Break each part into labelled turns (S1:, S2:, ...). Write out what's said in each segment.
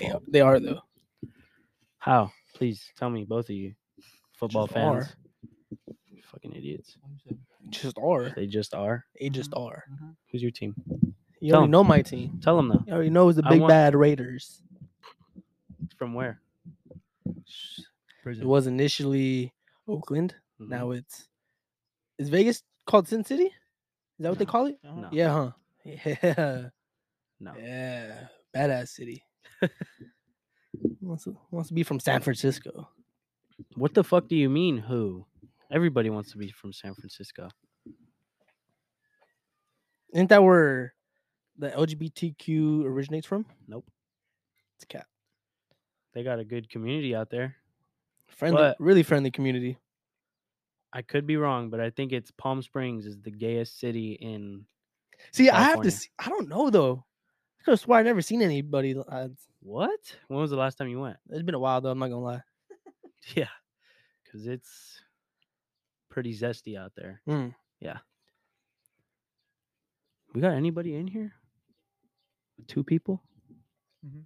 S1: Yeah, they are though.
S2: How? Please tell me, both of you, football
S1: Just are.
S2: fans. Fucking idiots.
S1: Just are.
S2: They just are.
S1: They just are.
S2: Who's your team?
S1: You
S2: Tell
S1: already
S2: 'em.
S1: know my team.
S2: Tell them though.
S1: You already know it's the
S2: I
S1: big
S2: want-
S1: bad Raiders.
S2: From where?
S1: It was initially Oakland.
S2: Mhm.
S1: Now it's is Vegas called Sin City? Is that what they
S2: No.
S1: call it?
S2: No.
S1: Yeah, huh? Yeah,
S2: No.
S1: yeah, badass city. wants, to, wants to be from San Francisco.
S2: What the fuck do you mean? Who? Everybody wants to be from San Francisco.
S1: Isn't that where the LGBTQ originates from?
S2: Nope.
S1: It's cat
S2: They got a good community out there.
S1: friendly,
S2: But-
S1: really friendly community.
S2: I could be wrong, but I think it's Palm Springs is the gayest city in
S1: See, I have to.
S2: California.
S1: See, I don't know though. I could swear I never seen anybody. li- uh,
S2: what? When was the last time you went?
S1: It's been a while though. I'm not gonna lie.
S2: Yeah. Cause it's pretty zesty out there.
S1: Mm.
S2: We got anybody in here? Two people?
S3: Mhm.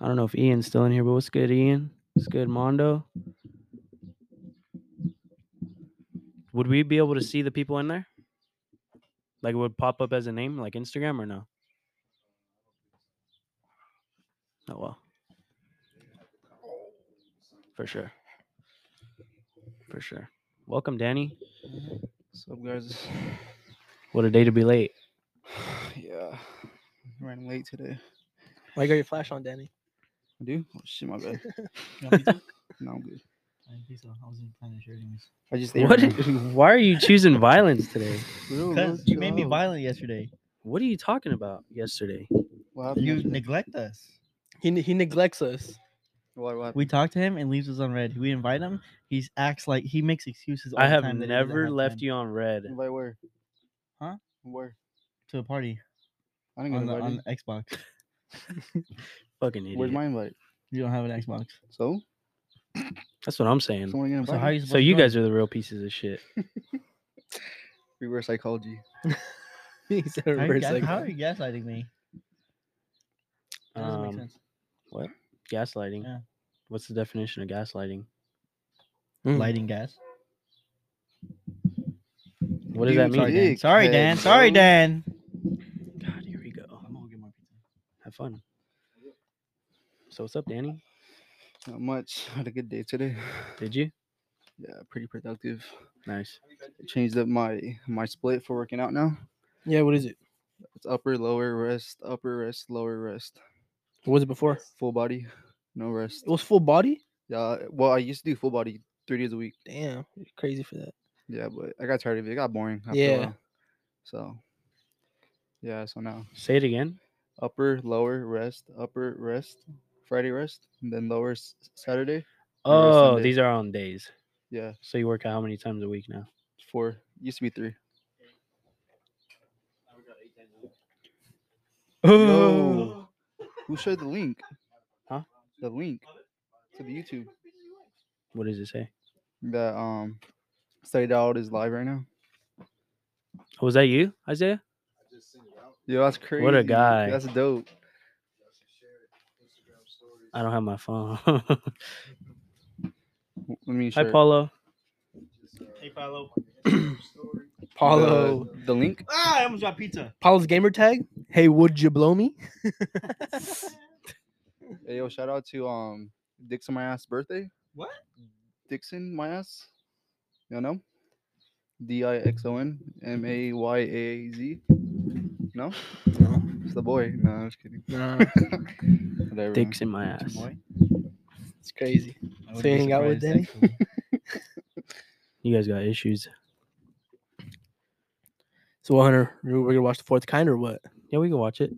S2: I don't know if Ian's still in here, but what's good, Ian? What's good, Mondo? Would we be able to see the people in there? Like it would pop up as a name, like Instagram or no? Oh well. For sure. For sure. Welcome, Danny.
S3: What's up, guys?
S2: What a day to be late.
S3: yeah, ran late today.
S1: Why you got your flash on, Danny?
S3: I do? Oh shit, my bad. no, I'm good.
S4: I think so. I wasn't planning to share anyways.
S3: I just ate
S2: What?
S3: right
S2: did- Why are you choosing violence today? Oh,
S3: now.
S4: Because you made me violent yesterday.
S2: What are you talking about yesterday?
S3: What happened?
S4: You
S3: yesterday?
S4: neglect us.
S1: He ne- he neglects us.
S3: What- what happened?
S4: We talk to him and leaves us on red. We invite him. He acts like he makes excuses. All
S2: I
S4: the
S2: have
S4: time that he doesn't
S2: never
S4: have
S2: left
S4: time
S2: you on red.
S3: Invite where?
S4: Huh?
S3: Where?
S4: to a party
S3: I didn't get
S4: on the,
S3: invited.
S4: on Xbox.
S2: Fucking idiot.
S3: Where's my invite?
S4: You don't have an Xbox.
S3: So?
S2: That's what I'm saying.
S3: Someone
S4: So
S3: gonna
S4: how are
S3: invite?
S4: you?
S2: So
S4: supposed to
S2: you
S4: join?
S2: guys are the real pieces of shit.
S3: Reverse psychology.
S1: he said
S4: How are, you
S1: reverse
S4: gas- how
S1: psycho.
S4: are you gaslighting me? That doesn't make
S2: Um,
S4: sense.
S2: gaslighting.
S4: Yeah.
S2: What's the definition of gaslighting?
S1: Mm.
S4: Lighting gas.
S2: What does that
S3: You
S2: mean?
S4: Sorry, Dan. Sorry,
S3: dickhead,
S4: Dan. Sorry,
S3: bro.
S4: Dan.
S2: God, here we go.
S4: I'm gonna get my pizza.
S2: Have fun. So what's up, Danny?
S3: Not much. Had a good day today.
S2: Did you?
S3: Yeah, pretty productive.
S2: Nice.
S3: Changed up my my split for working out now.
S1: Yeah, what is it?
S3: It's upper, lower, rest, upper, rest, lower, rest.
S1: What was it before?
S3: Full body, no rest.
S1: It was full body.
S3: Yeah, well, I used to do full body three days a week.
S1: Damn, you're crazy for that.
S3: Yeah, but I got tired of it. It got boring. After
S1: Yeah.
S3: A while. So, yeah, so now
S2: Say it again.
S3: upper, lower, rest, upper, rest, Friday rest, and then lower s- Saturday. Or
S2: Oh,
S3: Sunday.
S2: these are on days.
S3: Yeah,
S2: So you work out how many times a week now?
S3: four. Used to be three.
S2: Oh.
S3: No. Who shared the link?
S2: Huh?
S3: The link to the YouTube
S2: What does it say?
S3: that um studied out is live right now.
S2: Oh, was that you, Isaiah?
S3: Yo, that's crazy.
S2: What a guy.
S3: That's dope.
S2: I don't have my phone.
S3: W- Let me
S2: Hi,
S3: share
S2: Paulo.
S4: Hey, Paolo.
S1: Paulo,
S3: the, the link.
S4: Ah, I almost dropped pizza.
S1: Paulo's gamer tag. Hey, would you blow me?
S3: Hey, yo, shout out to um Dixon my ass birthday.
S4: What?
S3: Dixon my ass. You know? D I X O N M A Y A Z. No? It's the boy. No, I'm just kidding.
S1: Nah,
S3: Whatever. man.
S2: Dicks in my ass.
S4: Boy.
S1: it's crazy.
S4: I would
S1: So you
S4: be
S1: hang out with
S4: surprised, actually.
S2: You guys got issues.
S1: So, what, Hunter, we- we're gonna watch the fourth kind or what?
S2: Yeah, we can watch it.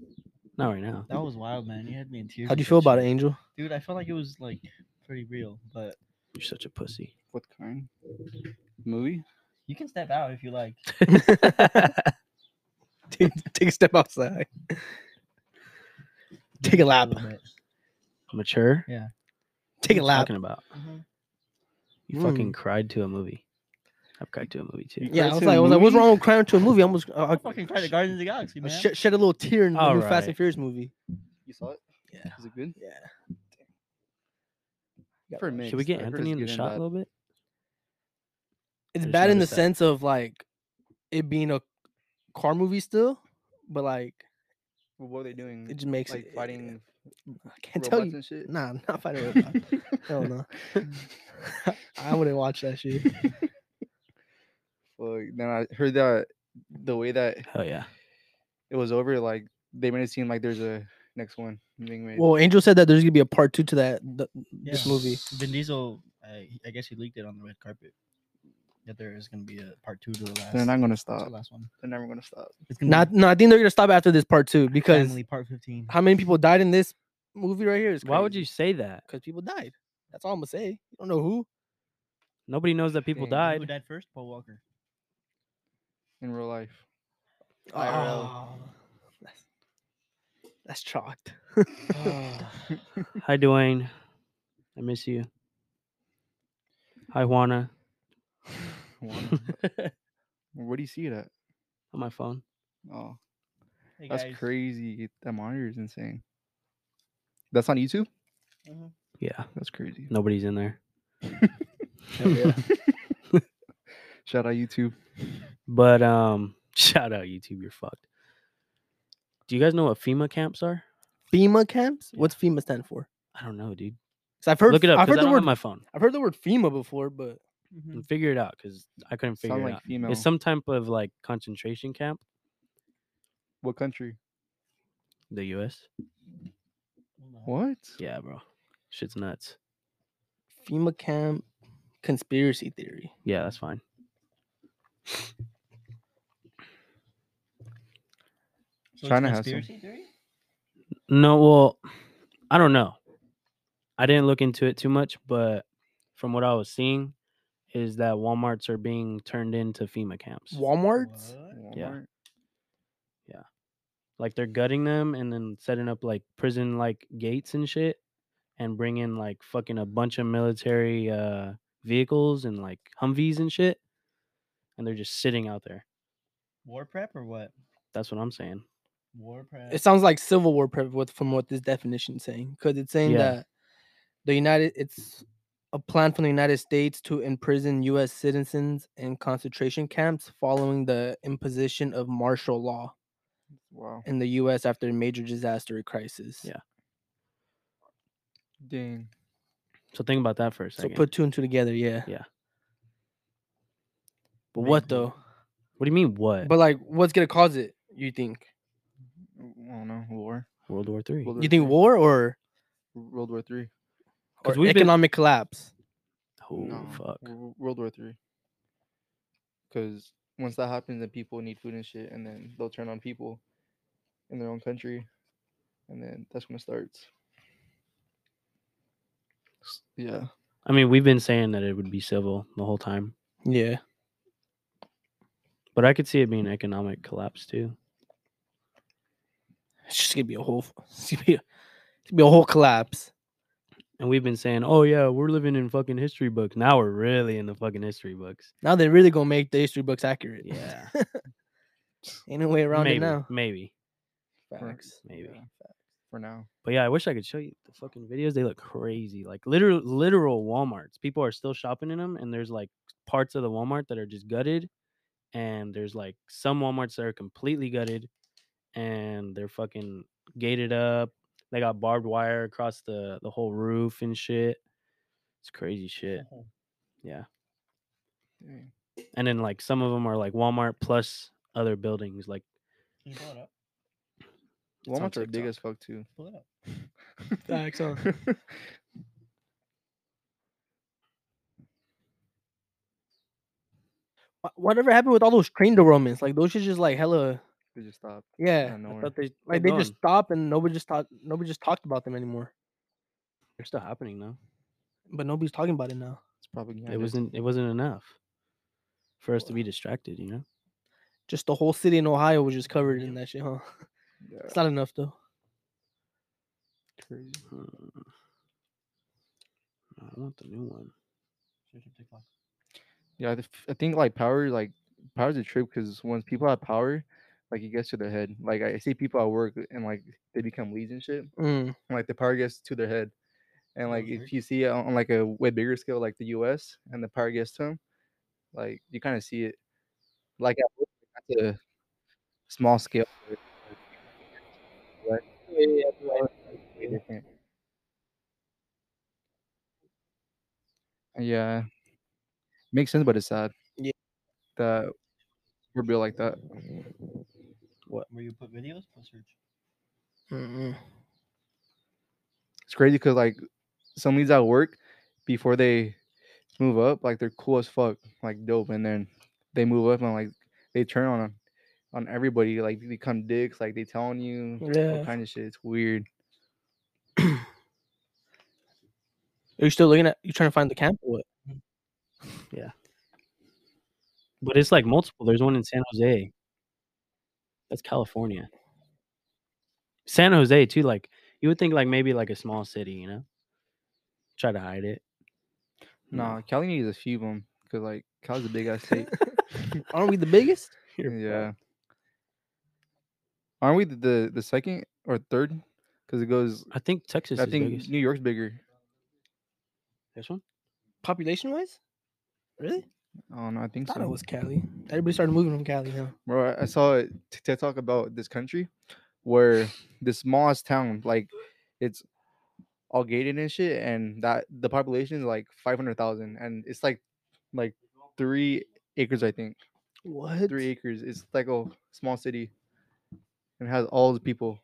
S2: Not right now.
S4: That was wild, man. You had me in tears.
S1: How do you
S4: with
S1: feel
S4: that
S1: about it,
S4: shit.
S1: Angel?
S4: dude? I felt like it was like pretty real, but
S2: You're such a pussy.
S3: What kind? Movie?
S4: you can step out if you like.
S1: take, take a step outside. Take a lap.
S4: little bit.
S2: Mature.
S1: Take a
S2: What are you
S1: lap.
S2: Talking about
S4: Mm-hmm.
S2: you
S3: Hmm.
S2: fucking cried to a movie. I've cried to a movie too.
S1: Yeah, I was
S3: Cry to a
S1: like, I was like, what's
S3: movie?
S1: wrong with crying to a movie? I almost I,
S4: I fucking cried at Guardians of the Galaxy,
S1: I
S4: man.
S1: shed, shed a little tear in the new Fast
S2: Alright.
S1: and Furious movie.
S3: You saw it?
S1: Yeah.
S3: Is it good?
S1: Yeah.
S3: I've heard
S2: Should we
S3: mixed.
S2: get
S3: I heard
S2: Anthony in
S3: it's
S2: the
S3: good and
S2: shot a
S3: bad.
S2: little bit?
S1: It's
S2: I just
S1: bad in the
S2: noticed that.
S1: sense of like it being a car movie still, but like
S3: Well, what are they doing?
S1: it just makes
S3: like
S1: it
S3: fighting
S1: I can't
S3: robots
S1: tell you.
S3: and shit.
S1: Nah, not fighting robots. Hell no. I wouldn't watch that shit.
S3: Fuck. Then I heard that the way that
S2: Hell yeah.
S3: it was over, like they made it seem like there's a next one being made.
S1: Well, Angel said that there's gonna be a part two to that th- this
S4: Yeah.
S1: movie.
S4: Vin Diesel, I, I guess he leaked it on the red carpet. That there is going to be a part two to the last,
S3: they're not gonna
S4: to
S3: stop.
S4: the last one.
S3: They're never gonna stop.
S4: It's
S2: Hmm.
S4: gonna
S1: Not,
S4: be
S1: no, I think they're gonna stop after this part two because
S4: family part fifteen.
S1: how many people died in this movie right here is
S2: Why would you say that?
S1: Because people died. That's all I'm gonna say. You don't know who.
S2: Nobody knows that people
S3: Dang,
S4: You know Who
S2: died.
S4: died first? Paul Walker.
S3: In real life,
S1: Oh,
S3: IRL.
S1: that's, that's chalked.
S2: Hi, Dwayne. I miss you. Hi, Juana.
S3: Juan,
S2: on
S3: where do you see it at?
S2: my phone.
S3: Oh,
S4: Hey,
S3: that's
S4: guys.
S3: crazy. That monitor is insane. That's on YouTube.
S4: Mhm.
S2: Yeah,
S3: That's crazy.
S2: nobody's in there.
S3: Shout out YouTube.
S2: But um, shout out YouTube. You're fucked. Do you guys know what FEMA camps are?
S1: FEMA camps. What's FEMA stand for?
S2: I don't know, dude.
S1: 'Cause I've heard.
S2: Look it up.
S1: I've
S2: 'cause
S1: heard
S2: I
S1: the
S2: don't
S1: word. Mm.
S2: have my phone.
S1: I've heard the word FEMA before, but
S4: Mhm.
S2: And figure it out because I couldn't Mm-hmm. figure
S3: Sound
S2: it
S3: like
S2: out.
S3: female.
S2: It's some type of like concentration camp.
S3: What country?
S2: The U.S.
S4: Hold on.
S3: What?
S2: Yeah, bro. Shit's nuts.
S1: FEMA camp conspiracy theory.
S2: Yeah, that's fine.
S4: So it's
S3: China has some.
S4: conspiracy theory?
S2: No, well, I don't know. I didn't look into it too much, but from what I was seeing, is that WalMarts are being turned into FEMA camps.
S1: Walmart's.
S4: What?
S2: Yeah.
S3: Walmart?
S2: like they're gutting them and then setting up like prison like gates and shit and bringing like fucking a bunch of military uh vehicles and like humvees and shit and they're just sitting out there
S4: War prep or what?
S2: that's what i'm saying
S4: War prep.
S1: It sounds like Civil War prep with, from what this definition is saying, because it's saying
S2: Yeah.
S1: that the United it's a plan from the United States to imprison U.S. citizens in concentration camps following the imposition of martial law
S3: Wow.
S1: in the U.S. after a major disaster or crisis.
S2: Yeah.
S3: Dang.
S2: so think about that for a
S1: So
S2: second
S1: put two and two together, yeah.
S2: Yeah.
S1: But what though?
S2: what do you mean what
S1: But like, what's gonna cause it? You think?
S3: I don't know. War.
S2: world war three
S3: World
S1: You
S3: War
S1: think
S3: Three.
S1: war or,
S3: World War Three.
S1: or
S2: 'Cause we've been-
S1: economic collapse?
S2: oh
S3: No,
S2: fuck
S3: W- World War Three. Because once that happens, then people need food and shit, and then they'll turn on people in their own country, and then that's when it starts. S- Yeah,
S2: i mean we've been saying that it would be civil the whole time
S1: Yeah.
S2: but i could see it being economic collapse too
S1: It's just gonna be a whole. It's gonna be a, it's gonna be a whole collapse.
S2: and we've been saying oh yeah we're living in fucking history books now we're really in the fucking history books
S1: Now they're really gonna make the history books accurate.
S2: Yeah.
S1: Ain't no way around
S2: maybe
S1: it now.
S2: maybe
S1: Facts.
S2: maybe
S3: yeah, for now.
S2: But yeah, I wish I could show you the fucking videos. They look crazy. Like literal literal Walmarts. People are still shopping in them and there's like parts of the Walmart that are just gutted and there's like some Walmarts that are completely gutted and they're fucking gated up. They got barbed wire across the the whole roof and shit. It's crazy shit.
S4: Oh,
S2: Yeah.
S3: Dang.
S2: And then like some of them are like Walmart plus other buildings like
S4: Can you pull it up?
S2: on
S3: Walmart's are big
S2: TikTok.
S3: as fuck too.
S4: Pull it up.
S1: Facts, huh? Wha- Whatever happened with all those train derailments? Like those shits just like hella.
S3: they just stopped. out
S1: Yeah.
S3: of
S2: I
S3: nowhere.
S2: thought they
S1: Like they just stopped and nobody just talked. Nobody just talked about them anymore.
S2: they're still happening though.
S1: But nobody's talking about it now.
S3: It's propaganda.
S2: it wasn't it wasn't enough for us to be distracted you know
S1: Just the whole city in Ohio was just covered in that shit, huh?
S3: Yeah,
S1: It's not enough though.
S3: crazy.
S2: Hmm. i want the new one
S4: Search up TikTok.
S3: Yeah, I th- I think like power, like power's a trip because once people have power, like it gets to their head. Like I see people at work and like they become leads and shit.
S1: Mm.
S3: and, like the power gets to their head. And like
S4: Mhm.
S3: if you see it on, on, like a way bigger scale, like the U.S. and the power gets to them, like you kind of see it, like at work, that's a small scale. but, like, way different. Yeah, makes sense, but it's sad.
S1: Yeah.
S3: that we're built like that.
S4: Where you put videos, put search.
S1: Mm-mm.
S3: It's crazy because like some leads at work before they move up, like they're cool as fuck, like dope, and then they move up and like they turn on on everybody, like they become dicks, like they telling you all
S1: Yeah.
S3: kind of shit. It's weird.
S1: Are you still looking at? You trying to find the camp? Or what?
S2: But it's like multiple. There's one in San Jose. That's California. San Jose too. Like you would think, like maybe like a small city, you know. Try to hide it. No.
S3: Nah, Cali needs a few of them because like Cali's a big ass state.
S1: Aren't we the biggest?
S2: You're
S3: yeah. Aren't we the the, the second or third? Because it goes.
S2: I think Texas
S3: I
S2: is
S3: think
S2: biggest.
S3: New York's bigger.
S2: This one.
S1: Population wise? Really?
S3: Oh no, I think
S1: Thought
S3: so.
S1: it was Mm. Cali. Everybody started moving from Cali now.
S3: Bro, I- I saw a t- TikTok about this country where the smallest town, like it's all gated and shit, and that the population is like five hundred thousand, and it's like like three acres, I think,
S1: What?
S3: three acres. It's like a small city, and has all the people.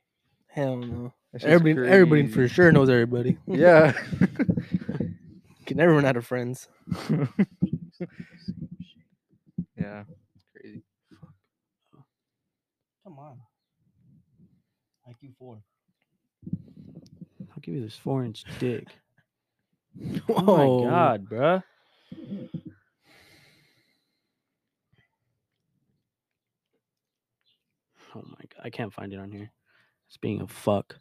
S1: Hell no.
S3: That shit's
S1: Everybody, everybody for
S3: crazy.
S1: sure knows everybody.
S3: Yeah,
S1: Can never run out of friends.
S3: yeah, crazy.
S4: Come on. IQ four.
S2: I'll give you this four inch dick.
S1: Oh
S2: Oh my god, bruh. Oh my god, I can't find it on here. It's being a fuck.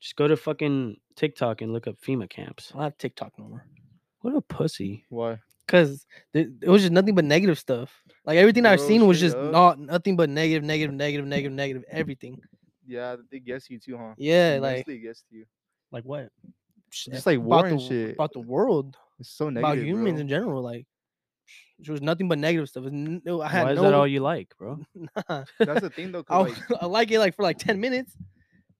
S2: Just go to fucking TikTok and look up FEMA camps.
S1: I don't have TikTok no more.
S2: What a pussy.
S3: Why?
S1: Cause th- it was just nothing but negative stuff. Like everything I've
S3: Bro,
S1: seen was
S3: straight
S1: just
S3: up.
S1: not nothing but negative, negative, negative, negative, negative. Everything.
S3: Yeah, they guess you too, huh?
S1: Yeah,
S3: They
S1: like
S3: mostly guess you.
S4: Like what?
S3: Just like war
S1: about
S3: and
S1: the,
S3: shit.
S1: about the world,
S3: It's so
S1: about
S3: negative.
S1: humans
S3: bro.
S1: in general. Like there was nothing but negative stuff. It was n- No, I had
S2: Why is
S1: no.
S2: that all you like, bro?
S1: Nah.
S3: That's the thing though. 'cause,
S1: I'll-
S3: like,
S1: I like it like for like ten minutes,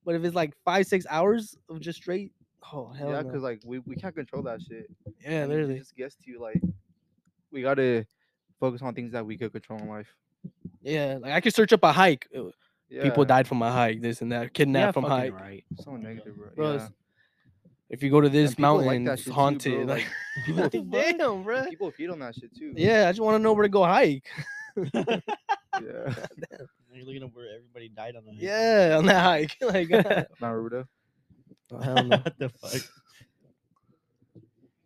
S1: but if it's like five six hours of just straight, oh hell
S3: yeah,
S1: yeah,
S3: because like we, we can't control that shit.
S1: yeah,
S3: And it
S1: literally,
S3: Just gets to you, like we gotta focus on things that we could control in life.
S1: yeah. Like I could search up a hike. uh,
S3: Yeah.
S1: People died from a hike, this and that, kidnapped from
S2: fucking
S1: hike.
S2: right.
S3: So negative, bro.
S1: Bro,
S3: yeah.
S1: it's- If you go to this
S3: people like
S1: mountain,
S3: that
S1: it's
S3: shit too, bro,
S1: haunted.
S3: like,
S1: Like,
S3: people-
S1: damn, bro.
S3: And People feed on that shit too.
S1: Yeah, I just want to know where to go hike.
S3: Yeah.
S4: You're looking at where everybody died on the hill.
S1: Yeah, on that hike. like, uh,
S3: Naruto.
S1: oh, hell no.
S4: what the fuck?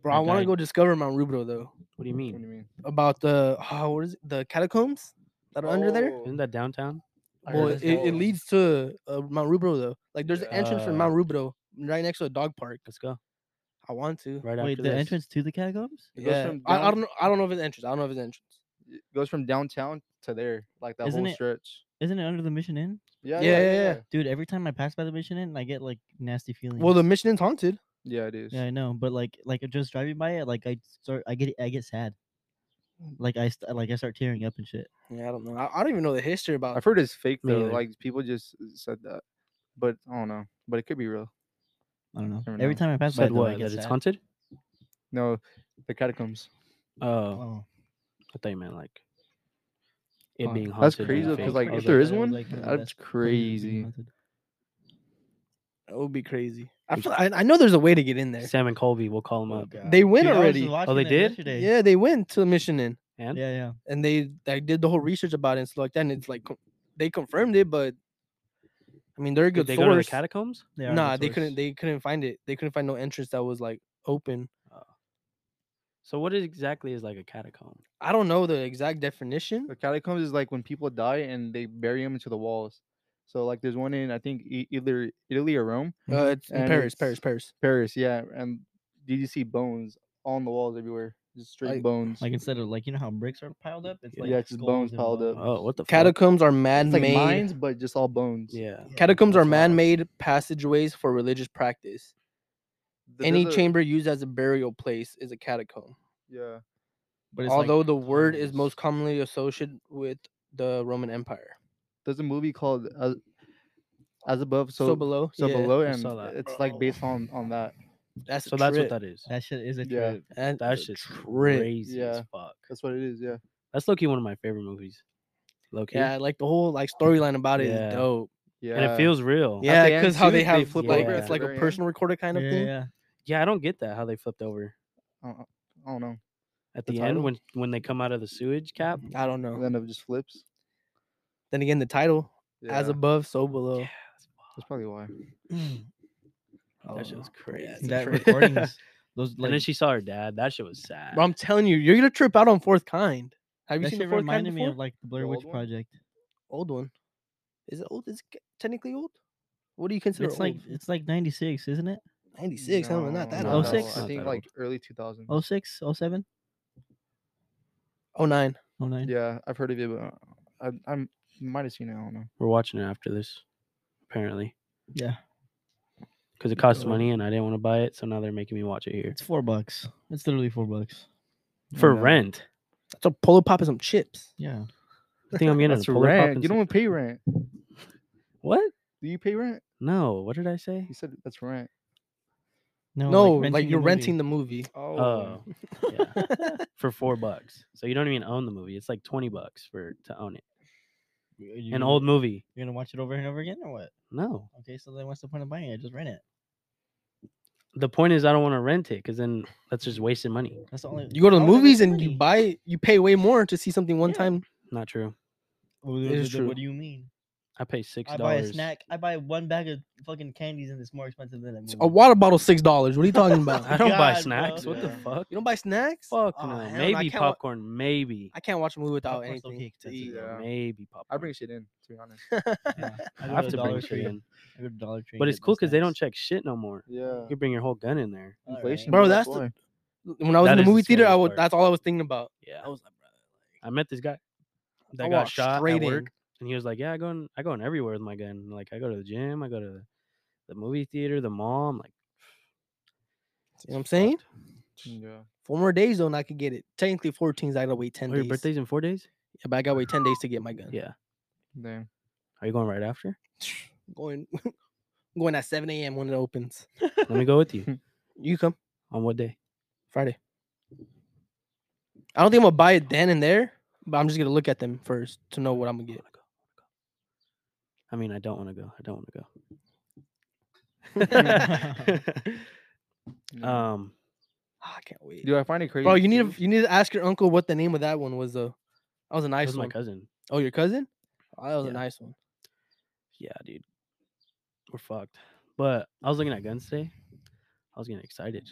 S1: bro, I
S2: I
S1: want to
S2: died.
S1: go discover Mount Rubro though.
S2: What do you
S3: What do
S2: mean?
S3: you mean?
S1: About the oh, what is it? the catacombs that are under there.
S3: Oh,
S2: Isn't that downtown?
S4: I heard
S1: Well, it,
S4: that's
S1: it
S4: dope.
S1: leads to uh, Mount Rubro though. Like, there's an entrance for
S2: Yeah.
S1: Mount Rubro right next to a dog park.
S2: Let's go.
S1: I want to.
S2: Right
S4: Wait,
S2: after
S4: the
S2: this.
S4: entrance to the catacombs?
S3: It goes
S1: Yeah,
S3: from
S1: I, I
S3: down-
S1: don't know. I don't know if it's entrance. I don't know if it's entrance.
S3: It goes from downtown to there, like that
S4: Isn't
S3: whole
S4: it-
S3: stretch.
S4: Isn't it under the Mission Inn?
S3: Yeah,
S1: Yeah, yeah, yeah.
S4: Dude, every time I pass by the Mission Inn, I get like nasty feelings.
S1: Well, the Mission Inn's haunted.
S3: Yeah, it is.
S4: yeah, I know, but like, like just driving by it, like I start, I get, I get sad. Like I, st- like I start tearing up and shit.
S1: Yeah, I don't know. I, I don't even know the history about.
S3: I've heard it's fake
S2: Me
S3: though.
S2: either.
S3: Like people just uh, said that, but I don't know. But it could be real.
S4: I don't know.
S3: Never
S4: Every
S3: know.
S4: time I pass by, it,
S2: Said
S4: though, I
S2: what?
S4: get
S2: That it's
S4: sad.
S2: haunted?
S3: No, the catacombs.
S2: Oh,
S4: Oh,
S2: I thought you meant like it
S3: Huh.
S2: being haunted.
S3: That's
S2: and
S3: crazy
S2: fake.
S3: because like
S2: I
S3: if
S2: was
S3: there
S4: like,
S3: is
S4: that was,
S3: one,
S4: like, the
S3: that's
S4: best place to be
S3: crazy.
S4: haunted.
S1: It would be crazy. I, feel, I, I know there's a way to get in there.
S2: Sam and Colby, we'll call them
S4: Oh,
S2: up.
S4: God.
S1: They win
S4: Dude, I was
S1: already.
S4: just watching
S2: they
S4: that
S2: did?
S4: yesterday.
S1: Yeah, they went to the Mission Inn
S2: And
S4: Yeah, yeah.
S1: and they they did the whole research about it and stuff like that. And it's like co- they confirmed it, but I mean they're a good
S2: Did they go to the
S1: source.
S2: catacombs?
S4: They are
S1: nah,
S4: good
S1: they
S4: source.
S1: couldn't. They couldn't find it. They couldn't find no entrance that was like open.
S2: So what is exactly is like a catacomb?
S1: I don't know the exact definition.
S3: The catacombs is like when people die and they bury them into the walls. So like there's one in I think e- either Italy or Rome,
S1: Uh, it's in
S3: And
S1: Paris,
S3: it's-
S1: Paris, Paris.
S3: Paris, yeah. And did you see bones on the walls everywhere? just straight
S1: Like-
S3: bones.
S4: Like instead of like you know how bricks are piled up, it's like
S3: Yeah, it's just bones
S4: skulls
S3: piled up.
S4: and
S2: Oh, what the fuck?
S1: Catacombs are
S3: it's like
S1: man-made.
S3: mines, but just all bones.
S2: Yeah.
S1: Catacombs are
S2: that's wild.
S1: man-made passageways for religious practice.
S3: Th-
S1: Any
S3: there's a-
S1: chamber used as a burial place is a catacomb.
S3: Yeah.
S4: But it's
S1: Although
S4: like,
S1: the word is
S4: tunnels.
S1: most commonly associated with the Roman Empire.
S3: There's a movie called As, As Above,
S1: So,
S3: So, Below.
S1: below,
S3: So
S1: yeah,
S3: Below,
S2: I
S3: and
S2: saw that.
S3: it's like based on on that.
S1: That's
S2: So that's what that is.
S4: that shit is a
S3: Yeah.
S4: trip.
S1: That,
S2: That shit's
S1: trip.
S2: crazy as
S3: Yeah.
S2: fuck.
S3: That's what it is. Yeah.
S2: That's low-key one of my favorite movies. Low-key.
S1: Yeah, like the whole like storyline about it is
S2: Yeah.
S1: dope.
S3: Yeah.
S2: And it feels real.
S3: At
S1: Yeah,
S3: the
S1: because
S3: end,
S1: how
S3: too,
S1: they
S3: they
S1: have
S3: flip
S1: like
S2: over at
S1: it's
S2: the
S1: like a
S3: very end.
S1: personal recorder kind of
S4: yeah,
S1: thing.
S4: yeah.
S2: Yeah, I don't get that how they flipped over
S3: I don't, I don't know.
S2: at
S3: The
S2: the, end
S3: title?
S2: when when they come out of the sewage cap.
S1: I don't know.
S3: And then it just flips.
S1: Then again, the title
S3: Yeah.
S1: as above, so below.
S2: Yeah,
S3: That's probably why.
S1: Oh,
S2: that shit was crazy.
S1: it's a
S4: That
S1: trip.
S4: recordings, those
S2: and
S4: like
S2: then she saw her dad. That shit was sad.
S1: Bro, I'm telling you, you're gonna trip out on Fourth Kind. Have you
S4: that
S1: seen the
S4: shit
S1: Fourth Kind
S4: reminded
S1: before?
S4: me of like the Blair
S3: The
S4: Witch
S3: old one?
S4: Project.
S1: old one. Is it old? Is it ca- technically old? What do you consider
S4: It's like
S1: old?
S4: it's like ninety six, isn't it?
S1: 96. I don't know, not that
S2: no,
S1: old.
S4: no, 06?
S3: I
S2: Not
S3: think
S2: that
S3: like early 2000.
S2: Oh,
S4: 06, 07,
S1: 09.
S4: 09.
S3: Yeah, I've heard of it, but uh, I I'm, might have seen it. I don't know.
S2: We're watching it after this, apparently,
S4: Yeah.
S2: because it costs
S1: Oh.
S2: money and I didn't want to buy it. So now they're making me watch it here
S4: It's four bucks. It's literally four bucks.
S2: for
S3: Yeah.
S2: rent.
S1: That's a Polo Pop and some chips.
S4: Yeah.
S2: I think I'm getting a
S3: That's
S2: Polar Pop
S3: rent.
S2: and
S3: You
S2: some-
S3: don't pay rent.
S2: what?
S3: Do you pay rent?
S2: No, what did I say?
S3: You said that's rent.
S1: No, like,
S4: renting the
S1: you're
S4: movie.
S1: renting the movie.
S3: Oh.
S2: Oh, yeah, for four bucks. So you don't even own the movie. It's like twenty bucks for to own it.
S4: Y- you
S2: An
S4: gonna-
S2: old Oh. movie.
S4: You're gonna watch it over and over again, or what?
S2: No,
S4: Okay, so then what's the point of buying it? Just rent it.
S2: the point is I don't want to rent it because then that's just wasted money.
S4: That's the only.
S1: You go to the
S4: why would I
S1: movies
S4: waste
S1: and you
S4: money?
S1: buy, you pay way more to see something one
S4: Yeah.
S1: time.
S2: Not true.
S4: Well,
S1: It
S4: then-
S1: is
S4: then
S1: true.
S4: What do you mean?
S2: I pay six
S4: I
S2: dollars.
S4: buy a snack. I buy one bag of fucking candies, and it's more expensive than a movie.
S1: A water bottle, $6. What are you talking about?
S2: I don't buy
S4: God, bro.
S2: snacks. What the
S3: Yeah.
S2: fuck?
S1: you don't buy snacks?
S2: Fuck
S1: Aw,
S2: no.
S1: oh, hell no, I
S2: Maybe
S1: can't wa-
S2: popcorn. maybe.
S1: I can't watch a movie without
S4: Popcorn's low-key
S1: anything to
S4: expensive,
S1: eat.
S3: though. Yeah.
S2: Maybe popcorn.
S3: I bring shit in, to be honest.
S4: Yeah,
S2: I
S4: go
S2: have
S4: the
S2: to bring
S4: Dollar
S2: shit
S4: Tree.
S2: in.
S4: I go to Dollar Tree.
S2: But
S4: and
S2: it's
S4: get the
S2: cool because they don't
S4: snacks.
S2: check shit no more.
S3: Yeah.
S1: Uh-huh.
S2: You can bring your whole gun in there.
S4: Alright.
S3: Inflation.
S1: Bro,
S3: is
S1: that's
S3: why.
S1: When I was
S2: That
S1: in
S2: is
S1: the
S2: the
S1: movie theater,
S2: scary
S1: I was,
S2: part.
S1: that's all I was thinking about.
S2: Yeah.
S1: I was uh, like,
S2: I met this guy that
S1: I
S2: got
S1: walked
S2: shot
S1: straight
S2: at
S1: in.
S2: work, and he was like, "Yeah, I go in, I go in everywhere with my gun. Like I go to the gym, I go to the movie theater, the mall. I'm like,
S1: you know what I'm saying?
S2: "Oh,
S3: Yeah.
S1: Four more days though, and I could get it. Technically, 14s. I gotta wait 10
S2: oh, your
S1: days.
S2: birthday's in four days.
S1: Yeah, but I gotta wait 10 days to get my gun.
S2: Yeah.
S3: Damn.
S2: Are you going right after?
S1: going going at 7 a.m. when it opens.
S2: Let me go with you.
S1: You come
S2: On what day?
S1: Friday. I don't think I'm gonna buy it then and there, but I'm just gonna look at them first to know what I'm gonna
S2: I
S1: get.
S2: wanna go. I mean, I don't want to go. I don't want to go.
S1: Mm.
S3: Yeah.
S2: um,
S1: Ah, I can't wait,
S3: Dude, I find it crazy.
S1: bro. You need
S3: too.
S1: to you need to ask your uncle what the name of that one was though. That was a
S2: I
S1: nice
S2: was my
S1: one.
S2: cousin.
S1: Oh, your cousin? Oh, that was
S2: Yeah.
S1: a nice one.
S2: Yeah, dude, we're fucked. But I was looking at guns today. I was getting excited.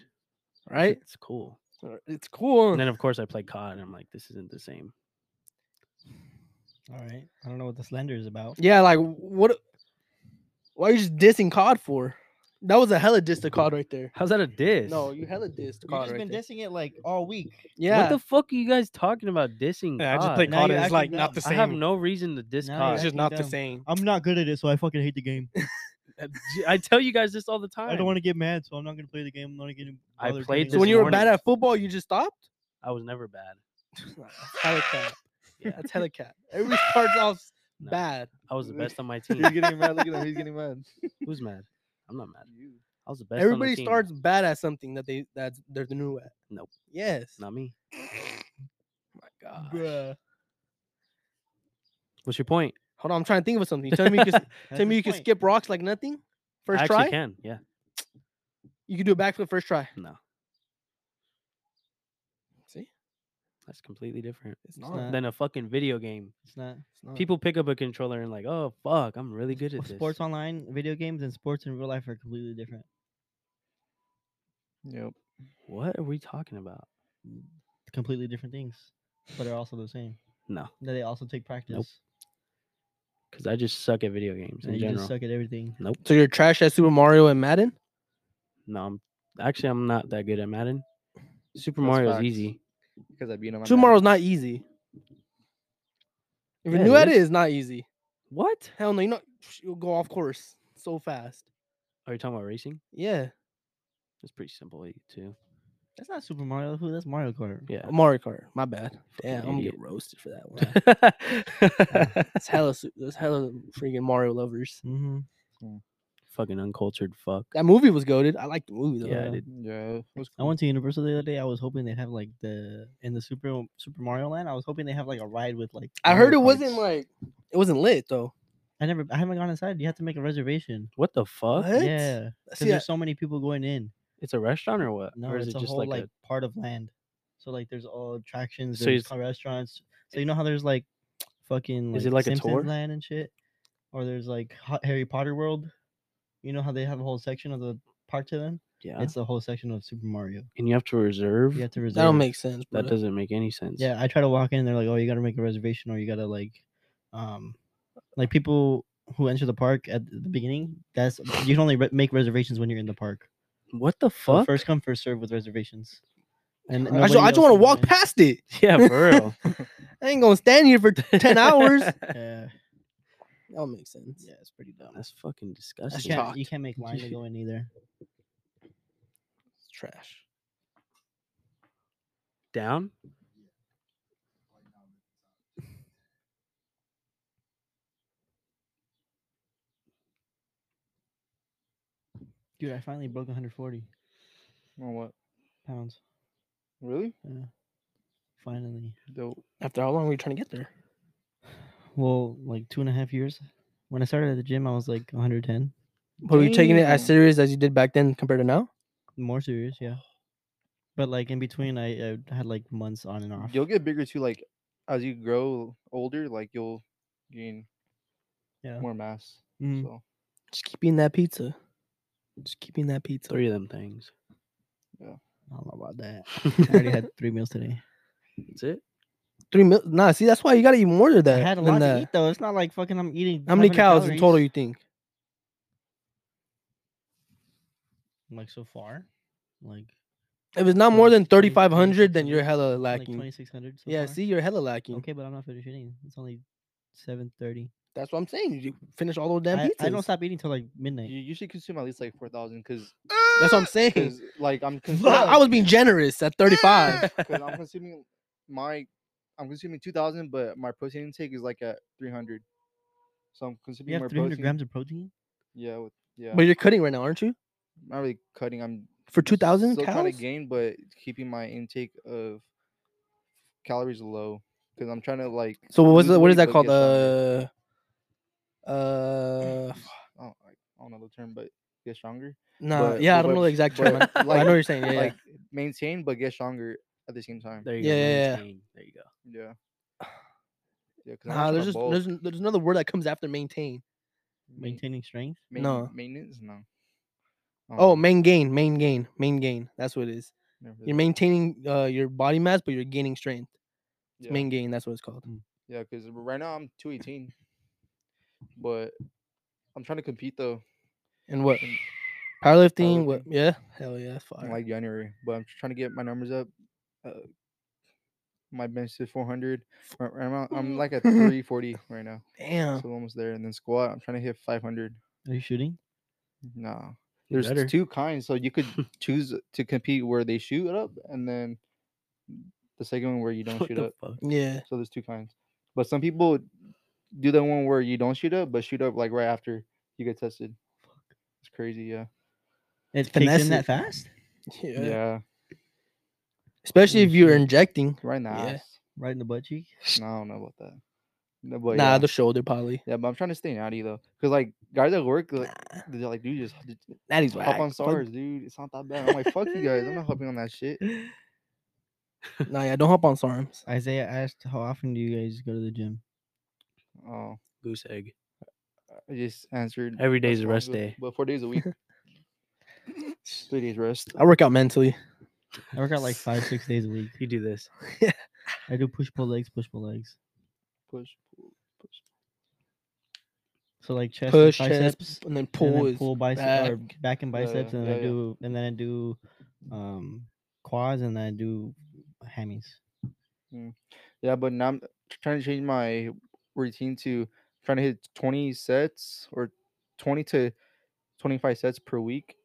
S1: Right?
S2: It's cool.
S1: Uh, It's cool.
S2: And then of course I played COD, and I'm like, this isn't the same.
S4: All right. I don't know what the slander is about.
S1: yeah, like what? Why are you just dissing COD for? That was a hella diss to COD right there.
S2: How's that a diss?
S1: No, you hella dissed
S4: You've
S1: COD
S4: just
S1: right
S4: been
S1: there.
S4: dissing it like all week.
S1: yeah.
S2: What the fuck are you guys talking about dissing?
S5: Yeah, I just
S2: COD?
S5: play
S4: Now
S5: COD
S4: you're
S5: and it's
S4: acting
S5: like not the
S2: I
S5: same.
S2: have no reason to diss
S4: Now
S2: COD.
S4: you're
S5: it's just
S4: acting
S5: not the
S4: dumb.
S5: same.
S4: I'm not good at it, so I fucking hate the game.
S2: Uh, j- I tell you guys this all the time.
S4: I don't want to get mad, so I'm not gonna play the game. I'm not gonna.
S2: I
S4: bother
S2: played
S4: playing
S1: So
S2: this
S1: when you were
S2: morning.
S1: bad at football, you just stopped?
S2: I was never bad.
S1: That's hella cat.
S2: Yeah.
S1: That's hella cat. Everybody starts off s-
S2: No.
S1: bad.
S2: I was the best on my team.
S3: He's getting mad. Look at him. He's getting mad.
S2: Who's mad? I'm not mad.
S3: You.
S2: I was the best. on the
S1: Everybody
S2: team.
S1: starts bad at something that they that they're the new at.
S2: Nope.
S1: Yes.
S2: Not me.
S1: my God.
S4: Bruh.
S2: What's your point?
S1: Hold on, I'm trying to think of something. You tell me you can s-
S4: That's
S1: tell me
S4: the
S1: you can
S4: point.
S1: skip rocks like nothing. First
S2: I actually
S1: try.
S2: can. Yeah.
S1: You can do a backflip first try.
S2: No,
S1: See,
S2: that's completely different
S1: it's
S4: not. Uh,
S2: than a fucking video game.
S4: It's not.
S2: People pick up a controller and like, oh fuck, I'm really good at this.
S4: Sports online, video games, and sports in real life are completely different.
S3: Yep.
S2: What are we talking about?
S4: Completely different things, but they're also the same.
S2: No,
S4: No, They also take practice.
S2: because I just suck at video games
S4: Yeah,
S2: in
S4: you
S2: general.
S4: just suck at everything.
S2: Nope.
S1: So you're trash at Super Mario and Madden.
S2: No, I'm actually I'm not that good at Madden. Super
S3: That's
S2: Mario
S3: facts.
S2: is easy.
S3: because I beat him.
S1: Tomorrow's not easy. If you're
S2: Yeah, it
S1: new at it,
S2: is.
S1: it's not easy.
S2: What
S1: Hell no, you know you'll go off course so fast.
S2: are you talking about? Racing?
S1: Yeah,
S2: It's pretty simple eh, too.
S4: That's not Super Mario. Who? That's Mario Kart.
S2: Yeah.
S1: Uh, Mario Kart. My bad. Damn, I'm gonna
S2: idiot.
S1: get roasted for that one. It's hella, su- it's hella freaking Mario lovers.
S4: Mm-hmm.
S2: Fucking uncultured fuck.
S1: That movie was goaded. I liked the movie though.
S2: Yeah, I
S4: uh,
S2: did.
S3: Yeah, it was
S4: I went to Universal the other day. I was hoping they'd have like the in the Super Super Mario Land. I was hoping they have like a ride with like.
S1: I
S4: Mario
S1: heard it wasn't
S4: Karts.
S1: like it wasn't lit though.
S4: I never. I haven't gone inside. You have to make a reservation.
S2: What the fuck?
S1: What?
S4: Yeah, because
S1: See, I-
S4: there's so many people going in.
S2: It's a restaurant or what?
S4: No,
S2: or is
S4: it's
S2: it
S4: a
S2: just
S4: whole
S2: like,
S4: like,
S2: a
S4: part of land. So like, there's all attractions.
S2: So
S4: There's
S2: it's-
S4: co- restaurants. So you know how there's like, fucking.
S2: Is it like a
S4: Simpsons
S2: tour?
S4: Land and shit, or there's like Ho- Harry Potter World. You know how they have a whole section of the park to them.
S2: yeah?
S4: It's the whole section of Super Mario.
S2: and you have to reserve.
S4: You have to reserve.
S1: That don't make sense.
S2: That
S1: bruh.
S2: doesn't make any sense.
S4: Yeah, I try to walk in. they're like, "Oh, you got to make a reservation, or you got to like, um, like people who enter the park at the beginning. That's you can only re- make reservations when you're in the park.
S2: What the
S4: So
S2: fuck?
S4: first come, first serve with reservations. And
S1: I just,
S4: nobody
S1: I just
S4: else
S1: want to
S4: can go
S1: walk
S4: in.
S1: past it.
S2: yeah, for real.
S1: I ain't gonna stand here for ten hours. That
S4: Yeah,
S1: don't make sense.
S4: yeah, it's pretty dumb.
S2: That's fucking
S4: You
S2: disgusting.
S4: can't,
S1: chalk.
S4: you can't make line to go in either.
S1: It's trash.
S2: Down.
S4: Dude, I finally broke 140
S3: on what?
S4: pounds.
S3: Really?
S4: Yeah, finally.
S3: Dope.
S1: After how long were you trying to get there?
S4: Well, like two and a half years. When I started at the gym, I was like 110.
S1: But were you taking it as
S3: Damn.
S1: serious as you did back then compared to now?
S4: More serious, yeah. But like in between, I, I had like months on and off.
S3: You'll get bigger too. Like as you grow older, like you'll gain
S4: Yeah.
S3: more mass.
S4: Mhm.
S3: So
S1: Just keep eating that pizza. Just keep eating that pizza.
S2: Three of them things.
S4: I don't know about that. I already had three meals today.
S2: That's it.
S1: Three mil. Nah, see, that's why you gotta eat more than
S4: I
S1: that.
S4: had a
S1: than
S4: lot
S1: that.
S4: to eat though. It's not like fucking I'm eating.
S1: How many
S4: 500
S1: cows in total
S4: calories.
S1: you think?
S4: Like so far, like
S1: If it's not more
S4: Like
S1: than
S4: 20,
S1: 3,500, then you're
S4: 2600,
S1: hella
S4: like
S1: lacking.
S4: twenty six hundred. So
S1: yeah,
S4: far.
S1: see, you're hella lacking.
S4: Okay, but I'm not finished eating. It's only seven thirty.
S1: That's what I'm saying. You finish all those damn
S4: I,
S1: pizzas.
S4: I don't stop eating till like midnight.
S3: you usually consume at least like four thousand because
S1: That's what I'm saying.
S3: because like I'm
S1: I,
S3: consuming.
S1: I was being generous at 35.
S3: 'cause I'm consuming my I'm consuming two thousand, but my protein intake is like at three hundred. So I'm consuming
S4: You have
S3: more
S4: 300
S3: protein.
S4: grams of protein.
S3: Yeah, with, yeah.
S1: But you're cutting right now, aren't you?
S3: not really cutting. I'm
S1: For 2,000
S3: still trying
S1: cows?
S3: to gain, but keeping my intake of calories low because I'm trying to like.
S1: So what was
S3: lose
S1: the, what is that
S3: weight, but
S1: called?
S3: get stronger.
S1: Uh, uh,
S3: I don't, I don't know the term, but get stronger.
S1: nah,
S3: But-
S1: yeah, I don't
S3: but-
S1: know the exact term.
S3: but,
S1: I- but I
S3: like-
S1: know what you're saying. Yeah,
S3: Like maintain, but get stronger at the same time.
S2: There you
S1: Yeah,
S2: go.
S1: yeah, yeah.
S2: maintain. There you go.
S3: Yeah. Yeah. 'cause
S1: yeah.
S3: I'm
S1: Nah,
S3: watching
S1: there's
S3: my
S1: just
S3: bulk.
S1: there's, there's another word that comes after maintain.
S3: Main-
S4: Maintaining strength.
S3: main-
S1: no.
S3: Maintenance? No. I don't
S1: Oh,
S3: know.
S1: main gain, main gain, main gain. That's what it is.
S3: Never heard
S1: You're
S3: of
S1: maintaining uh, your body mass, but you're gaining strength.
S3: it.
S1: It's Main gain. That's what it's called.
S3: Yeah, because right now I'm 218, but I'm trying to compete though
S1: And what?
S3: in,
S1: Powerlifting. What?
S3: Powerlifting.
S1: Yeah. Hell yeah.
S3: in
S1: Fire.
S3: like January, but I'm trying to get my numbers up. Uh, my bench is 400. Right- right now, I'm like at 340 right now, so
S1: Damn.
S3: I'm almost there. And then squat, I'm trying to hit 500.
S4: Are you shooting?
S3: Nah,
S2: You
S3: there's
S2: better.
S3: two kinds, so you could choose to compete where they shoot it up, and then the second one where you don't
S2: What
S3: shoot
S2: the
S3: up.
S2: fuck?
S1: Yeah.
S3: So there's two kinds. But some people do the one where you don't shoot up, but shoot up like right after you get tested. It's crazy, yeah.
S4: It kicks
S1: Finesse
S4: in
S1: it.
S4: that fast.
S1: Yeah.
S3: Yeah.
S1: Especially if you're
S4: shit.
S1: injecting.
S3: Right now.
S1: Yeah.
S4: Right in the butt cheek.
S3: No, I don't know about that. No, but
S1: nah,
S3: yeah.
S1: the shoulder probably.
S3: yeah, but I'm trying to stay natty though. Cause like guys at work, like, they're like, dude, just just
S1: That is whack.
S3: hop on
S1: Fuck-
S3: stars, dude. It's not that bad. I'm like, fuck you guys. I'm not hopping on that shit.
S1: Nah, yeah. Don't hop on SARMs.
S4: Isaiah asked, "How often do you guys go to the gym?"
S3: Oh,
S2: Goose egg.
S3: I just answered.
S2: Every day's
S3: "That's
S2: a
S3: wrong,
S2: rest
S3: but-
S2: day.
S3: But four days a week. Three days rest.
S1: I work out mentally.
S4: I work out like five, six days a week.
S2: You do this.
S4: I do push pull legs, push pull legs.
S3: Push, pull, push.
S4: So like chest,
S1: Push,
S4: and
S1: chest,
S4: biceps,
S1: and then
S4: and
S1: pull
S4: then
S1: is
S4: pull biceps
S1: back.
S4: or back and
S3: Yeah,
S4: biceps, and
S3: yeah,
S4: then I
S3: yeah.
S4: do and then I do um quads and then I do hammies.
S3: Yeah, but now I'm tr- trying to change my routine to trying to hit 20 sets or 20 to 25 sets per week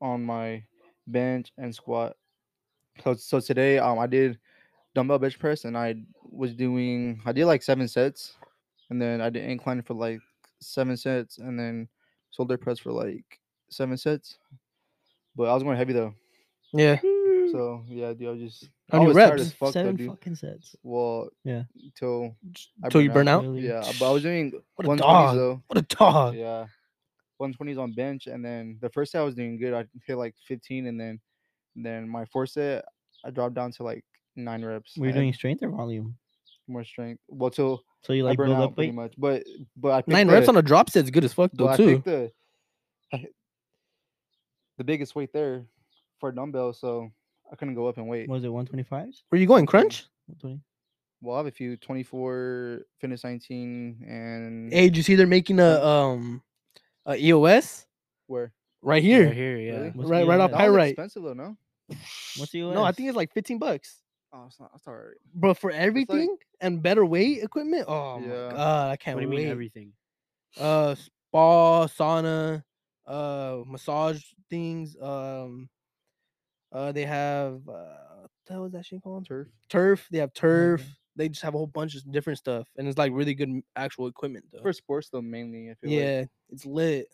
S3: on my bench and squat. So, so today um I did dumbbell bench press and I was doing I did like seven sets and then I did incline for like seven sets and then shoulder press for like seven sets. But I was going heavy though.
S1: Yeah.
S4: Hmm.
S3: So yeah, dude, I was just
S1: How
S3: I
S1: many
S3: was tired
S1: reps?
S3: as fuck though,
S4: Seven
S3: dude.
S4: fucking sets.
S3: Well,
S4: Yeah.
S3: Till I
S1: Till you burn out.
S4: Really?
S3: Yeah, but I was doing
S1: What a
S3: one
S1: dog.
S3: twenties though.
S1: What a dog.
S3: Yeah, one twenties on bench, and then the first set I was doing good. I hit like fifteen, and then then my fourth set I dropped down to like nine reps.
S4: Were
S3: I
S4: you
S3: had
S4: doing strength or volume?
S3: more strength. Well, till
S4: So you like
S3: I burned
S4: build
S3: out
S4: up
S3: pretty
S4: weight.
S3: much, but but I picked
S1: Nine
S3: the,
S1: reps on a drop set's good as fuck
S3: but
S1: though
S3: I
S1: too.
S3: picked the I hit the biggest weight there for dumbbell, so I couldn't go up in weight.
S4: Was it one twenty five?
S1: Were you going crunch?
S4: One twenty.
S3: Well, I have a few 24, fitness 19, and
S1: Hey, did you see they're making a um a EOS
S3: where
S1: right here.
S2: Right here, yeah.
S3: Really?
S4: What's
S1: Right-
S4: the
S1: right
S4: EOS?
S1: off
S3: that was
S1: Pyrite.
S3: expensive though, no?
S4: What's the
S1: No, I
S4: EOS?
S1: think it's like 15 bucks.
S3: Oh, it's not. It's all right.
S1: But for everything and better weight equipment, oh my
S3: Yeah.
S1: god, I can't
S2: What do you
S1: wait.
S2: mean everything?
S1: uh spa, sauna, uh massage things. Um uh they have uh what the hell is that shit called?
S3: Turf.
S1: Turf. They have turf. They just have a whole bunch of different stuff. And it's like really good m- actual equipment though.
S3: For sports though, mainly. I feel like.
S1: yeah, it's lit.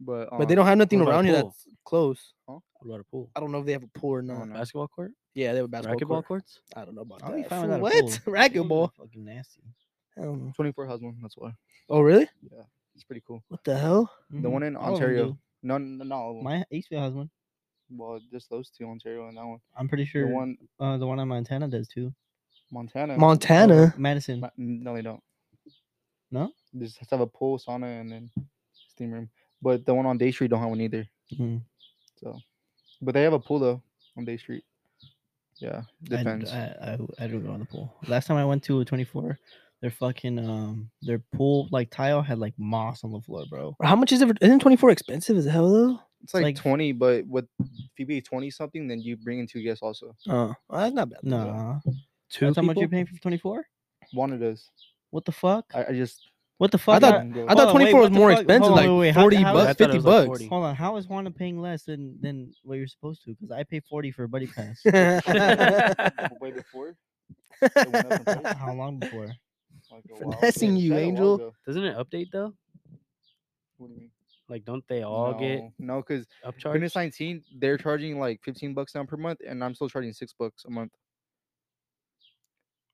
S3: But
S1: But they don't
S3: um,
S1: have nothing
S2: what about
S1: around here
S2: pool?
S1: that's close.
S2: What about a pool?
S1: I don't know if they have a pool or not.
S3: no.
S2: Basketball court?
S1: Yeah, they have a basketball court.
S2: Racquetball courts?
S1: I don't know about
S4: I'll be
S1: that.
S4: fine
S1: fool.
S4: without a
S1: what?
S4: pool.
S1: Racquetball?
S4: Fucking nasty.
S1: I don't know.
S3: 24 has one. That's why
S1: Oh really?
S3: it's pretty cool.
S1: What the hell?
S3: The
S4: Mhm.
S3: one in
S4: All of 'em
S3: Ontario.
S4: do.
S3: No, no, no.
S4: My Eastville has one.
S3: Well, just those two, Ontario and that one.
S4: I'm pretty
S3: The
S4: sure one.
S3: one
S4: Uh, the one in Montana does too.
S3: Montana.
S1: Montana.
S4: Madison.
S3: Ma- No, they don't.
S4: No?
S3: They just have a pool, sauna, and then steam room. But the one on Day Street don't have one either.
S4: Mm.
S3: So, but they have a pool though on Day Street. Yeah,
S4: I d-
S3: depends.
S4: I, I, I don't go in the pool. Last time I went to a 24, their fucking um their pool like tile had like moss on the floor, bro.
S1: How much is it? Isn't 24 expensive as hell though?
S3: it's like,
S4: like-
S3: 20, but with if you pay 20 something, then you bring in two guests also.
S1: Oh, well, that's not bad. though.
S4: Nah.
S2: Uh, Two
S4: That's how much you're
S2: people?
S4: paying for 24?
S3: One of those.
S4: What the fuck?
S3: I, I just.
S4: What the fuck?
S1: thought-
S4: How-
S3: didn't go.
S1: I thought
S4: Hold on, wait,
S1: 24 was
S4: what the
S1: more
S4: fuck?
S1: expensive,
S4: Hold on,
S1: like
S4: wait, wait, how-
S1: 40
S4: how-
S2: I
S1: bucks,
S2: thought it
S1: 50
S2: was like
S1: bucks.
S2: 40.
S4: Hold on, how is Juana paying less than than what you're supposed to? Because I pay 40 for a buddy pass.
S3: way before.
S4: how long before?
S3: Like a while-
S1: Finessing
S3: yeah,
S1: you,
S3: that a while
S1: Angel.
S3: ago.
S2: Doesn't it update though?
S3: What do you mean?
S2: Like, don't they all get
S3: no, because
S2: upcharged?
S3: Fitness 19, they're charging like 15 bucks down per month, and I'm still charging six bucks a month.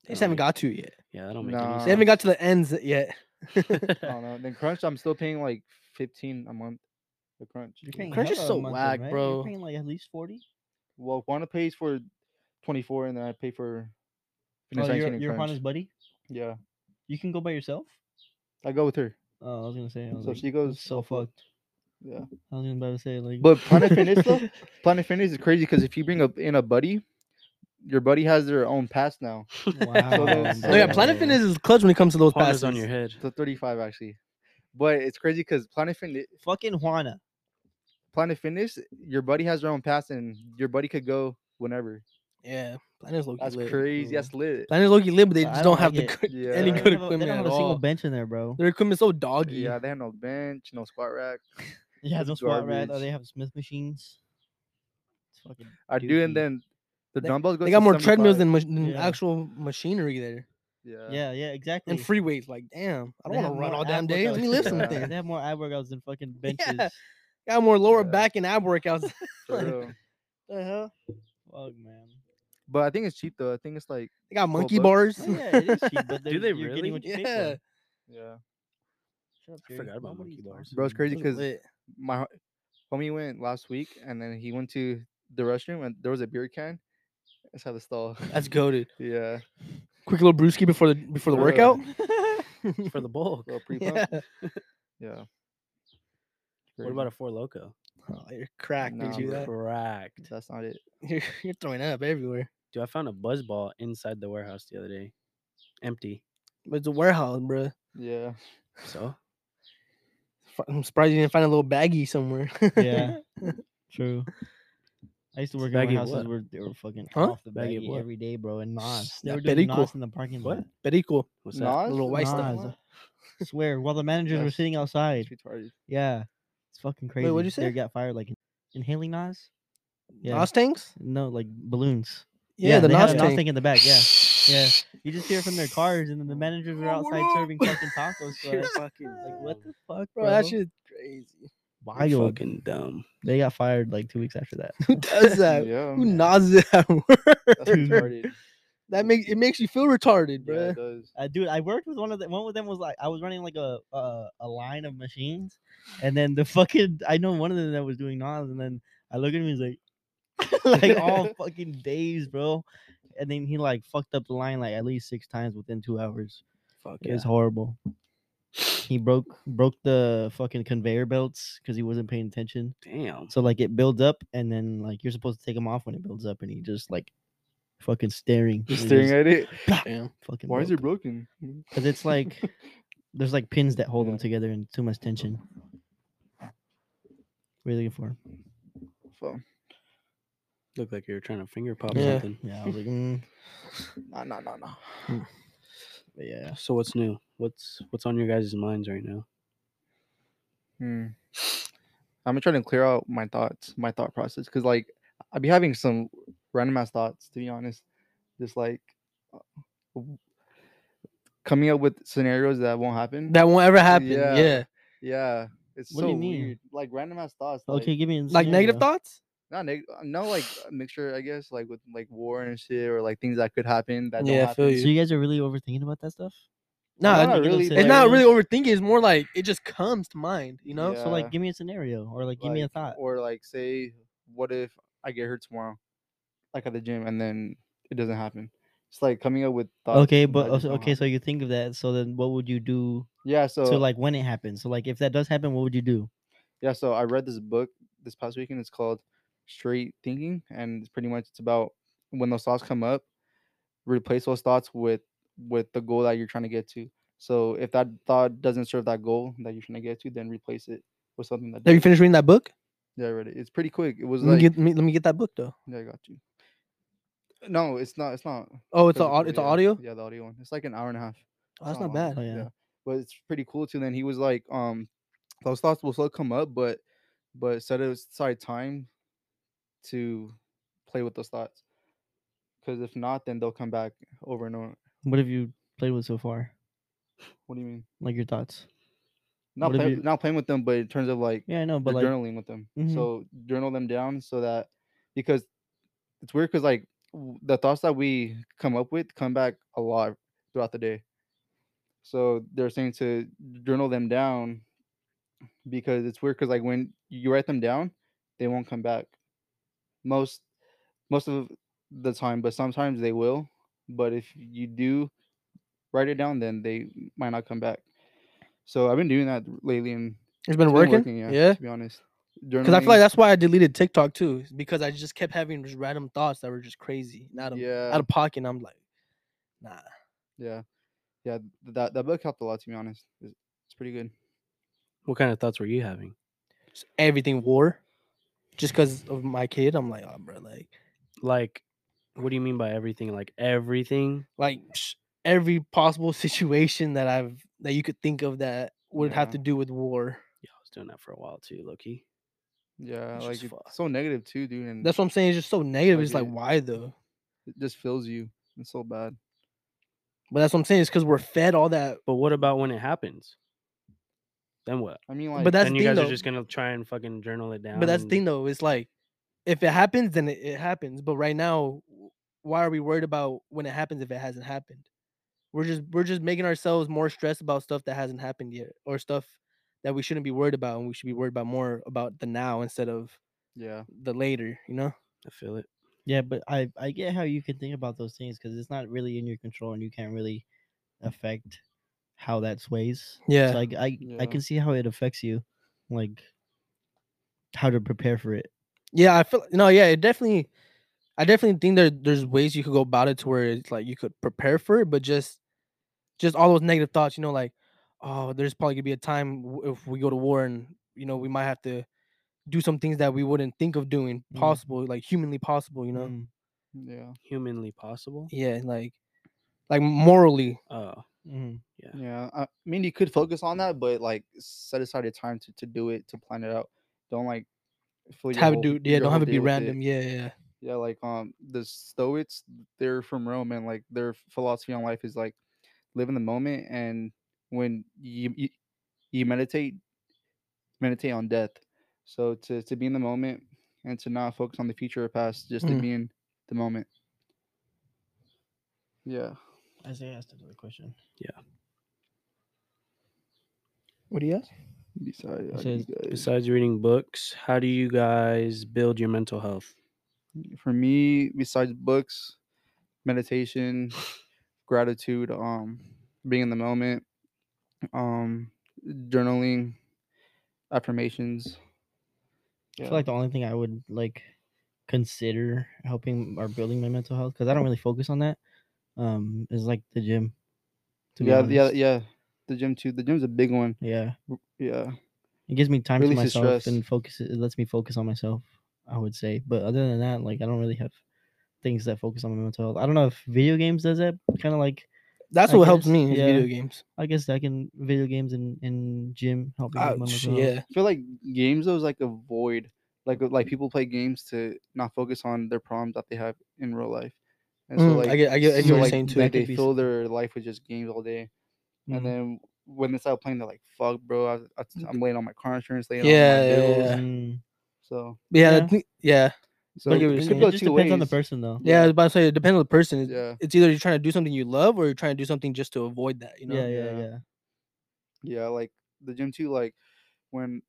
S1: they just haven't got to it yet.
S2: yeah, that don't make
S3: Nah.
S1: They haven't got to the ends yet.
S2: any sense.
S3: I don't know. Then Crunch, I'm still paying like 15 a month. The Crunch.
S4: You're paying
S1: Crunch is
S4: hella
S1: so
S4: a month then,
S1: whack,
S4: right?
S1: bro.
S4: You're paying like at least 40?
S3: Well, Juana pays for 24, and then I pay for
S4: Oh,
S3: Fitness 19
S4: you're,
S3: and
S4: you're
S3: Crunch.
S4: Juana's buddy?
S3: Yeah,
S4: You can go by yourself?
S3: I go with her.
S4: Oh, I was gonna say. I was
S3: So
S4: like,
S3: she
S4: that's
S3: goes.
S4: so fucked.
S3: Yeah.
S4: I was about to say like.
S3: But Planet Fitness though, Planet Fitness is crazy because if you bring up in a buddy, your buddy has their own pass now.
S4: Wow,
S3: that's-
S1: No, Oh, yeah, Planet
S4: bro.
S1: Fitness is clutch when it comes to those passes.
S2: Corners on your head.
S3: So 35 actually. But it's crazy because Planet Fitness
S4: Fucking Juana.
S3: Planet Fitness, your buddy has their own pass, and your buddy could go whenever.
S1: Yeah, Planet is Loki
S3: That's
S1: lit.
S3: crazy.
S4: Mm.
S3: That's lit.
S1: Planet is Loki lit, but they
S4: I
S1: just
S4: don't
S1: don't have the
S4: like
S1: good,
S3: Yeah.
S1: any
S4: They
S3: They
S1: good
S4: don't have a- They
S1: equipment
S4: don't
S1: at
S4: have a single
S1: all.
S4: bench in there, bro.
S1: Their equipment's so doggy.
S3: Yeah, they have no bench, no squat rack.
S4: Yeah,
S3: It's
S4: no squat rack. Oh,
S3: garbage.
S4: they have Smith machines. It's fucking.
S3: I do, and
S4: Dookie.
S3: then the
S1: They-
S3: dumbbells go.
S1: They
S3: to
S1: got more treadmills
S3: 75.
S1: than, mach- than
S4: Yeah.
S1: actual machinery there.
S3: yeah.
S4: Yeah, yeah, exactly.
S1: And free weights. Like, damn, I don't
S4: They
S1: want
S4: have
S1: to run
S4: more
S1: all damn
S4: ab
S1: day. Let me
S4: workouts
S1: lift
S4: than-
S3: Yeah.
S1: something.
S4: They have more ab workouts than fucking benches.
S1: Got more lower
S3: Yeah.
S1: back and ab workouts.
S3: for real.
S1: the hell?
S4: Fuck, man.
S3: But I think it's cheap though. I think it's like
S1: They got monkey
S3: bucks.
S1: bars.
S4: Oh, yeah, it is cheap, but
S2: Do
S4: then
S2: they
S4: you're
S2: really?
S4: Getting what you pay for.
S1: Yeah.
S3: yeah,
S4: Shut up,
S2: I
S4: Jerry.
S2: forgot about
S4: Nobody's
S2: monkey bars.
S4: talking
S3: bro, it's
S4: to you.
S3: crazy
S1: Those
S3: because
S1: lit.
S3: my homie went last week, and then he went to the restroom, and there was a beer can inside the stall.
S1: That's goaded.
S3: yeah,
S1: Quick little brewski before the before the
S3: Bro.
S1: workout.
S2: for the bulk.
S3: little pre
S1: yeah.
S3: pump. Yeah.
S2: What about a four loco?
S1: Oh, you're cracked.
S2: Um,
S3: Nah,
S1: did you do
S3: bro.
S1: that?
S2: Cracked.
S3: That's not it.
S1: You're, you're throwing up everywhere.
S2: Dude, I found a buzz ball inside the warehouse the other day. Empty.
S1: But it's a warehouse, bro.
S3: Yeah.
S2: So
S1: F- I'm surprised you didn't find a little baggie somewhere.
S4: Yeah. True. I used to work
S2: Baggy
S4: in
S2: of
S4: warehouses
S2: what?
S4: where they were fucking
S1: Huh?
S4: off the
S2: Baggy of
S4: baggy
S2: what?
S4: every day, bro, and Nas. They
S1: Yeah,
S4: were doing
S1: perico.
S4: Nas in the parking
S2: What?
S4: lot.
S1: Perico.
S2: What's that?
S3: Nas?
S1: little white stuff.
S4: Nas. Swear, while the managers were
S3: That's-
S4: sitting
S3: It's
S4: outside.
S3: retarded.
S4: Yeah, it's fucking crazy.
S1: what'd you say?
S4: They got fired like inhaling Nas. Yeah,
S1: Nos tanks?
S4: no, like balloons.
S1: Yeah, the
S4: they had
S1: Nos
S4: a Nas
S1: tank.
S4: tank in the back. Yeah, yeah. You just hear it from their cars, and then the managers
S1: Oh,
S4: are outside serving fucking tacos. So
S2: You're
S4: it's
S2: fucking
S4: like, what the fuck, bro?
S1: Bro, that shit's crazy.
S2: You're
S4: wild.
S2: fucking dumb.
S4: They got fired like two weeks after that.
S1: Who does that?
S3: yeah,
S1: Who nods it at
S3: that's
S1: work?
S3: retarded.
S1: that makes it makes you feel retarded,
S3: yeah,
S1: bro.
S3: it does.
S4: Uh, dude, I worked with one of them. One of them was like, I was running like a a, a line of machines, and then the fucking I know one of them that was doing Nas, and then I look at him, he's like, like all fucking days, bro. And then he like fucked up the line like at least six times within two hours.
S2: Fuck
S4: It was horrible. He broke broke the fucking conveyor belts because he wasn't paying attention.
S2: Damn.
S4: So like it builds up, and then like you're supposed to take them off when it builds up, and he just like fucking staring,
S3: Just
S4: and he
S3: staring at it.
S1: Damn.
S4: fucking
S3: Why is
S4: broke
S3: it broken?
S4: because it's like there's like pins that hold them
S3: Yeah.
S4: together and too much tension. What are you looking for?
S3: Fuck.
S2: Looked like you were trying to finger pop
S1: Yeah.
S2: something.
S4: Yeah, I was like, mm,
S3: Nah, nah, nah, nah.
S4: but yeah.
S2: So what's new? What's what's on your guys' minds right now?
S3: Hmm. I'm trying to clear out my thoughts, my thought process, because like I'd be having some random ass thoughts, to be honest. Just like uh, w- coming up with scenarios that won't happen.
S1: That won't ever happen. Yeah.
S3: Yeah. yeah, it's
S4: What
S3: so
S4: do you mean?
S3: weird. Like random ass thoughts. Like,
S4: Okay, give me a
S1: Like negative
S4: scenario.
S1: thoughts?
S3: Not neg- uh, no, like a mixture, I guess, like with like war and shit, or like things that could happen that don't
S1: Yeah, I feel
S3: happen.
S1: you.
S4: So you guys are really overthinking about that stuff.
S1: No,
S3: Nah,
S1: it's,
S3: not
S4: Negative
S3: really,
S1: it's
S3: like-
S1: not really
S4: scenarios?
S1: overthinking. It's more like it just comes to mind, you know?
S4: So like,
S3: Yeah.
S4: give me a scenario or like give me a
S3: like,
S4: thought.
S3: Or like say, what if I get hurt tomorrow, like at the gym, and then it doesn't happen. It's like coming up with thoughts.
S4: Okay,
S3: that
S4: but
S3: just
S4: also,
S3: don't
S4: okay, so
S3: happen.
S4: you think of that. So then, what would you do
S3: yeah, so
S4: to like when it happens? So like, if that does happen, what would you do?
S3: yeah, so I read this book this past weekend. It's called Straight Thinking, and it's pretty much it's about when those thoughts come up, replace those thoughts with with the goal that you're trying to get to. So if that thought doesn't serve that goal that you're trying to get to, then replace it with something that.
S1: Have you
S3: does.
S1: finished reading that book?
S3: Yeah, I read it. It's pretty quick. It was
S1: Let me
S3: like
S1: get me, let me get that book though.
S3: yeah, I got you. No, it's not. It's not.
S1: Oh, it's a au-
S3: physical,
S1: it's a
S3: yeah.
S1: audio.
S3: Yeah, the audio one. It's like an hour and a half.
S1: Oh, that's
S3: not
S1: not
S3: long.
S1: bad.
S4: Oh yeah.
S3: Um, But it's pretty cool too. Then he was like, um, those thoughts will still come up, but but set aside time to play with those thoughts. Because if not, then they'll come back over and over.
S4: What have you played with so far?
S3: What do you mean?
S4: Like your thoughts?
S3: Not
S4: What if
S3: playing,
S4: you-
S3: not playing with them, but in terms of like
S4: Yeah, I know,
S3: but
S4: but like,
S3: journaling with them.
S4: Mhm.
S3: So journal them down so that because it's weird because like w- the thoughts that we come up with come back a lot throughout the day. So they're saying to journal them down because it's weird because like when you write them down, they won't come back. Most most of the time, but sometimes they will. But if you do write it down, then they might not come back. So I've been doing that lately, and
S1: It's been
S3: it's been
S1: working. yeah.
S3: To be honest.
S1: Because I feel like that's why I deleted TikTok too, is because I just kept having just random thoughts that were just crazy, and out of
S3: yeah,
S1: out of pocket. And I'm like, nah.
S3: yeah, yeah. th- That that book helped a lot. To be honest, it's, it's pretty good.
S2: What kind of thoughts were you having?
S1: Just everything war, just because of my kid. I'm like, oh, bro, like,
S2: Like, what do you mean by everything? Like everything?
S1: like psh, every possible situation that I've that you could think of that would have
S3: Yeah.
S1: to do with war.
S2: Yeah, I was doing that for a while too, Loki.
S3: Yeah,
S1: It's
S3: like
S1: just
S3: it's
S1: fuck.
S3: so negative too, dude, and
S1: That's what I'm saying. It's just so negative.
S3: Like
S1: It's like,
S3: it-
S1: why though?
S3: it just fills you. It's so bad.
S1: But that's what I'm saying. It's because we're fed all that.
S2: But what about when it happens? Then what?
S3: I mean, like,
S1: but that's
S2: then
S1: the
S2: you
S1: thing
S2: guys
S1: though.
S2: are just gonna try and fucking journal it down.
S1: But that's the
S2: and-
S1: thing though, is like if it happens, then it, it happens. But right now, w- why are we worried about when it happens if it hasn't happened? We're just we're just making ourselves more stressed about stuff that hasn't happened yet, or stuff that we shouldn't be worried about, and we should be worried about more about the now instead of
S3: yeah,
S1: the later. You know?
S2: I feel it.
S4: Yeah, but I I get how you can think about those things because it's not really in your control and you can't really affect how that sways.
S1: Yeah.
S4: So I I, I
S3: Yeah.
S4: can see how it affects you, like how to prepare for it.
S1: yeah, I feel no. Yeah, it definitely. I definitely think there there's ways you could go about it to where it's like you could prepare for it, but just just all those negative thoughts. You know, like oh, there's probably gonna be a time w- if we go to war and you know we might have to do some things that we wouldn't think of doing
S4: Mhm.
S1: possible, like humanly possible, you know?
S4: Mm,
S3: Yeah.
S2: humanly possible.
S1: Yeah, like like morally.
S2: Oh,
S4: mhm.
S3: Yeah. I I mean, you could focus on that, but like set aside a time to, to do it, to plan it out. Don't like fill your
S1: Have it
S3: whole-
S1: do yeah,
S3: your
S1: don't
S3: whole
S1: have it
S3: day
S1: be
S3: with
S1: random. Yeah, yeah.
S3: Yeah, like um the Stoics, they're from Rome and like their philosophy on life is like live in the moment and when you you, you meditate meditate on death. So to to be in the moment and to not focus on the future or past, just to
S1: Mm.
S3: be in the moment. Yeah.
S4: I say asked another question.
S1: What do you ask?
S3: Besides,
S4: It
S3: I think, uh,
S2: besides reading books, how do you guys build your mental health?
S3: for me, besides books, meditation, gratitude, um, being in the moment, um, journaling, affirmations.
S4: I feel like the only thing I would like consider helping or building my mental health because I don't really focus on that. Um, is like the gym. to be
S3: yeah, yeah,
S4: honest.
S3: yeah. The gym too. The gym's a big one.
S4: yeah.
S3: Yeah,
S4: It gives me time to
S3: Releases
S4: myself
S3: stress.
S4: and focus. It lets me focus on myself. I would say, but other than that, like I don't really have things that focus on my mental health. I don't know if video games does that. Kind of like
S1: That's
S4: I
S1: what helps
S4: guess,
S1: me is
S4: yeah.
S1: video games.
S4: I guess I can video games and and gym help me.
S1: Uh,
S4: with my
S1: sh-
S4: mental health.
S1: yeah.
S3: I feel like games though is like a void. Like like people play games to not focus on their problems that they have in real life. And
S1: Mm, I get I get, I get
S4: so,
S1: what you're
S3: like,
S1: saying too.
S3: They,
S4: that could
S3: they
S4: be s-
S3: fill their life with just games all day.
S1: Mm-hmm.
S4: Mhm.
S3: and then when they start playing, they're like, "Fuck, bro, I, I, am laying on my car insurance, laying on my
S1: Mm. Yeah,
S3: bills."
S1: yeah.
S4: Mm.
S3: So,
S1: yeah,
S4: yeah.
S1: I think- yeah.
S3: so
S1: get
S3: it
S1: what you're
S3: could
S1: saying.
S3: go
S4: It just
S3: two
S4: depends on the
S3: ways.
S4: person, though.
S1: Yeah, I was about to say it depends on the person. It's,
S3: Yeah,
S1: it's either you're trying to do something you love or you're trying to do something just to avoid that, you know?
S4: yeah, yeah,
S3: Yeah.
S4: yeah.
S3: yeah, like the gym too. Like when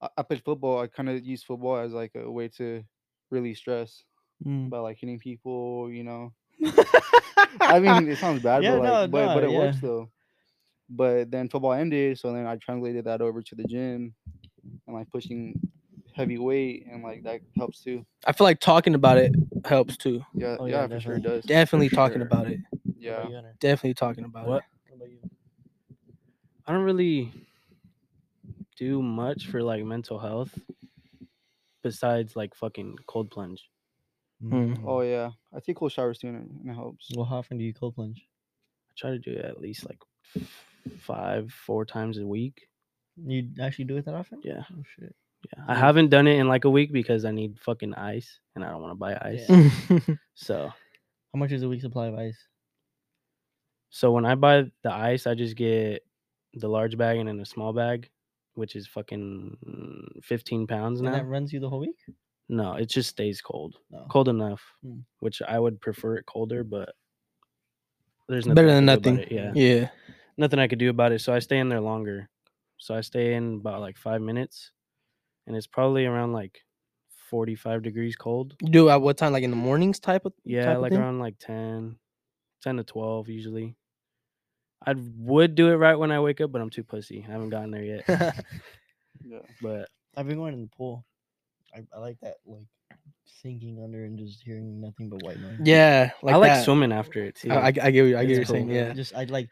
S3: I, I played football, I kind of used football as like a way to release stress
S4: Mm.
S3: by like hitting people, you know. I mean, it sounds bad,
S4: Yeah,
S3: but, like,
S4: no,
S3: but, but
S4: no,
S3: it works
S4: yeah.
S3: though. But then football ended, so then I translated that over to the gym and like pushing heavy weight, and like that helps too.
S1: I feel like talking about it helps too.
S3: Yeah,
S4: Oh,
S3: yeah,
S4: yeah,
S3: for sure it
S4: definitely.
S3: does.
S1: Definitely
S3: for
S1: talking
S3: sure.
S1: about it.
S3: Yeah.
S1: Definitely talking about
S2: What?
S1: it.
S2: I don't really do much for like mental health besides like fucking cold plunge.
S1: Mm.
S3: Oh yeah, I take cold showers too, and it- and it helps.
S4: Well, how often do you cold plunge?
S2: I try to do it at least like f- five, four times a week.
S4: You actually do it that often?
S2: Yeah.
S4: Oh shit.
S2: Yeah. I haven't done it in like a week because I need fucking ice and I don't want to buy ice.
S4: Yeah.
S2: So
S4: How much is a week supply of ice?
S2: So when I buy the ice, I just get the large bag and then a small bag, which is fucking fifteen pounds
S4: And that
S2: now.
S4: runs you the whole week?
S2: No, it just stays cold,
S4: No.
S2: cold enough,
S4: Mm.
S2: which I would prefer it colder, but there's nothing
S1: Mm. Better
S2: I
S1: than
S2: could do
S1: nothing.
S2: about it, Yeah,
S1: Yeah.
S2: nothing I could do about it. So I stay in there longer. So I stay in about like five minutes, and it's probably around like forty-five degrees cold.
S1: You do it at what time? Like in the mornings type of
S2: Yeah,
S1: Mm, type of
S2: like
S1: thing?
S2: around like 10, 10 to 12 usually. I would do it right when I wake up, but I'm too pussy. I haven't gotten there yet.
S3: Yeah.
S2: but
S4: I've been going in the pool. I, I like that, like sinking under and just hearing nothing but white noise.
S1: Yeah. Like
S2: I like
S1: that.
S2: swimming after it too.
S1: I, I, I get what, you- I
S2: It's
S1: get what you're
S2: cool.
S1: saying. Yeah.
S4: Just I like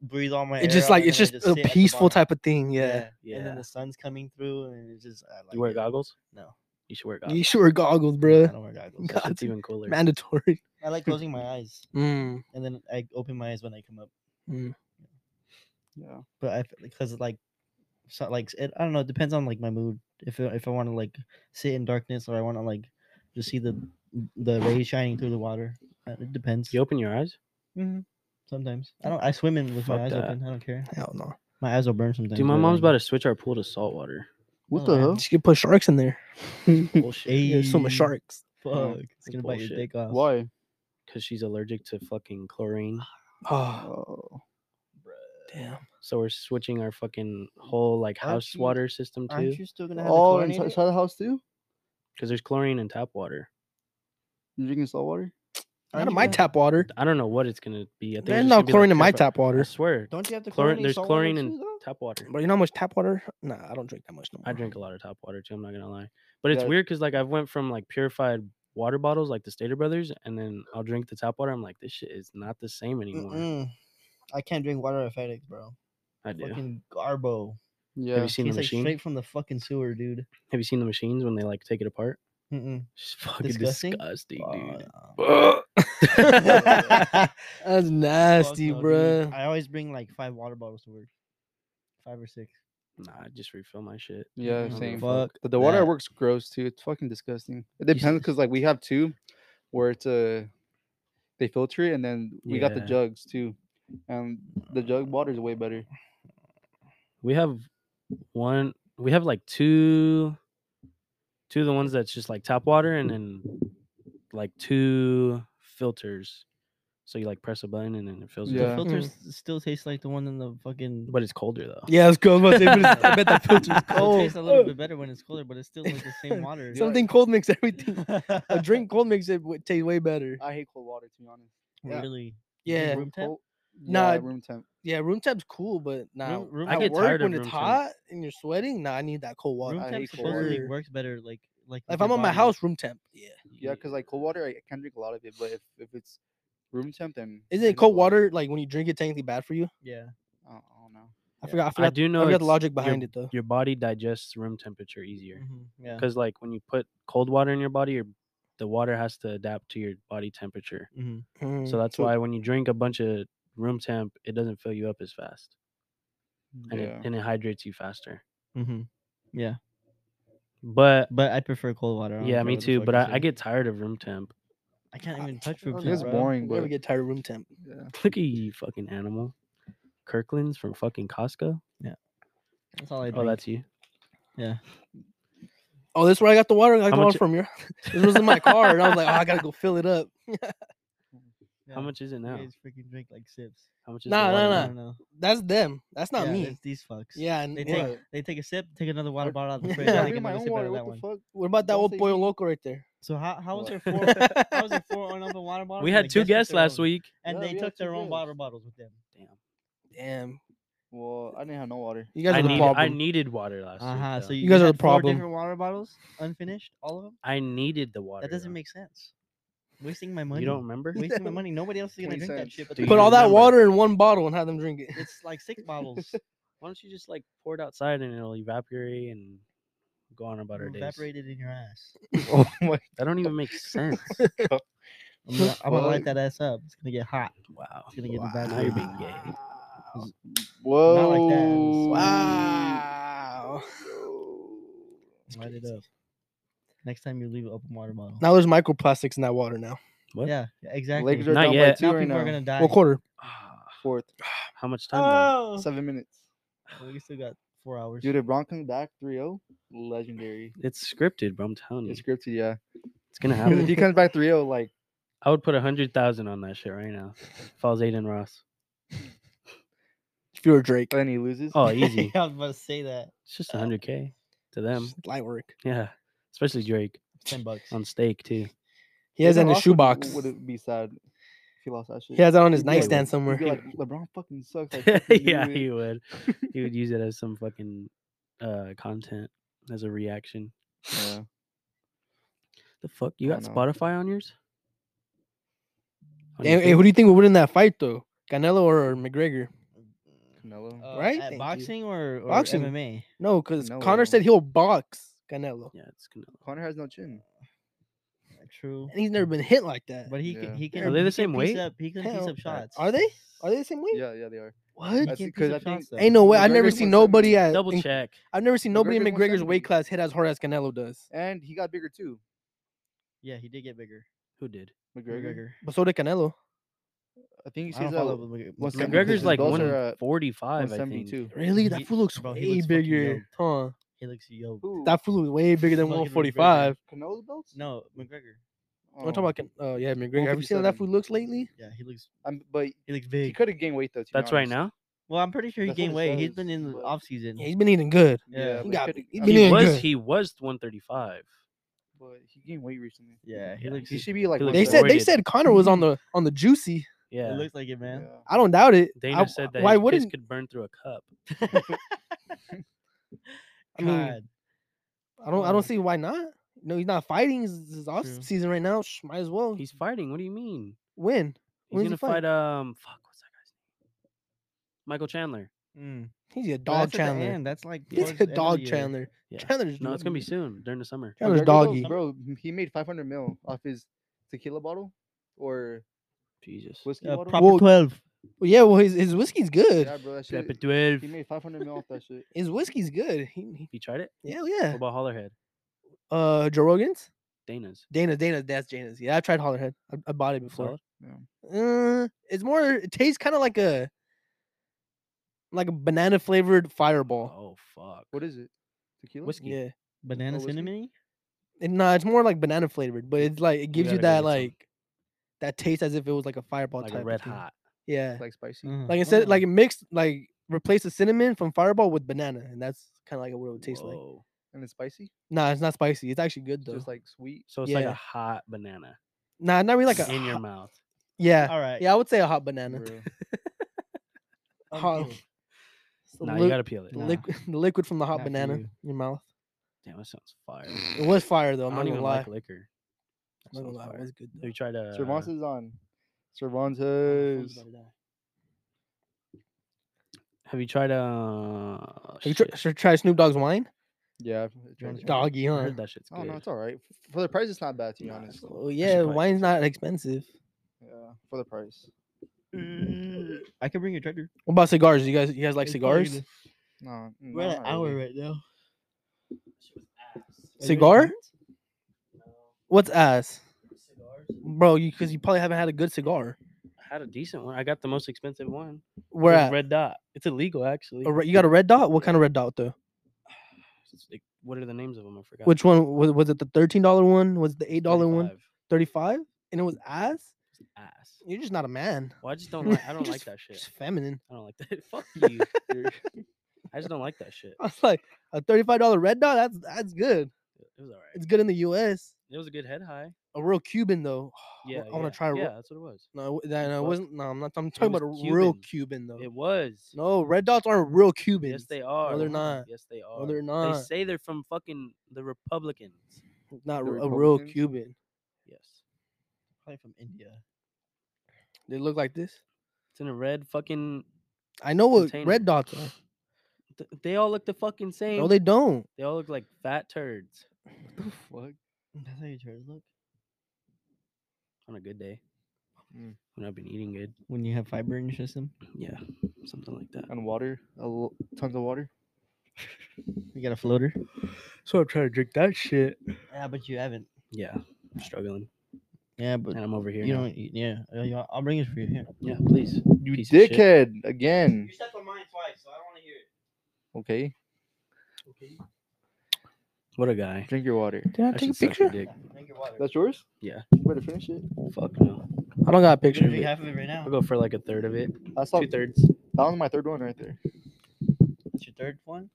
S4: breathe all my.
S1: It's
S4: air
S1: just
S4: out
S1: like
S4: and
S1: it's
S4: then I
S1: just,
S4: sit
S1: a
S4: at the
S1: peaceful
S4: bottom.
S1: type of thing. Yeah.
S4: And
S2: Yeah.
S4: then the sun's coming through, and it's just I like.
S2: you wear
S4: it.
S2: goggles?
S4: No,
S2: You should wear
S1: You
S2: goggles.
S1: sure goggles,
S4: I
S1: bro.
S4: don't wear goggles.
S1: God.
S2: It's even cooler.
S1: Mandatory.
S4: I like closing my eyes,
S1: Mm.
S4: and then I open my eyes when I come up.
S3: Yeah.
S4: but I because like so like it, I don't know. It depends on like my mood. If I- if I want to like sit in darkness or I want to like just see the the rays shining through the water. Uh, It depends.
S2: you open your eyes?
S4: Mhm. Sometimes I don't. I swim in with
S2: Fuck
S4: my eyes
S2: that.
S4: open. I don't care.
S1: Hell no.
S4: My eyes will burn sometimes.
S2: Dude, my
S4: but,
S2: mom's
S4: like,
S2: about to switch our pool to saltwater.
S3: What
S4: Oh,
S3: the
S4: yeah.
S3: hell?
S1: She could put sharks in there.
S2: Bullshit.
S1: Yeah, so much
S4: "Ayy,
S1: sharks.
S3: Oh,
S4: Fuck, it's gonna bite your
S2: bullshit.
S4: dick off.
S3: Why?
S2: Because she's allergic to fucking chlorine.
S1: Oh,
S3: Oh,
S1: damn.
S2: So we're switching our fucking whole like
S4: Aren't
S2: house
S4: you-
S2: water system too.
S4: Aren't you still gonna have
S3: oh
S4: the
S3: and
S4: chlorine in it?
S3: inside the house too?
S2: Because there's chlorine in tap water.
S3: You drinking salt water?
S1: Out
S4: Aren't
S1: of
S4: you
S1: my
S4: gonna-
S1: tap water.
S2: I don't know what it's gonna be. I think
S1: There's no
S2: it's just gonna be, like,
S1: chlorine in my
S2: purified-
S1: tap water.
S2: I swear.
S4: Don't you have the
S2: Chlorine-
S4: chlorine?
S2: there's
S4: in
S2: chlorine in
S4: and
S2: tap water.
S1: Bro, you know how much tap water? Nah, I don't drink that much no more.
S2: I drink a lot of tap water too. I'm not gonna lie, but it's
S3: Yeah.
S2: weird because like I've went from like purified water bottles, like the Stater Brothers, and then I'll drink the tap water. I'm like, this shit is not the same anymore.
S4: I can't drink water at FedEx, bro.
S2: I do.
S4: Fucking garbo.
S3: Yeah.
S2: Have you seen
S4: Tastes
S2: the
S4: like
S2: machine?
S4: straight from the fucking sewer, dude.
S2: Have you seen the machines when they like take it apart?
S4: Mm-mm.
S2: It's fucking
S4: Disgusting?
S2: disgusting,
S4: Oh, no.
S2: dude.
S1: That's nasty,
S4: Fuck no,
S1: bruh.
S4: dude. I always bring like five water bottles to work, five or six.
S2: nah, I just refill my shit.
S3: Yeah,
S2: I don't give a
S3: same.
S2: fuck.
S4: Fuck.
S3: But the water
S4: that.
S3: at work's gross too. It's fucking disgusting. It depends because like we have two, where it's uh they filter it, and then we got the
S2: Yeah.
S3: jugs too, and the jug water is way better.
S2: We have one. We have like two, two of the ones that's just like tap water, and then like two filters. So you like press a button, and then it fills. it
S3: Yeah.
S4: The
S2: up.
S4: filters s- still taste like the one in the fucking.
S2: but it's colder though.
S1: Yeah, it's cold. I was about to say, but it's- I bet that filter's
S4: It
S1: cold.
S4: tastes a little bit better when it's colder, but it's still like the same water.
S1: Something cold makes everything. A drink cold makes it w- taste way better.
S3: I hate cold water to be honest. yeah.
S4: really.
S1: Yeah,
S4: room temp?
S3: cold-
S1: Nah,
S3: yeah, room temp.
S1: yeah. Room temp's cool, but now
S4: Room- room
S1: I
S2: temp-
S1: get
S2: I get
S1: tired
S2: tired of
S1: when it's
S2: room temp.
S1: hot and you're sweating. Nah, I need that cold water.
S4: Room
S3: I
S1: Like,
S4: temp
S3: hate cold
S4: supposedly
S1: water.
S4: works better. Like like with
S1: If
S4: your
S1: I'm at my
S4: body.
S1: house, room temp. Yeah.
S3: Yeah, because like cold water, I can't drink a lot of it. But if, if it's room temp, then I
S1: Isn't
S3: drink
S1: it
S3: a
S1: cold
S3: lot of
S1: water like when you drink it technically bad for you?
S4: yeah,
S3: I don't, I don't know.
S1: I
S4: Yeah.
S1: forgot. I, forgot,
S2: I do know.
S1: I forgot the
S2: it's-
S1: logic
S2: your-
S1: behind it though.
S2: Your body digests room temperature easier
S4: mhm, yeah.
S2: because, like, when you put cold water in your body, your the water has to adapt to your body temperature.
S4: mhm.
S1: Mm.
S2: So that's
S3: So-
S2: why when you drink a bunch of room temp, it doesn't fill you up as fast, and,
S3: Yeah.
S2: it, and it hydrates you faster.
S4: Mm-hmm. Yeah,
S2: But
S4: but I prefer cold water. I don't
S2: yeah,
S4: care
S2: me
S4: what the
S2: too.
S4: fuck
S2: But
S4: you
S2: I, I
S4: say.
S2: get tired of room temp.
S4: I can't
S1: I-
S4: even touch
S1: I
S4: room
S1: don't
S4: temp.
S1: know,
S3: It's
S4: bro.
S3: boring,
S1: You ever
S3: but
S1: get tired of room temp?
S3: yeah.
S2: Look at you, fucking animal. Kirkland's from fucking Costco.
S4: That's all I
S2: Oh,
S4: drink.
S2: that's you.
S1: Oh, this is where I got the water. I got
S2: How
S1: the water
S2: much-
S1: from your. This was in my car, and I was like, oh, I gotta go fill it up.
S2: How much is it
S4: You
S2: now?
S4: guys freaking drink like sips.
S2: How much is
S1: Nah, nah,
S2: the water
S1: nah.
S2: now?
S4: I don't know.
S1: That's them. That's not
S4: yeah,
S1: me.
S4: It's these fucks.
S1: Yeah. and
S4: They
S1: yeah.
S4: take they take a sip, take another water bottle out of the
S1: Yeah,
S4: fridge.
S1: I
S4: I'll
S3: I
S1: drink
S3: drink
S4: take
S3: my
S4: another
S3: own
S4: sip out
S3: water.
S4: of that
S3: What
S4: one.
S3: the fuck?
S1: What about that
S3: Don't
S1: old
S3: say
S1: Pollo
S3: me.
S1: Loco right there?
S4: So how how was
S3: What?
S4: there four how was there four unopened water bottles?
S2: We
S4: and
S2: had
S4: the
S2: two
S4: guests
S2: guests
S4: took their
S2: last
S4: own?
S2: week.
S4: and
S3: Yeah,
S4: they
S3: we had
S4: took
S3: two
S4: their own
S3: guests.
S4: water bottles with them.
S1: Damn,
S3: Well, I didn't have no water.
S1: you guys
S2: I,
S1: are the
S2: need,
S1: problem.
S2: I needed water last
S4: Uh
S2: week.
S4: huh.
S2: though.
S4: So you,
S1: guys are
S4: had
S1: the
S4: Four
S1: problem.
S4: different water bottles, unfinished, all of them.
S2: I needed the water.
S4: That doesn't
S2: though.
S4: make sense. Wasting my money.
S2: You don't remember?
S4: wasting my money. Nobody else is gonna
S3: 20
S4: drink that
S3: cents.
S4: shit. But
S2: Do
S4: the
S1: Put
S2: you
S1: all that
S2: remember?
S1: water in one bottle and have them drink it.
S4: It's like six bottles.
S2: Why don't you just like pour it outside and it'll evaporate and go on about our days?
S4: evaporated in your ass.
S3: oh my
S2: That don't even make sense.
S4: I'm gonna, I'm gonna light
S3: Fuck.
S4: that ass up. It's gonna get hot.
S2: wow.
S4: It's gonna get
S3: Wow.
S2: Now you're
S4: evaporated.
S2: being gay.
S3: Whoa.
S4: like that.
S1: Wow.
S3: Ah,
S4: Light it up. Next time you leave an open water bottle.
S1: Now there's microplastics in that water now.
S2: What?
S4: Yeah, yeah, exactly.
S3: Lakers are
S2: Not
S3: down by
S2: yet.
S3: two
S4: now
S3: right
S4: people
S3: now.
S4: are gonna die.
S1: Well, quarter.
S2: Ah,
S3: Fourth,
S2: How much time? left?
S4: Oh,
S3: seven minutes.
S4: we still got four hours.
S3: Dude, if Bron comes back 3-0, legendary.
S2: It's scripted, bro. I'm telling you,
S3: It's
S2: it's,
S3: scripted, yeah.
S2: gonna
S3: 'Cause if
S2: happen.
S3: he comes back 3-0, like
S2: I would put a hundred thousand on that shit right now. If I was Aiden Ross,
S1: If you're Drake,
S3: then he loses.
S2: oh easy.
S4: I was about to say that.
S2: It's just a hundred k to them.
S1: just light work.
S2: Yeah, especially Drake
S4: Ten bucks.
S2: on stake too.
S1: He has
S3: Even
S1: that in his
S3: Ross would-
S1: shoebox.
S3: Would it be sad if he lost that shit?
S1: He has that on his
S3: He'd be like-
S1: nightstand
S3: he'd
S1: somewhere.
S3: be like, LeBron fucking sucks. I fucking knew
S2: yeah,
S3: it."
S2: he would. He would use it as some fucking uh content as a reaction.
S3: Yeah.
S2: The fuck? You
S3: I
S2: got
S3: know.
S2: Spotify on yours? On your
S1: Hey, hey,
S2: thing?
S1: who do you think would win in that fight though? Canelo or McGregor?
S3: Canelo.
S4: Uh,
S1: Right? Thank
S4: At
S1: you.
S4: boxing or, or
S1: Boxing.
S4: MMA?
S1: No, because
S3: Canelo.
S1: Connor said he'll box Canelo,
S2: Yeah, it's Canelo.
S3: Connor has no chin.
S4: True.
S1: and he's never been hit like that.
S4: But he
S3: Yeah.
S4: can, he can.
S2: Are they
S4: he
S2: the
S4: can
S2: same
S4: piece
S2: weight?
S4: Up, he can piece
S1: Hell.
S4: up shots.
S1: Are they? Are they the same weight?
S3: Yeah, yeah, they are.
S1: What?
S4: He
S3: That's
S4: can
S3: because
S4: piece
S3: I
S4: up
S3: think-
S4: shots. though.
S1: Ain't no way. I've
S3: McGregor's
S1: never seen
S3: 170.
S1: nobody at.
S2: Double
S1: in-
S2: check.
S1: I've never seen nobody in
S3: McGregor's
S1: McGregor's weight
S3: 170.
S1: class hit as hard as Canelo does.
S3: And he got bigger too.
S4: Yeah, he did get bigger.
S2: Who did?
S3: McGregor.
S4: McGregor.
S1: But so did Canelo.
S3: I think he
S4: I don't
S3: sees
S4: follow
S3: out
S4: up with
S3: what's that?
S4: McGregor.
S2: McGregor's
S3: his
S2: like
S3: balls are, uh,
S2: 145, I think.
S3: 172.
S1: Really? That
S4: He-
S1: fool looks
S4: bro, he
S1: way
S4: looks fucking
S1: bigger, huh?
S4: He looks yoked.
S3: Who?
S1: That fool was way bigger than
S4: Fucking McGregor.
S1: 145.
S3: Canelo's belts?
S4: No, McGregor.
S1: I'm talking about. Can- oh yeah, McGregor. Have you seen how that
S3: 157.
S1: fool looks lately?
S4: Yeah, he looks
S3: I'm, but
S4: he looks
S3: he
S4: big.
S3: could have gained weight though. to be
S2: That's right
S3: honest.
S2: now?
S4: Well, I'm pretty sure he
S3: That's what
S4: gained
S3: it
S4: weight. He's
S3: says,
S4: been in the
S3: but-
S4: off season.
S1: Yeah, he's been eating good.
S4: Yeah,
S3: but
S1: he got-
S3: coulda-
S1: he's
S3: I
S1: been
S3: mean,
S2: He
S1: Yeah, in-
S2: was
S1: good.
S2: he was 135.
S3: but he gained weight recently.
S4: Yeah, he
S2: Yeah,
S4: looks.
S3: He should be like.
S2: He looks
S1: They
S2: like
S1: said they
S2: Overrated.
S1: said Connor was on the on the juicy.
S2: Yeah.
S4: It looks like it, man.
S3: Yeah.
S1: I don't doubt it.
S2: Dana
S1: I-
S2: said that
S1: Why
S2: his
S1: wouldn't?
S2: kiss could burn through a cup.
S1: I mean,
S4: God.
S1: I don't. I don't
S4: Oh.
S1: see why not. No, he's not fighting. This is his off
S4: True.
S1: season right now. Sh- might as well
S2: He's fighting. What do you mean?
S1: win.
S2: He's
S1: When's Oh. he
S2: gonna
S1: fight?
S2: fight um fuck, what's that guy's name? Michael Chandler.
S4: Mm.
S1: He He's a
S4: But that's
S1: dog
S4: at the
S1: Chandler.
S4: end, That's like
S1: He's
S4: towards
S1: a
S4: the end of
S1: dog
S4: the year.
S1: Chandler.
S2: Yeah.
S1: Chandler's
S2: No, it's gonna be soon during the summer.
S3: Bro,
S1: Chandler's
S3: there goes-
S1: doggy.
S3: Bro, he made 500 mil off his tequila bottle or
S2: Jesus.
S3: whiskey
S4: Uh,
S3: bottle.
S4: proper
S1: Well,
S4: twelve.
S1: Well, yeah, well, his, his whiskey's good.
S3: Yeah, bro, that shit.
S2: Pepe 12.
S3: He made 500 mil off that shit.
S1: His whiskey's good. He, he,
S2: You tried it?
S1: yeah, oh,
S2: What
S1: yeah.
S2: about Hollerhead?
S1: Uh, Joe Rogan's,
S2: Dana's.
S1: Dana's, Dana's. That's Dana's. Yeah, I've tried Hollerhead. I, I bought it before.
S2: Solid?
S1: Uh, it's more. It tastes kind of like a like a banana flavored Fireball.
S2: Oh fuck.
S3: What is it? Tequila?
S2: Whiskey.
S1: Yeah,
S4: Banana
S3: Oh, whiskey?
S4: cinnamon.
S1: and, nah, it's more like banana flavored, but it's like it gives you
S2: gotta go
S1: that
S2: get some.
S1: like that taste as if it was like a Fireball
S2: Like
S1: type.
S2: a
S1: of
S2: red
S1: thing.
S2: hot.
S1: Yeah,
S3: Like
S4: Mm.
S3: spicy.
S1: like instead,
S2: Uh-huh.
S1: like it mixed like replace the cinnamon from Fireball with banana, and that's kind of like what it would taste like.
S2: Whoa.
S3: And it's spicy?
S1: Nah, it's not spicy. It's actually good
S3: It's
S1: though.
S3: just like sweet.
S2: So it's like
S1: Yeah.
S2: a hot banana
S1: nah, not really like a
S2: in your
S1: hot-
S2: mouth.
S1: yeah.
S4: All right.
S1: Yeah, I would say a hot banana.
S3: bro.
S1: Hot- It's the
S2: Nah,
S1: liq-
S2: you gotta peel it.
S1: the,
S4: Nah.
S1: liquid, the liquid from the hot
S4: Not for
S1: banana
S4: you.
S1: in your mouth.
S2: Damn, that sounds fire.
S1: It was fire though.
S2: I
S1: I'm
S2: don't
S1: not
S2: even
S1: gonna lie.
S2: like liquor.
S1: I'm
S2: That
S1: not
S2: sounds
S1: gonna lie. It
S2: fire.
S1: was good.
S2: Have you tried uh, a
S3: Cervantes is on.
S1: though.
S3: Cervantes.
S2: Have you tried uh, a?
S1: Have you tr- should try Snoop Dogg's wine?
S3: Yeah. I've
S4: wanna
S3: tried it.
S4: try it?
S1: Doggy,
S2: I
S1: huh?
S2: heard that shit's good.
S3: Oh no, it's all right. F- For the price, it's not bad to be
S2: Nah,
S3: honest.
S2: it's-
S1: Oh yeah,
S2: probably
S1: wine's not expensive.
S3: Yeah, for the price.
S4: I can bring you a tractor.
S1: What about cigars? You guys, you guys Mm. like
S4: It's probably
S1: cigars?
S4: the-
S3: No,
S4: We're at an hour right now.
S1: Cigar? What's ass, bro? You because you probably haven't had a good cigar.
S2: I had a decent one. I got the most expensive one.
S1: Where
S2: with
S1: at?
S2: Red Dot. It's illegal actually.
S1: A re- you got a red dot? What kind of red dot though?
S2: It's like- what are the names of them? I forgot.
S1: Which one was, was it? The thirteen dollar one? Was it the eight dollar one?
S2: 35.
S1: Thirty five? And it was
S2: Mm-hmm.
S1: ass.
S2: Ass.
S1: You're just not a man.
S2: Well, I just don't. Like, I don't
S1: Just-
S2: like that shit.
S1: Just feminine.
S2: I don't like that. Fuck you. I just don't like that shit.
S1: I was like, a thirty-five dollar red dot. That's that's good.
S2: It was alright.
S1: It's good in the U.S.
S2: It was a good head high.
S1: A real Cuban though. I
S2: Yeah,
S1: wa- I want
S2: yeah,
S1: to try. a re-
S2: Yeah, that's what it was.
S1: No, it wa- that, no, it
S2: fuck?
S1: wasn't. No, I'm not. I'm talking about a
S2: was
S1: real
S2: Cuban.
S1: Cuban though.
S2: It was.
S1: No, red dots aren't real Cubans.
S2: Yes, they are.
S1: they're not.
S2: Yes, they are.
S1: No, they're not.
S2: They say they're from fucking the Republicans.
S1: not
S3: the
S1: r- a real
S3: Republicans?
S1: Cuban.
S2: Yes.
S4: Probably from India.
S1: They look like this.
S2: It's in a red fucking.
S1: I know what
S2: Container.
S1: red dots are.
S2: th- They all look the fucking same.
S1: No, they don't.
S2: They all look like fat turds
S3: What?
S4: Mm, That's how you try to look.
S2: on a good day.
S3: Mm.
S2: When I've been eating good.
S4: When you have fiber in your system,
S2: Yeah, something like that.
S3: And water, a l- tons of water.
S4: you got a floater.
S2: So I'm trying to drink that shit.
S4: Yeah, but you haven't.
S2: Yeah, I'm struggling,
S4: Yeah, but
S2: and I'm over here.
S4: you
S2: now.
S4: don't. eat- Yeah, uh, yeah, I'll bring it for you here.
S2: Yeah, please.
S3: You
S2: Piece of shit.
S3: dickhead
S2: Mm.
S3: again.
S4: stepped on mine twice, so I don't want to hear it.
S3: Okay,
S2: What a guy.
S3: drink your water.
S1: Did I take a
S2: should suck
S1: picture?
S2: your dick.
S4: Drink your water.
S3: That's yours.
S2: Yeah.
S3: You better finish it.
S2: Fuck no.
S1: I don't got a picture of
S4: drink
S1: it.
S4: half of it right now.
S2: I'll go for like a third of it.
S3: I saw
S2: Two thirds.
S3: that was my third one right there.
S4: That's your third one.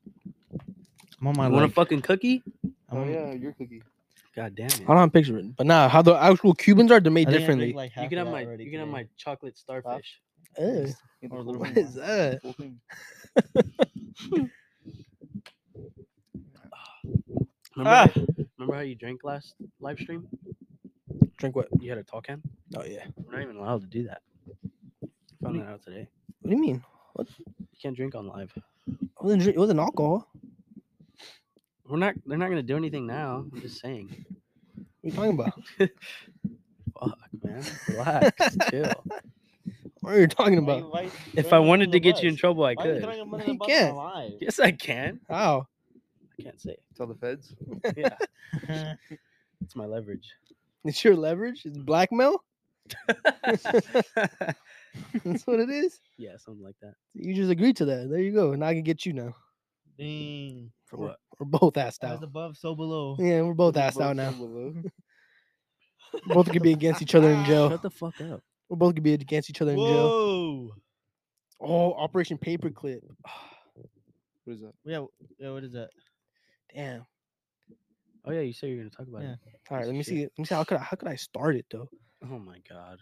S4: I'm on my
S2: You want a
S4: life.
S2: fucking cookie?
S4: I'm
S3: Oh
S4: on-
S3: yeah, your cookie.
S2: God damn it.
S1: I don't have a picture of it. But nah, how the actual Cubans are they're
S4: I
S1: made
S4: think I drank
S1: differently.
S4: like half
S2: You can
S4: of
S2: have
S4: that
S2: my
S4: already
S2: you can have
S4: today.
S2: my chocolate starfish.
S1: Ugh.
S3: Get the
S4: Or
S3: full
S4: little
S3: thing,
S1: What is
S3: the
S1: that?
S3: full thing.
S2: Remember,
S4: Ah!
S2: remember how you drank last live stream?
S1: Drink what?
S2: You had a tall can?
S1: Oh yeah.
S2: We're not even allowed to do that. Found that out today.
S1: What do you mean?
S2: You can't drink on live.
S1: It wasn't, drink- it wasn't alcohol. What
S2: We're not they're not gonna do anything now. I'm just saying.
S1: are you talking about?
S2: Fuck man. Relax. chill.
S1: What are you talking
S4: Why
S1: about?
S4: you- why you
S2: If I
S4: throwing
S2: wanted
S4: under
S2: to
S4: the
S2: get you in
S4: bus?
S2: trouble, I
S4: Why are you
S2: could.
S4: throwing him under
S1: You
S4: the bus
S1: can't.
S4: alive?
S2: Yes I can.
S1: How?
S2: I can't say it.
S3: Tell the feds.
S2: Yeah. It's my leverage.
S1: It's your leverage? It's blackmail? That's what it is?
S2: yeah, something like that.
S1: You just agreed to that. There you go. Now I can get you now.
S4: Dang.
S2: For
S1: Or-
S2: what?
S1: We're both assed
S4: As
S1: out.
S4: above, so below.
S1: Yeah, we're both assed out now. Both could be against each other in jail.
S2: Shut the fuck up.
S1: We're both could be against each other in jail.
S4: Whoa.
S1: Oh, Operation Paperclip.
S3: What is that?
S4: Yeah, w- yeah, what is that?
S1: Damn.
S2: Oh yeah, you said you were gonna talk about
S4: Yeah.
S2: it.
S1: All right,
S2: Piece
S1: let
S2: of
S1: me
S2: shit.
S1: see. Let me see how could I, how could I start it though?
S2: Oh my god.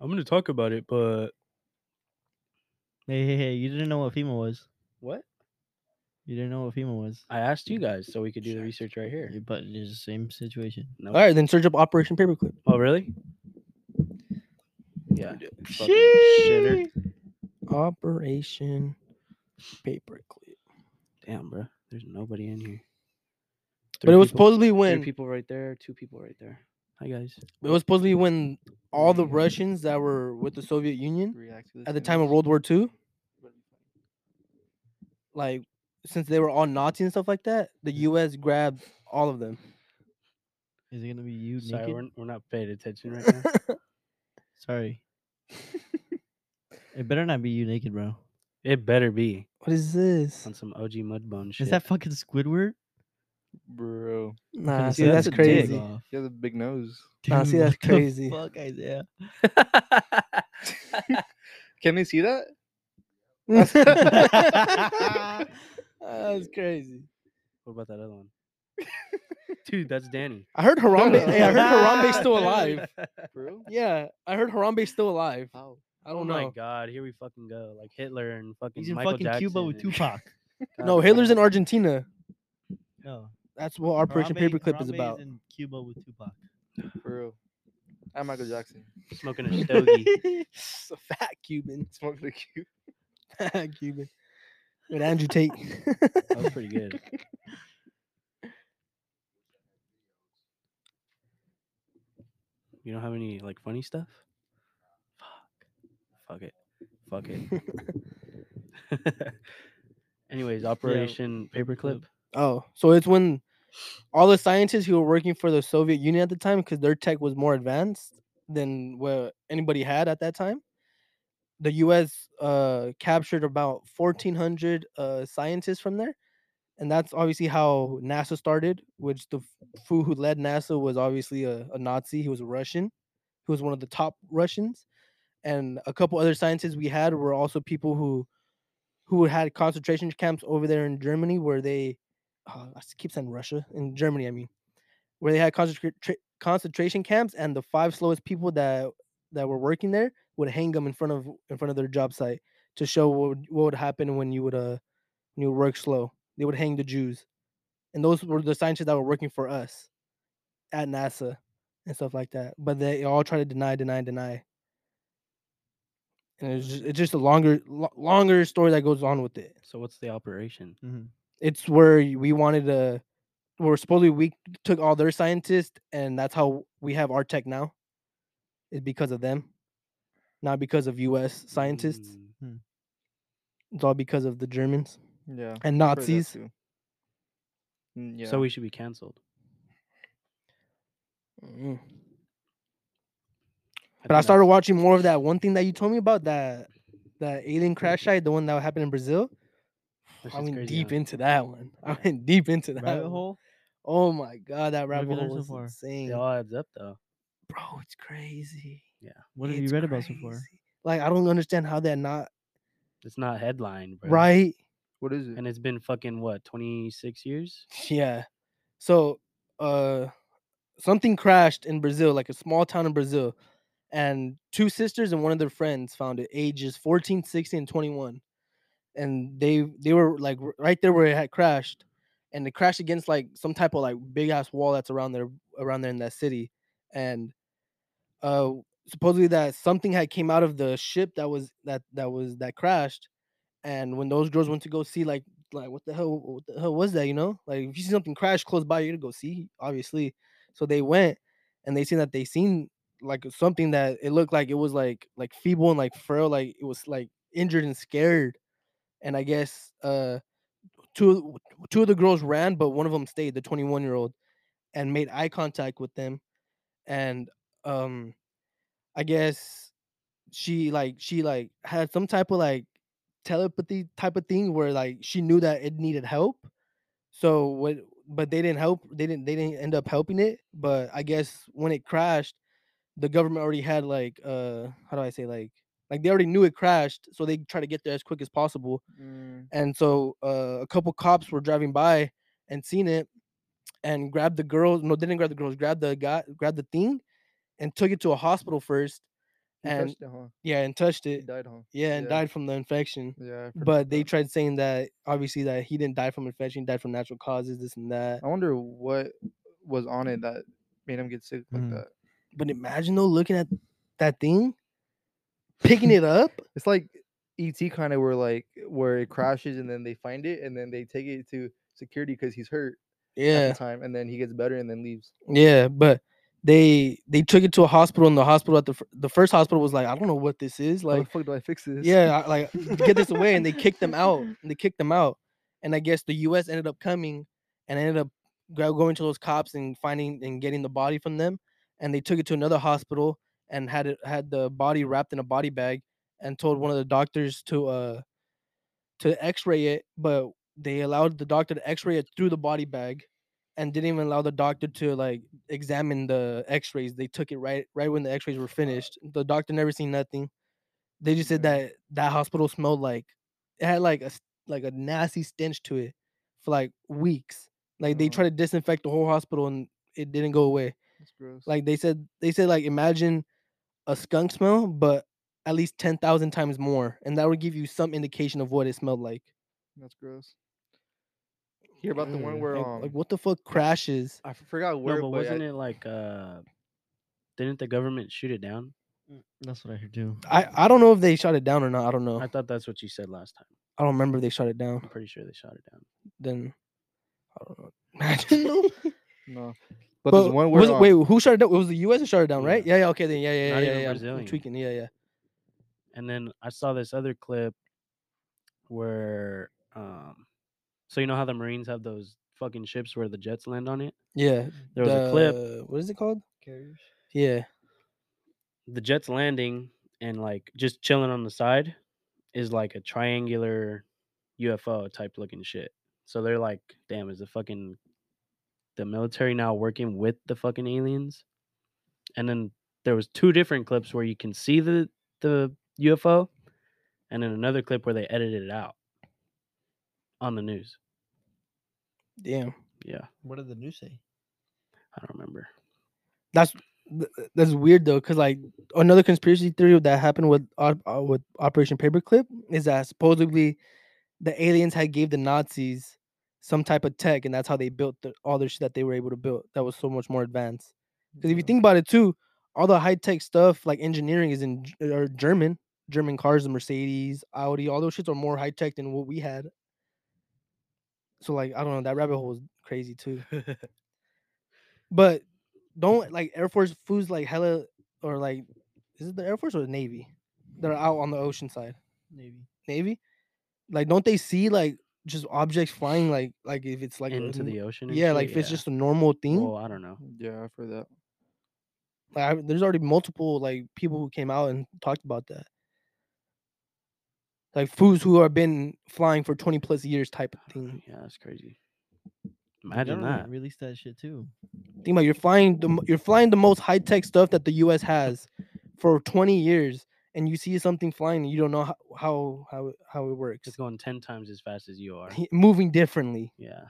S2: I'm gonna talk about it, but
S4: Hey, hey, hey, you didn't know what FEMA was.
S2: what?
S4: You didn't know what FEMA was.
S2: I asked you guys so we could do the research right here.
S4: Yeah, But it's the same situation.
S2: No.
S1: All right, then search up Operation Paperclip.
S2: Oh really? Yeah. fucking shitter.
S1: Operation
S2: Paperclip. Damn, bro. There's nobody in here.
S1: But it was
S2: people,
S1: supposedly
S2: three
S1: when
S2: people right there, two people right there. Hi guys.
S1: it was supposedly when all the Russians that were with the Soviet Union
S3: React to
S1: at the time of World War II, like since they were all Nazi and stuff like that, the U.S. grabbed all of them.
S4: Is it gonna be you naked?
S2: Sorry, we're, we're not paying attention right now.
S4: Sorry. it better not be you naked, bro.
S2: it better be
S1: What is this?
S2: on some OG Mudbone shit.
S4: Is that fucking Squidward?
S3: bro.
S1: Nah,
S4: Couldn't
S1: see
S4: see
S1: that's
S4: that. That's a dig.
S1: crazy.
S4: off.
S3: He has a big nose.
S1: Nah, see,
S4: Dude,
S1: that's
S4: what the
S1: crazy.
S4: Fuck Isaiah.
S3: Can they see that?
S1: that's crazy.
S2: what about that other one? Dude, that's Danny.
S1: I heard Harambe. hey, I heard Harambe's still alive.
S4: Oh,
S3: Bro?
S1: Yeah, I heard Harambe's still alive.
S3: How?
S1: I don't
S2: oh my
S1: know.
S2: god, here we fucking go. Like Hitler and fucking
S4: He's in
S2: Michael
S4: fucking
S2: Jackson
S4: Cuba with
S2: and-
S4: Tupac.
S2: God
S1: No, Hitler's in
S2: damn.
S1: Argentina.
S4: No.
S1: That's what Operation
S4: Harambe-
S1: Paperclip is
S4: Harambe
S1: about.
S4: in Cuba with Tupac.
S3: For real. I'm Michael Jackson.
S2: smoking a stogie.
S1: It's a fat Cuban.
S3: Smoking the cube.
S1: Fat Cuban. With Andrew Tate.
S2: That was pretty good. You don't have any like funny stuff? Fuck. Fuck it. Fuck it. Anyways, Operation Paperclip.
S1: oh, so it's when all the scientists who were working for the Soviet Union at the time, because their tech was more advanced than what anybody had at that time, the U.S. Uh, captured about 1,400 uh, scientists from there. And that's obviously how NASA started, which the f- fool who led NASA was obviously a, a Nazi. He was a Russian. He was one of the top Russians. And a couple other scientists we had were also people who who had concentration camps over there in Germany where they uh, I s- keep saying Russia in Germany, I mean, where they had concentra- concentration camps, and the five slowest people that that were working there would hang them in front of in front of their job site to show what would, what would happen when you would uh when you work slow. They would hang the Jews, and those were the scientists that were working for us at NASA and stuff like that. But they all try to deny, deny, deny. And it's just, it's just a longer, lo- longer story that goes on with it
S2: So what's the operation?
S4: Mm-hmm.
S1: it's where y- we wanted to where supposedly we took all their scientists and that's how we have our tech now is because of them not because of us scientists
S2: Mm,
S4: Mm.
S1: it's all because of the germans
S3: Yeah.
S1: and
S3: I've heard that
S1: nazis
S3: too. Mm, Yeah.
S2: So we should be canceled.
S1: Mm.
S2: think
S1: but i
S2: that's-
S1: started watching more of that one thing that you told me about that that alien crash
S4: Mm-hmm.
S1: site the one that happened in brazil
S2: that
S1: i
S2: shit's
S1: went
S2: crazy,
S1: deep
S2: huh?
S1: into that one i went deep into that
S4: Rabbit
S1: one.
S4: hole?
S1: oh my god that
S4: have you
S1: rabbit hole
S4: learned so
S1: was
S4: far?
S1: insane
S2: It all adds up though.
S1: bro it's crazy
S4: What have you
S1: It's
S4: read about so far?
S1: crazy. Like I don't understand how they're not
S2: It's not headline, bro.
S1: right.
S3: what is it?
S2: And it's been fucking what, twenty six years?
S1: Yeah. So uh something crashed in Brazil, like a small town in Brazil, and two sisters and one of their friends found it ages 14, 16, and 21. And they they were like r- right there where it had crashed. And it crashed against like some type of like big ass wall that's around there around there in that city. And uh supposedly that something had came out of the ship that was that that was that crashed. And when those girls went to go see like like what the hell what the hell was that you know like if you see something crash close by you're gonna go see obviously so they went and they seen that they seen like something that it looked like it was like like feeble and like frail like it was like injured and scared and i guess uh two two of the girls ran but one of them stayed the 21 year old and made eye contact with them and um i guess she like she like had some type of like telepathy type of thing where like she knew that it needed help so what but they didn't help they didn't they didn't end up helping it but i guess when it crashed the government already had like uh how do i say like like they already knew it crashed so they try to get there as quick as possible
S3: Mm,
S1: and so uh, a couple cops were driving by and seen it and grabbed the girls. No, they didn't grab the girls. Grabbed the guy. Grabbed the thing and took it to a hospital first.
S3: he
S1: And
S3: touched it, huh?
S1: yeah, and touched
S3: He
S1: it.
S3: died, huh?
S1: Yeah, and
S3: yeah.
S1: died from the infection.
S3: Yeah. I've heard
S1: But
S3: about
S1: they
S3: that.
S1: tried saying that obviously that he didn't die from infection, he died from natural causes, this and that.
S3: I wonder what was on it that made him get sick like
S4: Mm.
S3: that.
S1: But imagine though looking at that thing, picking it up.
S3: It's like E ET kind of where like where it crashes and then they find it and then they take it to security because he's hurt at
S1: Yeah,
S3: the time and then he gets better and then leaves.
S1: yeah, but they they took it to a hospital, and the hospital at the fir- the first hospital was like, I don't know what this Oh, is,
S3: Like, How
S1: like,
S3: the fuck do I fix this?
S1: yeah, I- like get this away, and they kicked them out, and they kicked them out, and I guess the U.S. ended up coming and ended up go- going to those cops and finding and getting the body from them, and they took it to another hospital and had it had the body wrapped in a body bag and told one of the doctors to uh to X-ray it, but they allowed the doctor to X-ray it through the body bag. And didn't even allow the doctor to like examine the X-rays. They took it right right when the X-rays were finished. The doctor never seen nothing they just said that that hospital smelled like it had like a s- like a nasty stench to it for like weeks. Like they
S3: Oh.
S1: tried to disinfect the whole hospital and it didn't go away.
S3: That's gross.
S1: Like they said they said like imagine a skunk smell but at least 10,000 times more and that would give you some indication of what it smelled like.
S3: that's gross. Hear about the one where
S1: like,
S3: um
S1: like what the fuck crashes?
S3: I f- forgot where
S2: No, but
S3: but
S2: wasn't
S3: I,
S2: it like uh didn't the government shoot it down?
S4: That's what I heard too.
S1: I I don't know if they shot it down or not. I don't know.
S2: I thought that's what you said last time.
S1: I don't remember if they shot it down.
S2: I'm pretty sure they shot it down.
S1: Then I don't know. I don't know.
S3: no. But, there's one where
S1: was it-
S3: um,
S1: wait, who shut it down? It was the U.S. that shut it down,
S2: Yeah.
S1: right? Yeah, yeah. Okay, then yeah, yeah,
S2: Not
S1: yeah, yeah. yeah.
S2: even
S1: I'm- I'm
S2: Brazilian.
S1: tweaking. Yeah, yeah.
S2: And then I saw this other clip where um so you know how the Marines have those fucking ships where the jets land on it?
S1: Yeah.
S2: There was a clip
S1: the- What is it called?
S4: Carriers.
S1: Yeah.
S2: the jet's landing and like just chilling on the side is like a triangular UFO type looking shit. So they're like, damn, is the fucking the military now working with the fucking aliens? And then there was two different clips where you can see the the UFO and then another clip where they edited it out on the news.
S1: Damn.
S2: Yeah,
S4: What did the news say?
S2: I don't remember.
S1: That's th- th- that's weird though, because like another conspiracy theory that happened with Op- uh, with Operation Paperclip is that supposedly the aliens had gave the Nazis some type of tech, and that's how they built the, all their shit that they were able to build. That was so much more advanced. Because if you think about it too, all the high tech stuff like engineering is in G- or German. German cars, the Mercedes, Audi, all those shits are more high tech than what we had. So like I don't know, that rabbit hole was crazy too. but don't like Air Force foods like hella or like is it the Air Force or the Navy that are out on the ocean side?
S4: Navy.
S1: Navy? Like don't they see like just objects flying like like if it's like a
S2: Into
S1: n-
S2: the ocean. and
S1: yeah,
S2: shit?
S1: like if it's
S2: Yeah.
S1: just a normal thing.
S2: Well, I don't know.
S3: Yeah, I've heard that.
S1: Like I, there's already multiple like people who came out and talked about that. Like foods who have been flying for 20 plus years type of thing.
S2: Yeah, that's crazy.
S4: The
S2: Imagine
S4: government
S2: that.
S4: Released that shit too.
S1: Think about it, you're flying the mo- you're flying the most high tech stuff that the US has for 20 years and you see something flying and you don't know how how how, it- how it works.
S2: It's going 10 times as fast as you are.
S1: Moving differently.
S2: Yeah.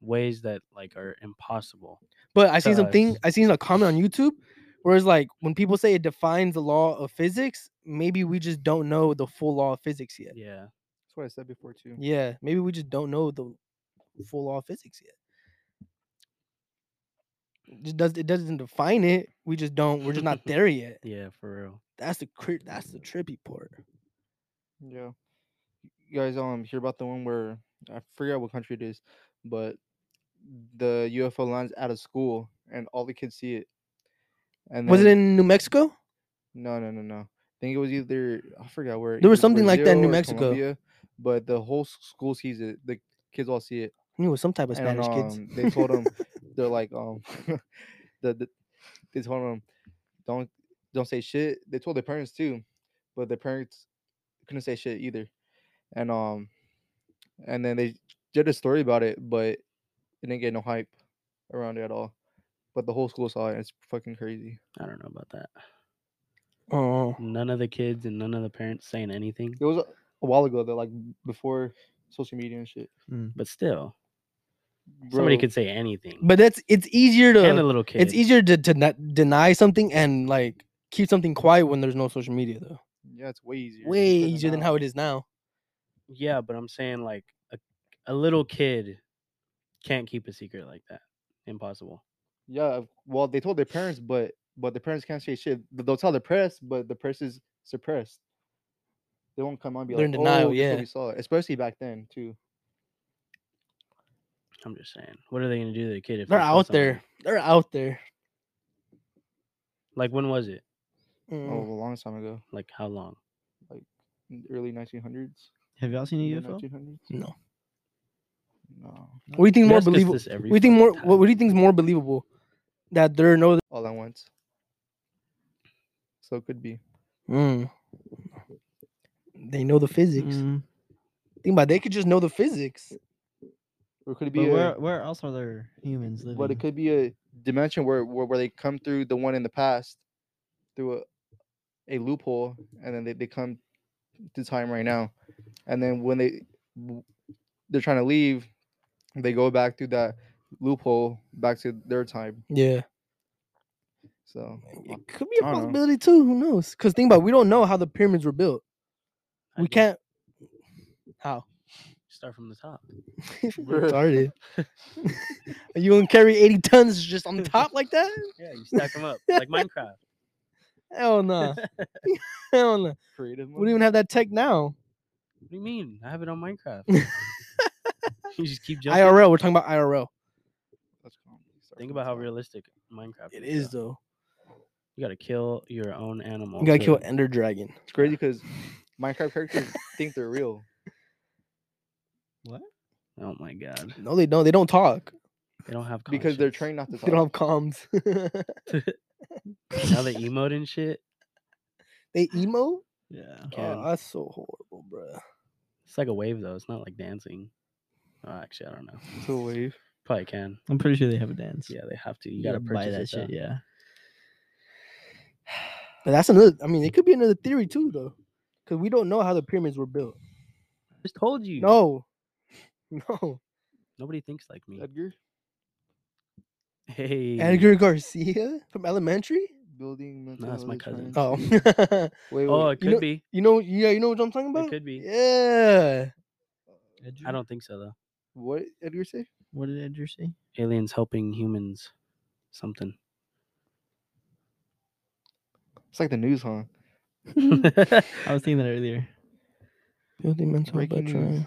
S2: Ways that like are impossible.
S1: But I seen
S2: Uh,
S1: something. I seen a comment on YouTube where it's like when people say it defines the law of physics, maybe we just don't know the full law of physics yet.
S2: Yeah.
S3: That's what I said before too.
S1: Yeah, maybe we just don't know the full law of physics yet. It just does it doesn't define it. We just don't. We're just not there yet.
S2: Yeah, for real.
S1: That's the cri- that's the trippy part.
S3: Yeah. You guys um hear about the one where I forget what country it is, but the UFO lands out of school and all the kids see it. And
S1: Was it
S3: then-
S1: in New Mexico?
S3: No, no, no, no. I think it was either I forgot where.
S1: There was
S3: either
S1: something like that in
S3: Brazil
S1: New
S3: or
S1: Mexico.
S3: but the whole s- school sees it. The kids all see it.
S1: I knew it was some type of
S3: and
S1: Spanish kids.
S3: um, they told them they're like um, the, the they told them don't don't say shit. They told their parents too, but their parents couldn't say shit either. And um, and then they did a story about it, but it didn't get no hype around it at all. But the whole school saw it. It's fucking crazy.
S2: I don't know about that.
S1: Oh,
S2: None of the kids and none of the parents saying anything.
S3: It was a, a while ago though, like before social media and shit.
S2: But still, somebody
S3: Bro,
S2: could say anything.
S1: but that's it's easier
S2: and a
S1: to
S2: little kid.
S1: it's easier to, to not deny something and like keep something quiet when there's no social media though.
S3: Yeah, it's way easier.
S1: Way easier than how it is now.
S2: Yeah, but I'm saying like a, a little kid can't keep a secret like that. Impossible.
S3: Yeah, well, they told their parents, but but the parents can't say shit. Th- They'll tell the press, but the press is suppressed. they won't come on and be
S1: They're in
S3: like,
S1: denial,
S3: oh, this is what
S1: yeah.
S3: we saw it. Especially back then too.
S2: I'm just saying. What are they gonna do to the kid if
S1: They're
S2: they saw
S1: out
S2: something?
S1: there. They're out there.
S2: Like when was it?
S3: Oh,
S1: Mm.
S3: a long time ago,
S2: Like how long?
S3: in the early 1900s.
S4: Have y'all seen a
S3: mid-
S4: UFO?
S3: 1900s?
S1: No.
S3: No.
S1: What do you think more
S2: They ask us
S1: believable?
S2: this every
S1: We think
S2: fucking
S1: more.
S2: time.
S1: What, what do you think is more believable? That there are no.
S3: All at once. So it could be.
S1: Mm. They know the physics.
S4: Mm,
S1: Think about. It. They could just know the physics.
S3: Or could it be
S4: But
S3: a,
S4: where where else are there humans living?
S3: but it could be a dimension where, where where they come through the one in the past through a a loophole and then they, they come to time right now and then when they w- they're trying to leave they go back through that loophole back to their time
S1: Yeah,
S3: so
S1: it could be a
S3: I dunno.
S1: possibility too. Who knows? Because think about. It, we don't know how the pyramids were built.
S2: I
S1: we
S2: do.
S1: can't. How?
S2: start from the top.
S1: Retarded. Are you gonna carry eighty tons just on top like that?
S2: Yeah, you stack them up like Minecraft.
S1: Hell no. Hell no.
S3: creative
S1: We don't even have that tech now.
S2: What do you mean? I have it on Minecraft. you just keep jumping.
S1: IRL. We're talking about IRL.
S2: Think about how realistic Minecraft
S1: It is
S2: though.
S1: though.
S2: You gotta kill your own animal.
S1: You gotta
S2: to-
S1: kill Ender Dragon.
S3: it's crazy because minecraft characters think they're real
S2: Oh my god.
S1: No, they don't. They don't talk.
S2: They don't have
S3: because they're
S2: conscience.
S3: trained not to
S1: They don't
S3: talk
S1: have comms.
S2: now they emote and shit.
S1: they emo.
S4: yeah.
S2: Can.
S1: Oh, that's so horrible, bruh.
S2: It's like a wave though. It's not like dancing. Oh, actually, I don't know.
S3: to wave
S2: Probably can.
S4: I'm pretty sure they have a dance.
S2: Yeah, they have to. You gotta, purchase
S4: buy that
S2: it,
S4: shit.
S2: though.
S4: Yeah.
S1: But that's another. I mean, it could be another theory too, though, because we don't know how the pyramids were built.
S2: just told you.
S1: No, no.
S2: Nobody thinks like me.
S3: edgar
S2: Hey.
S1: Edgar Garcia from Elementary.
S3: building mental
S2: that's my cousin.
S3: health science.
S1: Oh,
S3: wait,
S2: Oh,
S3: wait.
S2: it could
S1: know-
S2: be.
S1: you know, yeah, you know what I'm talking about.
S2: It could be.
S1: Yeah.
S2: I don't think so though.
S3: what edgar say
S4: What did Edgar say?
S2: Aliens helping humans. Something.
S3: It's like the news, huh?
S4: I was thinking that earlier.
S1: Building mental
S3: Breaking news.
S1: veteran.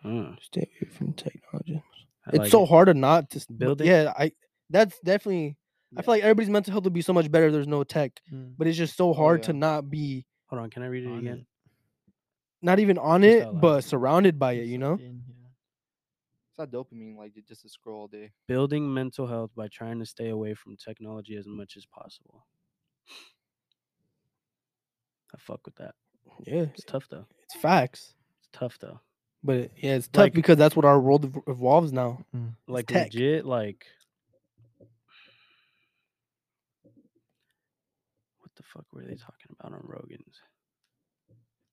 S2: Hmm,
S1: Stay away from technology.
S2: I
S1: It's
S2: like
S1: so
S2: it.
S1: hard to not to
S2: Build
S1: build.
S2: it.
S1: Yeah, I. That's definitely. I feel like everybody's mental health would be so much better if there's no tech, but it's just so hard to
S3: yeah.
S1: not be,
S2: Hold on, can I read it
S4: On
S2: again?
S4: it.
S1: not even on
S2: Just
S1: it,
S2: that, like,
S1: but surrounded by it. Oh, You know.
S3: It's not dopamine, like ju- just to scroll all day.
S2: Building mental health by trying to stay away from technology
S1: Mm.
S2: as much as possible. I fuck with that.
S1: Yeah,
S2: It's tough though.
S1: it's facts.
S2: It's tough though.
S1: But it, yeah, it's tough
S2: Like-
S1: because that's what our world ev- evolves now.
S2: Like
S1: tech.
S2: legit, like what the fuck were they talking about on Rogan's?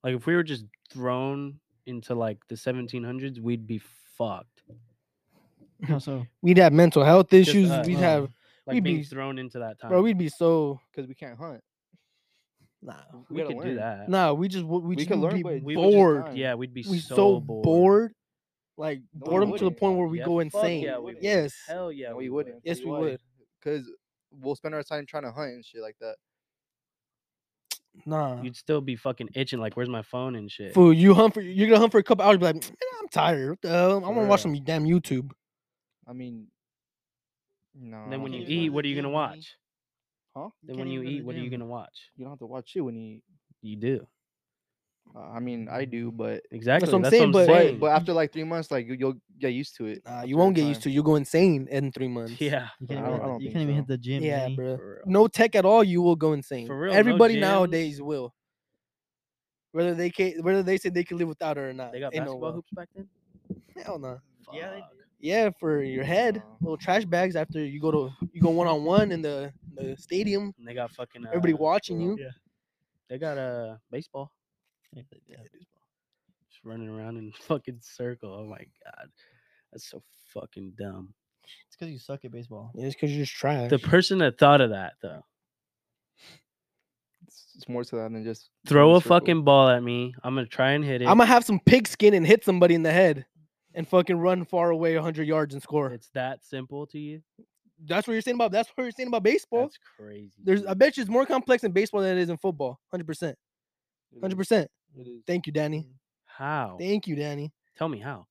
S2: Like if we were just thrown into like the 1700s, we'd be fucked.
S4: How Oh, so?
S1: We'd have mental health issues.
S2: us.
S1: We'd
S2: Oh.
S1: have,
S2: Like
S1: We'd
S2: being
S1: be-
S2: thrown into that time.
S1: bro. We'd be so
S3: Because we can't hunt.
S1: nah,
S2: Oh, we
S3: gotta
S2: could do
S3: learn.
S2: that.
S1: nah. We just w- we,
S3: We
S1: just
S3: could
S1: would
S3: learn,
S1: be
S3: but we would just
S1: bored.
S3: die.
S2: Yeah, we'd be
S1: we
S2: so,
S1: so
S2: bored.
S1: bored. like
S3: No, we
S1: boredom to the
S3: wouldn't.
S1: point where we
S2: Yeah,
S1: go
S2: fuck
S1: insane.
S2: yeah, we
S3: wouldn't.
S2: would.
S1: yes,
S2: Hell yeah,
S3: No, we wouldn't.
S1: Yes, we would.
S3: Because we'll spend our time trying to hunt and shit like that.
S1: nah.
S2: You'd still be fucking itching. Like, where's my phone and shit?
S1: Fool, you hunt for you're gonna hunt for a couple hours. Be like, "Man, I'm tired. What the hell? I
S3: For
S1: want to watch
S3: real.
S1: some damn YouTube.
S3: I mean, no.
S2: And then
S3: I
S2: when you
S3: don't
S4: can't go to
S2: eat,
S4: the
S2: what are you
S4: gym,
S2: gonna
S4: homie.
S2: watch?
S3: Huh?
S2: Then
S4: can't
S2: when you
S4: even go to
S2: eat,
S4: the
S2: what are you
S4: gym.
S2: gonna watch?
S3: you don't have to watch shit when you eat.
S2: You do
S3: Uh, I mean, I do, but
S2: exactly.
S1: what
S2: That's what
S1: I'm
S2: I'm
S1: saying, but- But-
S2: saying.
S3: but after like three months, like you, you'll get used to it.
S1: Nah,
S3: after
S1: you won't
S3: the
S1: get used to.
S3: time.
S1: it. You'll go insane in three months.
S2: yeah,
S4: You
S3: I
S4: can't,
S3: don't-
S4: even,
S3: I don't
S4: you
S3: think
S4: can't even
S3: so.
S4: hit the gym.
S1: yeah,
S4: man.
S1: bro.
S2: For real.
S1: No tech at all, you will go insane.
S2: For real, no
S1: Everybody
S2: gyms.
S1: nowadays will. Whether they can, whether they say they can live without it or not,
S2: They got
S1: ain't no
S2: basketball
S1: will.
S2: hoops back then.
S1: Hell no.
S4: Yeah, they
S2: Fuck.
S1: Yeah, for your head,
S3: Wow.
S1: little trash bags. After you go to you go one on one in the the stadium,
S2: And they got fucking. Uh,
S1: everybody watching
S3: well,
S1: you.
S2: They got uh, baseball. Just running around in fucking circle. Oh my god, that's so fucking dumb.
S4: It's because you suck at baseball.
S1: Yeah, it's because you're just trash.
S2: The person that thought of that though,
S3: It's, it's more to that than just being
S2: throw
S3: in
S2: a
S3: circle.
S2: fucking ball at me. I'm gonna try and hit it.
S1: I'm gonna have some pigskin and hit somebody in the head, and fucking run far away 100 yards and score.
S2: It's that simple to you.
S1: that's what you're saying about. That's what you're saying about baseball.
S2: That's crazy.
S1: There's,
S2: dude.
S1: I bet you, it's more complex in baseball than it is in football. 100, percent
S3: It is.
S1: 100. percent
S3: It is.
S1: Thank you, Danny.
S2: How?
S1: Thank you, Danny.
S2: Tell me how.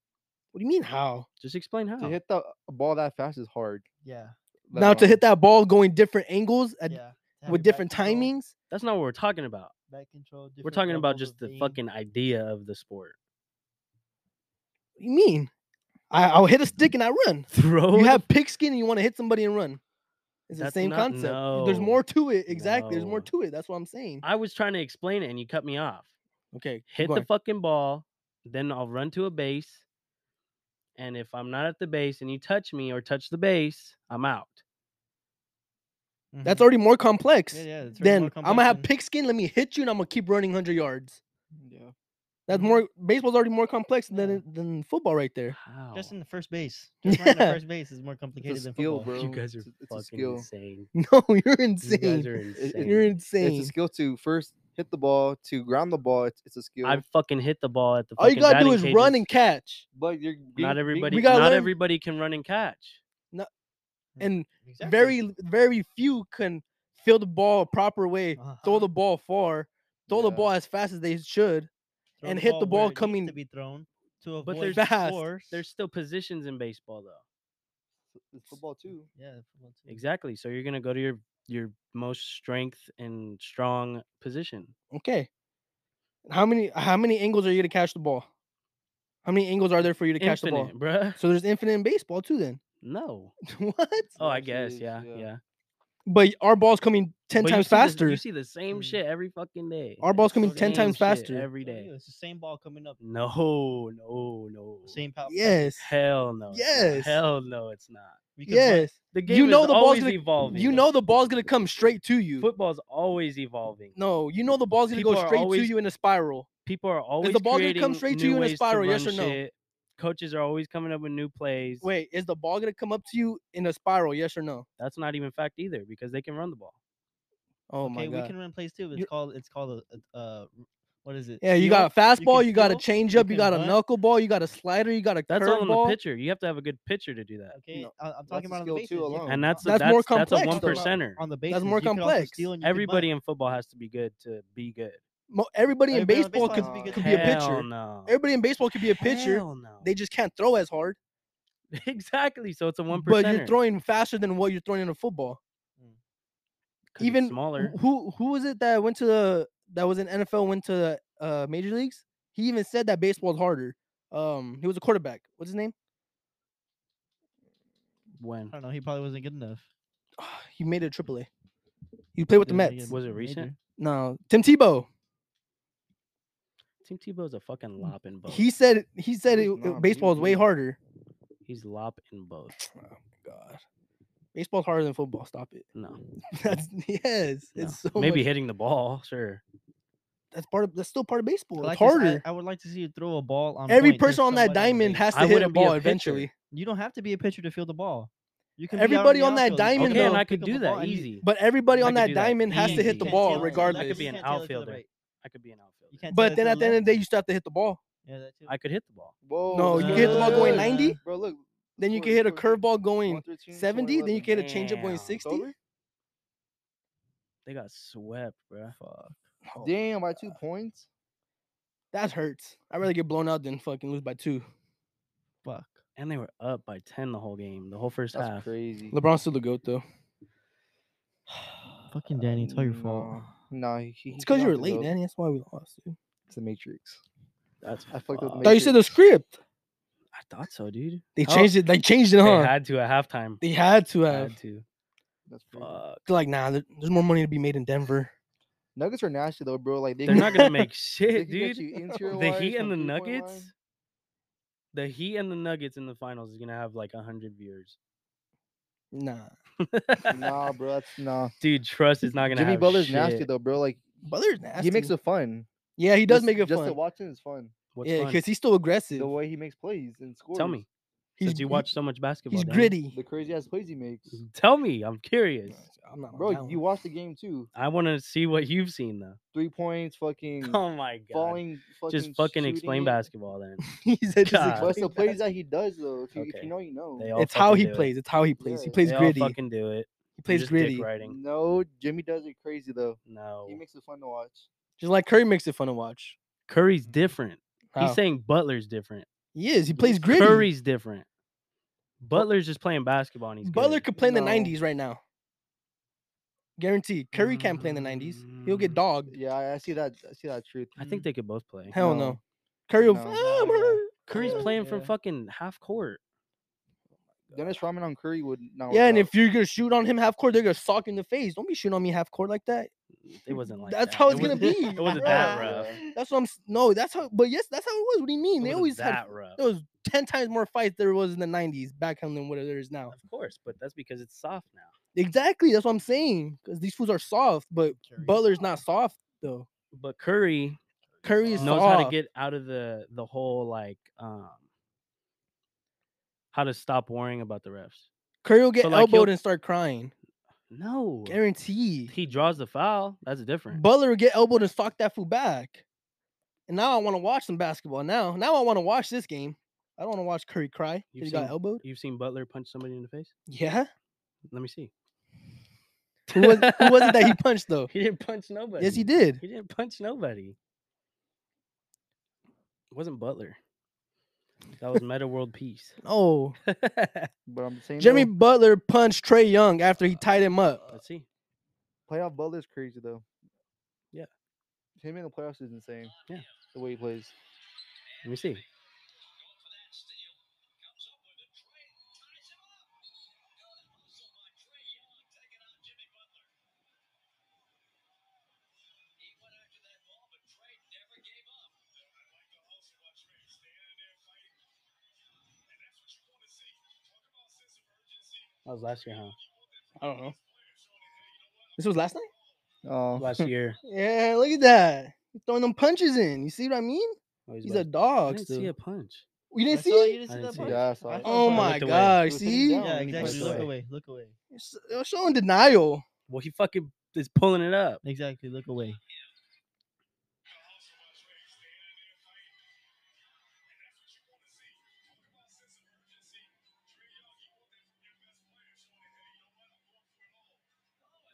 S1: What do you mean how?
S2: Just explain how.
S3: To hit the ball that fast is hard.
S4: Yeah.
S3: let
S1: now to
S3: alone-
S1: hit that ball going different angles at,
S4: yeah. Have your
S1: with
S4: back
S1: different
S4: control-
S1: timings.
S2: That's not what we're talking about.
S4: Back control.
S2: We're
S4: different
S2: talking about
S4: levels
S2: just
S4: of
S2: the
S4: being-
S2: fucking idea of the sport.
S1: What do you mean? I, I'll hit a stick and I run.
S2: Throw.
S1: you
S2: the
S1: have pigskin and you want to hit somebody and run. It's the
S2: That's
S1: same
S2: not-
S1: concept. There's
S2: no.
S1: more to it. Exactly. There's more
S2: No.
S1: to it. That's what I'm saying.
S2: I was trying to explain it and you cut me off.
S1: Okay. keep
S2: Hit the
S1: going.
S2: fucking ball, then I'll run to a base. And if I'm not at the base and you touch me or touch the base, I'm out.
S1: That's
S4: Mhm.
S1: already more complex.
S4: Yeah, yeah. it's already
S1: Then
S4: more
S1: I'm gonna have
S4: complex
S1: pigskin. Let me hit you, and I'm gonna keep running hundred yards.
S3: Yeah.
S1: That's
S2: Mm-hmm.
S4: Mhm.
S1: more. Baseball's already more complex than
S4: Yeah.
S1: it- than football, right there.
S2: How?
S4: than- Just in the first base. Just running
S1: Oh. Yeah.
S4: the first base is more complicated
S3: It's a
S4: than
S3: skill,
S4: football.
S3: bro.
S2: you guys are
S3: It's a- it's a
S2: fucking
S3: skill.
S2: insane.
S1: No, you're
S2: You
S1: insane.
S2: guys are
S3: It-
S2: insane.
S1: You're
S3: It's a
S1: insane.
S3: skill to first hit the ball, to ground the ball. It's, it's a skill.
S2: I fucking hit the ball at the.
S1: All you
S2: fucking
S1: gotta do
S2: batting
S1: is run
S2: cages.
S1: and catch.
S3: but you're
S2: Not everybody.
S1: we
S2: Not
S1: gotta learn-
S2: everybody can run and catch.
S1: And
S4: Exactly.
S1: very very few can field the ball a proper way, throw
S4: Uh-huh.
S1: the ball far, throw the
S3: Yeah.
S1: ball as fast as they should.
S4: Throw
S1: and hit the
S4: where
S1: ball
S4: it needs
S1: coming-
S4: to be thrown to
S2: But
S4: avoid
S2: there's-
S1: Fast.
S4: force.
S2: There's still positions in baseball though.
S3: It's football too.
S4: yeah, football too.
S2: Exactly. So you're gonna go to your your most strength and strong position.
S1: Okay. How many how many angles are you to catch the ball? How many angles are there for you to catch the ball?
S2: Infinite, bruh.
S1: So there's infinite in baseball too then.
S2: No.
S1: what?
S2: Oh, I
S3: actually
S2: guess.
S3: is,
S2: Yeah.
S3: yeah.
S2: Yeah.
S1: But our ball's coming 10
S2: But you
S1: times
S2: see the-
S1: faster. Mm-hmm.
S2: you see the same
S4: Mm.
S2: shit every fucking day.
S1: Our ball's coming
S2: Same
S1: 10 times
S2: shit
S1: faster.
S2: every
S4: Yeah,
S2: day.
S4: It's the same ball coming up.
S2: No. No. No.
S4: Same power.
S1: yes.
S2: Hell no. it's not.
S1: Yes.
S2: Hell no. It's not.
S1: Yes.
S2: The game
S1: You know
S2: is
S1: the ball's
S2: always
S1: gonna
S2: evolving.
S1: You know the ball's going to come straight to you.
S2: football's always evolving.
S1: no, you know the ball's going to
S2: People
S1: go
S2: are
S1: straight to
S2: always-
S1: you in a spiral.
S2: people are always
S1: the ball gonna
S2: creating
S1: come straight to
S2: new
S1: you in a
S2: ways
S1: spiral,
S2: run
S1: yes or no?
S2: shit. Coaches are always coming up with new plays.
S1: Wait, is the ball going to come up to you in a spiral? Yes or no?
S2: That's not even fact either because they can run the ball.
S1: Oh my
S4: okay,
S1: god.
S4: we can run plays too. But
S1: You're-
S4: it's called it's called a, a uh, what is it?
S1: Yeah, you
S4: Steal?
S1: got a fastball,
S4: can
S1: you, got a
S4: steal,
S1: change
S4: you
S1: up, you,
S4: can
S1: got a
S4: bunt.
S1: knuckleball, you got a slider, you got a
S2: That's all on
S1: curveball.
S2: the pitcher. You have to have a good pitcher to do that.
S4: Okay,
S3: No,
S4: I- I'm talking
S3: a
S4: about
S3: skill
S4: on the
S3: too
S4: bases. you
S3: alone.
S4: can-
S2: And that's
S1: Oh, That's
S2: that's
S1: more
S2: That's a one
S1: complex, though.
S2: percenter.
S4: on the bases.
S1: more
S4: you can also
S1: complex.
S4: steal and you can
S2: Everybody
S4: bunt.
S2: in football has to be good to be good.
S1: Mo- Everybody in
S4: Everybody on
S1: baseball could,
S4: baseball has to be
S1: could
S4: good
S1: be a
S4: at
S2: Hell
S1: pitcher.
S2: No.
S1: Everybody in baseball could be a pitcher.
S2: Hell no.
S1: They just can't throw as hard.
S2: exactly. So it's a one percenter.
S1: But you're throwing faster than what you're throwing in a football.
S2: 'cause it's
S1: even
S2: smaller.
S1: Wh- Who who was it that went to the that was in NFL went to the uh, major leagues? He even said that baseball's harder. Um, he was a quarterback. What's his name?
S2: When
S4: I don't know. He probably wasn't good enough.
S1: He made it triple A. He played with the
S4: Didn't make
S1: Mets.
S2: was it recent?
S1: No, Tim Tebow.
S2: Team Tebow's a
S1: Mm,
S2: fucking lop in both.
S1: He said he said
S3: he's
S1: it, it-
S3: not,
S1: baseball
S3: he's
S1: is way
S3: good.
S1: harder.
S2: He's lop in both.
S1: God. Baseball's harder than football. Stop it.
S2: No.
S1: That's yes.
S2: no.
S1: It's so
S2: Maybe
S1: much-
S2: hitting the ball, sure.
S1: that's part of that's still part of
S4: I
S1: baseball.
S4: like
S1: it's
S4: to s- I-
S1: harder.
S4: I, would like to see you throw a ball on.
S1: Every
S4: point to
S1: person on that
S4: somebody
S1: diamond
S4: base.
S1: has to
S2: I
S1: hit a
S2: wouldn't be a
S1: ball
S2: pitcher.
S1: eventually.
S4: You don't have to be a pitcher to field the ball. You can be out
S1: Everybody
S4: the
S1: on that
S4: outfield
S1: diamond,
S4: and pick
S2: Okay,
S1: though-
S2: and
S4: up-
S2: I could
S4: pick up
S2: do
S4: a ball
S2: that
S4: and you-
S2: easy.
S1: But everybody
S2: I
S1: on
S2: could
S1: that
S2: do that
S1: diamond has to
S2: easy.
S1: hit the
S2: You can't
S1: ball
S2: tell. That
S1: regardless.
S2: could be
S4: You
S2: an
S4: can't tell it to the
S2: outfielder.
S4: right.
S2: I could be an outfielder.
S4: You can't tell
S1: But
S4: it to
S1: then at the end of the day, you still have to hit the ball.
S4: left. Yeah, that too.
S2: I could hit the ball.
S3: Whoa,
S1: No,
S3: look
S1: you
S3: at
S1: can hit the ball going
S3: that.
S1: 90.
S3: Bro, look.
S1: Then you
S3: Score,
S1: can hit a
S3: score,
S1: curveball
S3: one,
S1: going
S3: three, two,
S1: 70. Then you
S3: 411.
S1: can hit a changeup going
S2: Damn.
S1: 60.
S3: Over?
S2: They got swept, bro.
S1: Oh,
S3: Damn, by two points.
S1: That hurts. I'd rather get blown out than fucking lose by two.
S4: Fuck.
S2: And they were up by ten the whole game, the whole first
S3: That's
S2: half.
S3: crazy.
S1: LeBron's still the goat though.
S4: Fucking Danny, it's all your fault.
S3: No, he, he
S1: It's because you
S3: got
S1: were
S3: the
S1: late,
S3: goat.
S1: Danny. That's why we lost. Dude.
S3: It's the Matrix.
S2: That's
S3: I fucked up the
S2: fucked.
S1: Thought you said the script.
S2: I thought so, dude.
S1: They
S2: How-
S1: changed it. They changed it,
S2: Oh. They
S1: huh?
S2: had to at halftime.
S1: They had to have.
S2: Had to.
S3: That's crazy.
S2: Fuck.
S1: They're like, nah, there- there's more money to be made in Denver.
S3: Nuggets are nasty though, bro. Like they
S2: They're
S3: can-
S2: not gonna make
S3: they
S2: shit,
S3: can
S2: dude.
S3: get you interior
S2: The
S3: wise
S2: Heat
S3: from
S2: and the
S3: three-point
S2: Nuggets.
S3: line.
S2: The Heat and the Nuggets in the finals is gonna have like hundred viewers.
S1: Nah.
S3: Nah, bro, that's nah.
S2: dude, trust is not gonna.
S3: Jimmy
S2: have
S3: Butler's
S2: shit.
S3: nasty though, bro. Like
S1: Butler's nasty.
S3: he makes it fun.
S1: Yeah, he does
S3: Just-
S1: make it
S3: just
S1: fun.
S3: to watch him is fun.
S2: What's
S1: yeah,
S2: fun?
S1: because he's still aggressive.
S3: The way he makes plays and scores.
S2: Tell me,
S1: He's
S2: since you
S1: he-
S2: watch so much basketball,
S1: He's
S2: Danny.
S1: gritty.
S3: the crazy ass plays he makes.
S2: Tell me, I'm curious.
S1: I'm not on that
S3: Bro,
S1: one.
S3: you watch the game too.
S2: I want to see what you've seen though.
S3: Three points, fucking
S2: Oh my god.
S3: falling, fucking
S2: Just fucking explain
S3: shooting.
S2: basketball then.
S1: he said, just
S2: God.
S1: explain
S3: But the
S1: that.
S3: plays that he does though, if you, if
S2: Okay.
S3: you know, you know.
S2: They all
S1: It's how
S2: fucking
S1: he
S2: do it.
S1: plays. It's how he plays. He
S3: Yeah.
S1: plays
S2: they
S1: gritty.
S2: all fucking do
S1: he
S2: it. They're
S1: plays
S2: just dick
S1: gritty.
S2: riding.
S3: No, Jimmy does it crazy though.
S2: No.
S3: He makes it fun to watch.
S1: Just like Curry makes it fun to watch.
S2: Curry's different.
S1: How?
S2: He's saying Butler's different.
S1: he is. He plays Oh. gritty.
S2: Curry's different. Butler's just playing basketball and he's
S1: Butler
S2: good.
S1: could play in the
S3: No.
S1: '90s right now. Guaranteed. Curry can't play in the '90s. He'll get
S2: Mm.
S1: dogged.
S3: Yeah, I I see that. I see that truth.
S2: I think they could both play.
S1: Hell
S3: No.
S1: no. Curry will.
S3: No,
S1: "Ah, I'm
S3: no, yeah.
S1: hurt."
S2: Curry's
S1: Yeah.
S2: playing from
S1: Yeah.
S2: fucking half court.
S3: Mm, Dennis Rodman on Curry would not. work
S1: Yeah, and
S3: out.
S1: if you're gonna shoot on him half court, they're gonna sock you in the face. Don't be shooting on me half court like that.
S2: It wasn't like
S1: That's
S2: that.
S1: how
S2: It
S1: it's gonna
S2: wasn't-
S1: be,
S2: It wasn't that
S1: bruh.
S2: rough.
S1: That's what I'm. s- No, that's how. But yes, that's how it was. What do you mean?
S2: It
S1: They
S2: wasn't
S1: always
S2: that
S1: had.
S2: rough.
S1: There was ten times more fights there was in the '90s back then than what there is now.
S2: Of course, but that's because it's soft now.
S1: Exactly. That's what I'm saying. Because these fools are soft, but Butler's not soft though.
S2: But Curry
S1: Curry is
S2: knows
S1: soft.
S2: how to get out of the the whole like um how to stop worrying about the refs.
S1: Curry will get
S2: So, like,
S1: elbowed
S2: he'll-
S1: and start crying.
S2: No,
S1: Guarantee.
S2: he draws the foul. That's different.
S1: Butler will get elbowed and sock that fool back. And now I want to watch some basketball. Now, now I want to watch this game. I don't want to watch Curry cry. 'cause
S2: You've
S1: He got
S2: seen-
S1: elbowed.
S2: You've seen Butler punch somebody in the face.
S1: Yeah.
S2: Let me see.
S1: Who was, who was it that he punched though?
S2: He didn't punch nobody.
S1: Yes, he did.
S2: He didn't punch nobody. It wasn't Butler. That was Meta World Peace.
S1: Oh,
S2: Let's
S3: but I'm saying
S1: Jimmy
S3: though,
S1: Butler punched Trey Young after
S2: Oh,
S1: he tied him up.
S2: see.
S3: playoff Butler's crazy though.
S2: Yeah.
S3: him in the playoffs is insane.
S2: Yeah.
S3: the way he plays.
S2: Let me see. That was last year, huh?
S1: I don't know. This was last night.
S3: Oh,
S2: Last year.
S1: Yeah, look at that. He's throwing them punches in. You see what I mean?
S2: Oh,
S1: He's
S2: about-
S1: a
S2: I
S1: dog.
S2: didn't
S1: still.
S2: see a punch.
S1: You
S4: I
S1: didn't see
S4: saw-
S1: it?
S4: you didn't
S2: I
S4: see
S2: didn't
S4: that
S2: see
S4: part?
S3: yeah, I saw
S4: I
S3: it.
S4: saw
S1: Oh
S4: that.
S1: my
S2: looked away.
S1: gosh!
S3: He was sitting
S1: See,
S3: down.
S4: Yeah,
S3: when he
S4: exactly.
S2: punched
S4: Look
S2: away.
S4: away. Look away.
S1: You're s- you're showing denial.
S2: Well, he fucking is pulling it up.
S4: Exactly. Look away.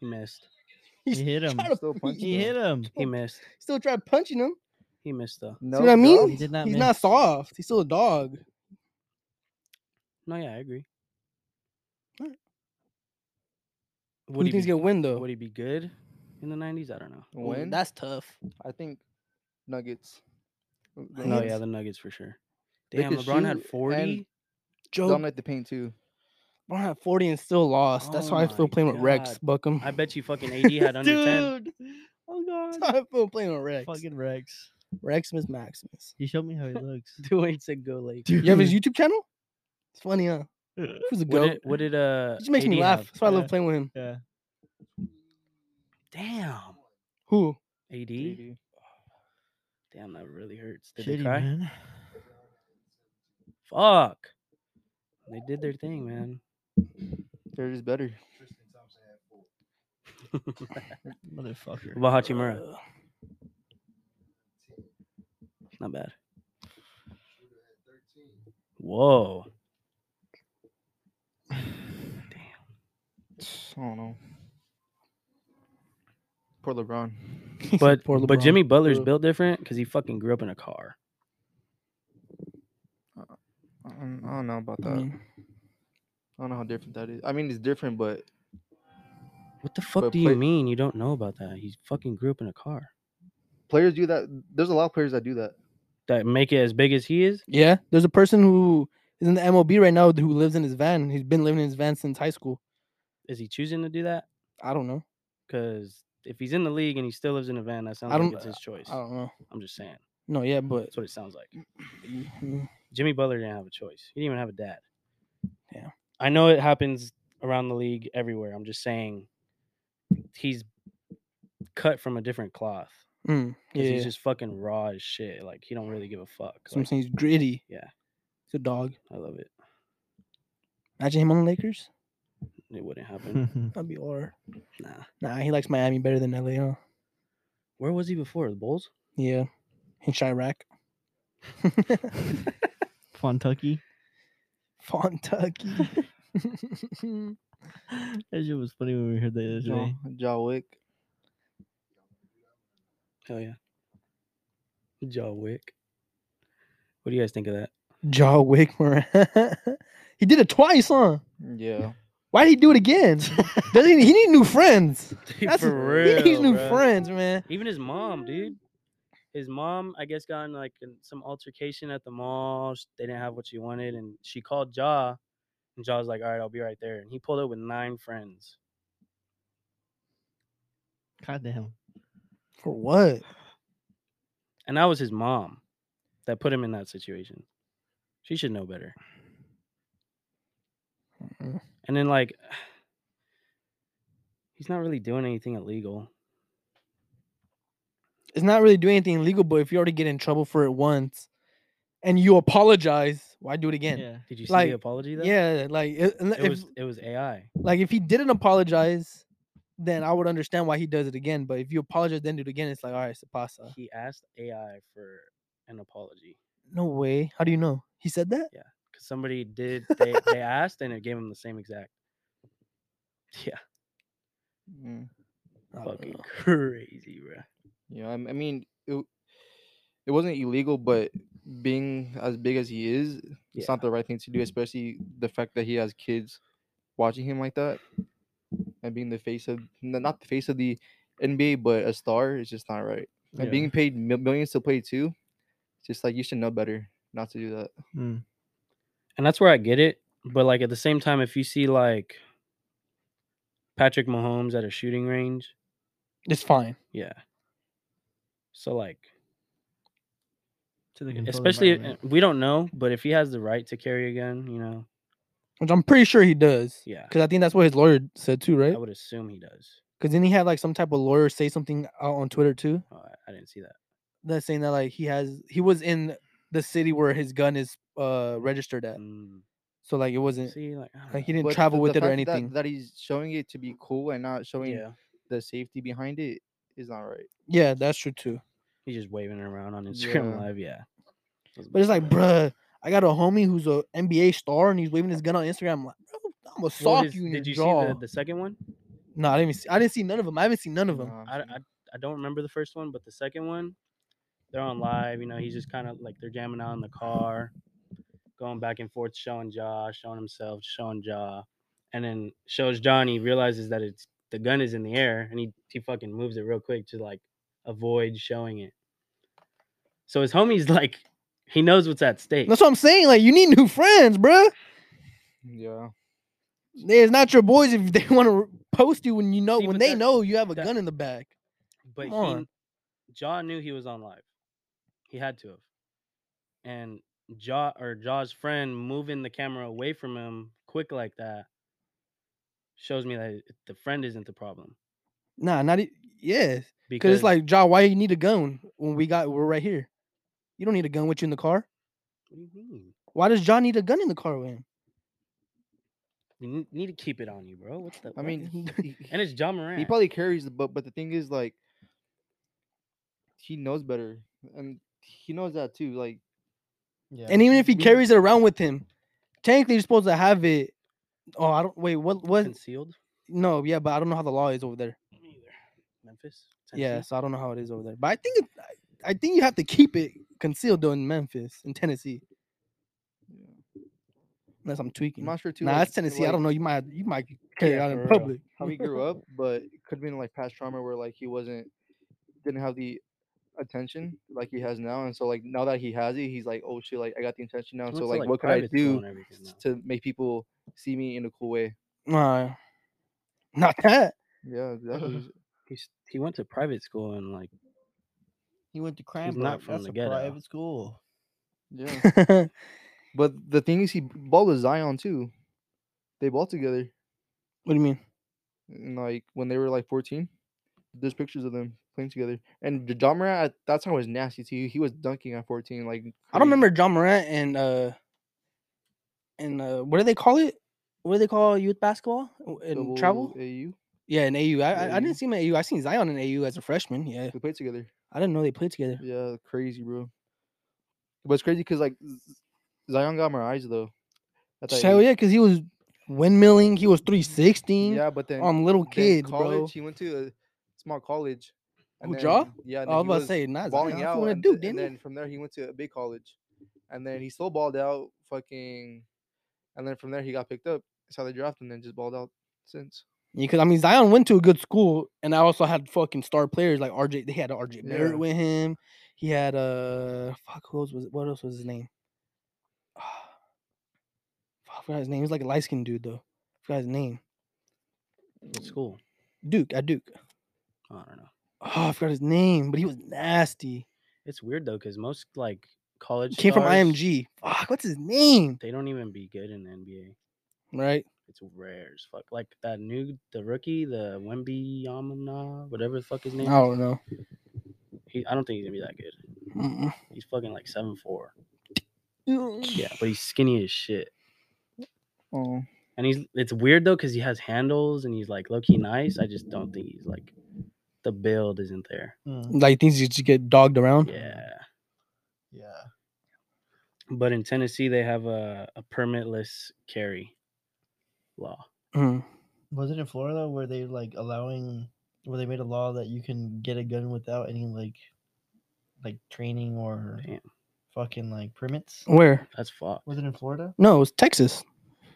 S2: He missed.
S1: He's
S4: He hit him.
S1: trying to-
S3: Still
S1: he-
S3: punching
S4: He hit him.
S1: Oh.
S2: He missed.
S1: Still tried punching him.
S2: He missed though.
S3: No
S1: see what I mean?
S3: doubt.
S4: He did not
S1: He's
S4: miss.
S1: not soft. He's still a dog.
S2: No, yeah, I agree.
S1: Alright. Who do
S2: Would he
S1: you think's
S2: be,
S1: gonna win though?
S2: would he be good in the nineties? I don't know.
S1: Ooh,
S3: When
S1: That's tough.
S3: I think Nuggets. Uh, the
S2: No, yeah,
S3: Nuggets
S2: the Nuggets for sure.
S3: They
S2: Damn,
S3: could
S2: LeBron had
S3: shoot and-
S2: forty.
S1: Joe
S3: dominate the paint too.
S1: Brown had 40 and still lost. That's
S2: Oh
S1: how I feel
S2: my
S1: playing with Rex
S2: God.
S1: Buckham.
S2: I bet you fucking AD had under ten.
S4: Dude. Oh
S1: That's
S4: god.
S1: how I feel playing with Rex.
S4: Fucking Rex.
S1: Reximus Maximus.
S4: He showed me how he looks.
S2: Dwayne said go late.
S1: You have his YouTube channel? It's funny, huh? Who's a
S2: What
S1: goat?
S2: did, what did uh?
S1: He just makes me
S2: AD
S1: laugh.
S2: have?
S1: That's why I love
S4: Yeah.
S1: playing with him.
S4: Yeah.
S2: Damn.
S1: Who?
S2: AD.
S3: AD.
S2: Damn, that really hurts. Did
S4: Shitty
S2: they cry?
S4: man.
S2: Fuck. They did their thing, man.
S3: They're just better.
S4: Motherfucker.
S2: About Hachimura, not bad. Whoa.
S3: I don't know. Poor LeBron.
S2: But
S1: Poor
S2: but
S1: LeBron.
S2: Jimmy Butler's
S1: Ugh.
S2: built different because he fucking grew up in a car.
S3: I don't, I don't know about
S1: I
S3: that.
S1: mean,
S3: I don't know how different that is. I mean, it's different, but
S2: What the fuck
S3: But
S2: do
S3: play-
S2: you mean you don't know about that? He fucking grew up in a car.
S3: players do that. There's a lot of players that do that.
S2: That make it as big as he is.
S1: yeah, there's a person who is in the MLB right now who lives in his van. He's been living in his van since high school.
S2: Is he choosing to do that?
S1: I don't know.
S2: Because if he's in the league and he still lives in a van, that sounds
S1: I
S2: like
S1: don't-
S2: it's his choice.
S1: I don't know.
S2: I'm just saying.
S1: No, yeah, but
S2: That's what it sounds like.
S1: mm,
S2: Jimmy Butler didn't have a choice. He didn't even have a dad.
S1: Yeah.
S2: I know it happens around the league everywhere. I'm just saying he's cut from a different cloth.
S1: mm, yeah,
S2: Because he's just fucking raw as shit. Like he don't really give a fuck. Like,
S1: something he's gritty.
S2: Yeah.
S1: he's a dog.
S2: I love it.
S1: Imagine him on the Lakers.
S2: It wouldn't happen.
S1: That'd be or
S2: nah.
S1: nah. He likes Miami better than LA. Huh?
S2: Where was he before? The Bulls?
S1: Yeah, in Chirac,
S4: Fontucky.
S1: Fontucky.
S4: That shit was funny when we heard that yesterday.
S3: Ja Wick.
S2: Hell yeah. John Wick. What do you guys think of that?
S1: Jaw Wick Moran. he did it twice, huh?
S3: Yeah.
S1: Why'd he do it again? Doesn't he, he need new friends. That's
S2: For
S1: he needs
S2: real,
S1: new
S2: bruh.
S1: friends, man.
S2: Even his mom,
S1: Mm.
S2: dude. His mom, I guess, got in like in some altercation at the mall. sh- They didn't have what she wanted, and she called Jaw, and Jaw's like, "All right, I'll be right there." And he pulled up with nine friends.
S4: God damn.
S1: For what?
S2: And that was his mom that put him in that situation. She should know better.
S1: Mhm.
S2: And then like he's not really doing anything illegal.
S1: It's not really doing anything illegal, but if you already get in trouble for it once and you apologize, why do it again?
S4: Yeah.
S2: Did you see
S1: Like,
S2: the apology though?
S1: Yeah, like it- unle-
S2: It
S1: if,
S2: was it was AI.
S1: like if he didn't apologize, then I would understand why he does it again. But if you apologize, then do it again, it's like all right, Sapasa.
S2: He asked AI for an apology.
S1: No way. How do you know? He said that?
S2: Cause somebody did they, they asked and it gave him the same exact. Yeah.
S3: Mm.
S1: I don't
S2: Fucking
S1: know.
S2: crazy, bro.
S3: Yeah. I, I mean, it, w- it wasn't illegal, but being as big as he is,
S2: Yeah.
S3: it's not the right thing to do, especially the fact that he has kids watching him like that and being the face of n- not the face of the NBA, but a star is just not right. And
S2: Yeah.
S3: being paid mil- millions to play too, it's just like you should know better not to do that.
S2: and that's where I get it. But like at the same time, if you see like Patrick Mahomes at a shooting range,
S1: It's fine.
S2: yeah. So like,
S4: To the controlled
S2: especially if,
S4: environment.
S2: we don't know, but if he has the right to carry a gun, you know,
S1: Which I'm pretty sure he does.
S2: yeah,
S1: Because I think that's what his lawyer said too, right?
S2: I would assume he does.
S1: Because then he had like some type of lawyer say something out on Twitter too,
S2: Oh, I- I didn't see that.
S1: that's saying that like he has he was in the city where his gun is uh registered at,
S2: Mm,
S1: so like it wasn't
S2: see, like, I don't
S1: like he
S2: know.
S1: didn't
S3: But
S1: travel
S3: the-
S1: with
S3: the
S1: it or
S3: fact that-
S1: anything.
S3: That, he's showing it to be cool and not showing
S2: yeah,
S3: the safety behind it is not right.
S1: yeah, that's true too.
S2: he's just waving it around on Instagram
S3: Yeah.
S2: Live. Yeah,
S1: But it's like, bruh, I got a homie who's a NBA star and he's waving his gun on Instagram. I'm like, bro, I'm gonna
S2: Well,
S1: sock
S2: his-
S1: you in
S2: did
S1: your
S2: you
S1: jaw.
S2: see the, the second one?
S1: No, I didn't. See, I didn't see none of them. I haven't seen none of them.
S3: Nah,
S2: I, I I don't remember the first one, but the second one, they're on live. You know, he's just kind of like they're jamming out in the car, going back and forth, showing Jaw, showing himself, showing Jaw, and then shows Johnny realizes that it's the gun is in the air, and he he fucking moves it real quick to like avoid showing it. So his homie's like, he knows what's at stake.
S1: That's what I'm saying. Like, you need new friends, bruh.
S3: yeah.
S1: It's not your boys if they want to post you when you know
S2: See,
S1: when
S2: but
S1: they
S2: that-
S1: know you have a
S2: that-
S1: gun in the back.
S2: But
S1: Come
S2: he,
S1: on.
S2: kn- Jaw knew he was on live. He had to have. And Jaw or Jaw's friend moving the camera away from him quick like that shows me that it- the friend isn't the problem.
S1: Nah, not e- yes. Because
S2: Because
S1: it's like, Ja, why you need a gun when we got we're right here? You don't need a gun with you in the car.
S2: what do you mean?
S1: Why does Ja need a gun in the car with him?
S2: You n- need to keep it on you, bro. What's the?
S3: I
S2: what?
S3: mean, he- he-
S2: and it's John Moran.
S3: He probably carries the but but the thing is like he knows better. And he knows that too. Like
S4: Yeah.
S1: And even if he
S3: we-
S1: carries it around with him, technically you're supposed to have it. Oh, I don't wait. What? What?
S2: concealed.
S1: No, yeah, but I don't know how the law is over there.
S2: Me either. Memphis.
S1: Yeah,
S2: Tennessee?
S1: so I don't know how it is over there. But I think it, I- I think you have to keep it concealed though in Memphis, in Tennessee. Unless I'm tweaking.
S3: I'm not sure too.
S1: Nah,
S3: like,
S1: that's Tennessee. I
S3: like,
S1: don't know. You might you might carry
S2: Yeah,
S1: it out in
S2: for real.
S1: public.
S3: how he grew up, but it could have been like past trauma where like he wasn't didn't have the attention like he has now. And so like now that he has it, he's like, Oh shit, like I got the attention now.
S2: He
S3: And so
S2: went to,
S3: like, what could I
S2: private school
S3: do
S2: and everything now.
S3: to make people see me in a cool way?
S1: Nah, not that.
S3: Yeah, exactly.
S2: He's, he went to private school and like
S4: he went to Cranbrook.
S2: not from
S4: That's
S2: the
S4: a
S2: ghetto.
S4: private school.
S3: yeah.
S1: Wait,
S3: But the thing is he balled with Zion too. They ball together.
S1: What do you mean?
S3: and Mm, like when they were like 14 there's pictures of them playing together and the John Morant at that time was nasty too he was dunking at 14 like
S1: I don't remember John Morant and uh and uh what do they call it? What do they call youth basketball W- in travel?
S3: AU
S1: Yeah, in AU. I, I, I
S3: AU.
S1: didn't see him at AU. I seen Zion in AU as a freshman. Yeah,
S3: they played together
S1: I didn't know they played together.
S3: yeah crazy bro but it's crazy because like Z- Zion got my eyes though at that
S1: Hell
S3: age.
S1: yeah, because he was windmilling. He was three sixteen
S3: yeah but then
S1: on little
S3: then
S1: um, kids,
S3: college
S1: bro.
S3: he went to a small college
S1: Who,
S3: then-
S1: Jaw?
S3: Yeah. and
S1: I was
S3: then he
S1: about to say, nah, Zion,
S3: balling
S1: that's
S3: out.
S1: what I
S3: and,
S1: do,
S3: th-
S1: didn't
S3: and
S1: he?
S3: then from there he went to a big college, and then he still balled out. Fucking, and then from there he got picked up. That's how they drafted, him, and then just balled out since.
S1: Because I mean, Zion went to a good school, and I also had fucking star players like RJ. They had RJ Barrett
S3: Yeah.
S1: with him. He had uh, fuck, who else was? What else was his name? Fuck, I forgot his name. He was like a light skinned dude though. forgot his name.
S2: What school?
S1: Duke at Duke.
S2: I don't know.
S1: Oh, I forgot his name, but he was nasty.
S2: It's weird though, because most like college
S1: Came from
S2: stars,
S1: IMG. Fuck, what's his name?
S2: They don't even be good in the NBA.
S1: Right?
S2: It's rare as fuck. Like that new the rookie, the Wemby Yamana, whatever the fuck his
S1: I
S2: name. is.
S1: don't know.
S2: He, I don't think he's gonna be that good.
S1: Mm-mm.
S2: He's fucking like seven four. Yeah, but he's skinny as shit.
S3: Oh,
S2: And he's it's weird though because he has handles and he's like low key nice. I just don't think he's like the build isn't there.
S4: Hmm.
S1: Like things you just get dogged around.
S2: Yeah.
S4: yeah.
S2: But in Tennessee they have a, a permitless carry law.
S1: Mm.
S4: Was it in Florida where they like allowing where they made a law that you can get a gun without any like like training or
S2: Damn,
S4: fucking like permits?
S1: Where?
S2: that's fucked.
S4: Was it in Florida?
S1: No, it was Texas.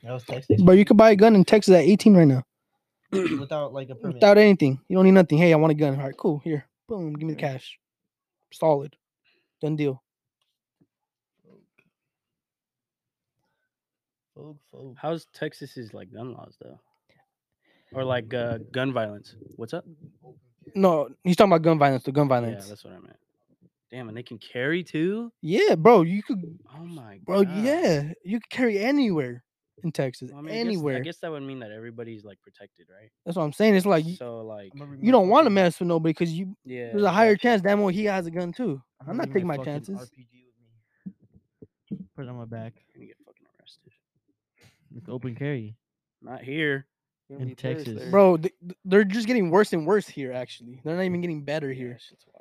S4: That was Texas.
S1: Oh. But you could buy a gun in Texas at 18 right now.
S4: without like a permit.
S1: Without anything. You don't need nothing. Hey, I want a gun. All right, cool. Here. Boom. Give me the
S3: Yeah.
S1: cash. Solid. Done deal.
S4: Folk, folk.
S2: How's Texas's like gun laws though? Or like
S1: Mm.
S2: uh, gun violence? What's up?
S1: No, he's talking about gun violence, the gun
S2: Yeah,
S1: violence.
S2: that's what I meant. Damn, and they can carry too.
S1: Yeah, bro. You could
S2: Oh my
S1: bro,
S2: god,
S1: yeah. You could carry anywhere in Texas.
S2: Well, I mean, I guess-
S1: anywhere.
S2: I guess that would mean that everybody's like protected, right?
S1: That's what I'm saying. It's like you-
S2: so, like,
S4: I'ma bring
S1: you
S4: my
S1: don't want to
S4: fucking-
S1: mess with nobody because you
S2: yeah,
S1: there's a higher
S2: exactly.
S1: chance damn well he has a gun too.
S4: I'ma
S1: I'm not
S4: bring
S1: taking
S4: my
S1: my
S4: fucking
S1: chances.
S4: RPG with me. Put it on my back.
S2: You're gonna get fucking arrested.
S4: It's open carry.
S2: Not here.
S3: You're
S4: In
S3: gonna be terrorists
S4: Texas.
S3: there.
S1: Bro, th- th- they're just getting worse and worse here. Actually, they're not even
S2: Mm.
S1: getting better
S2: Yeah,
S1: here.
S2: shit's wild.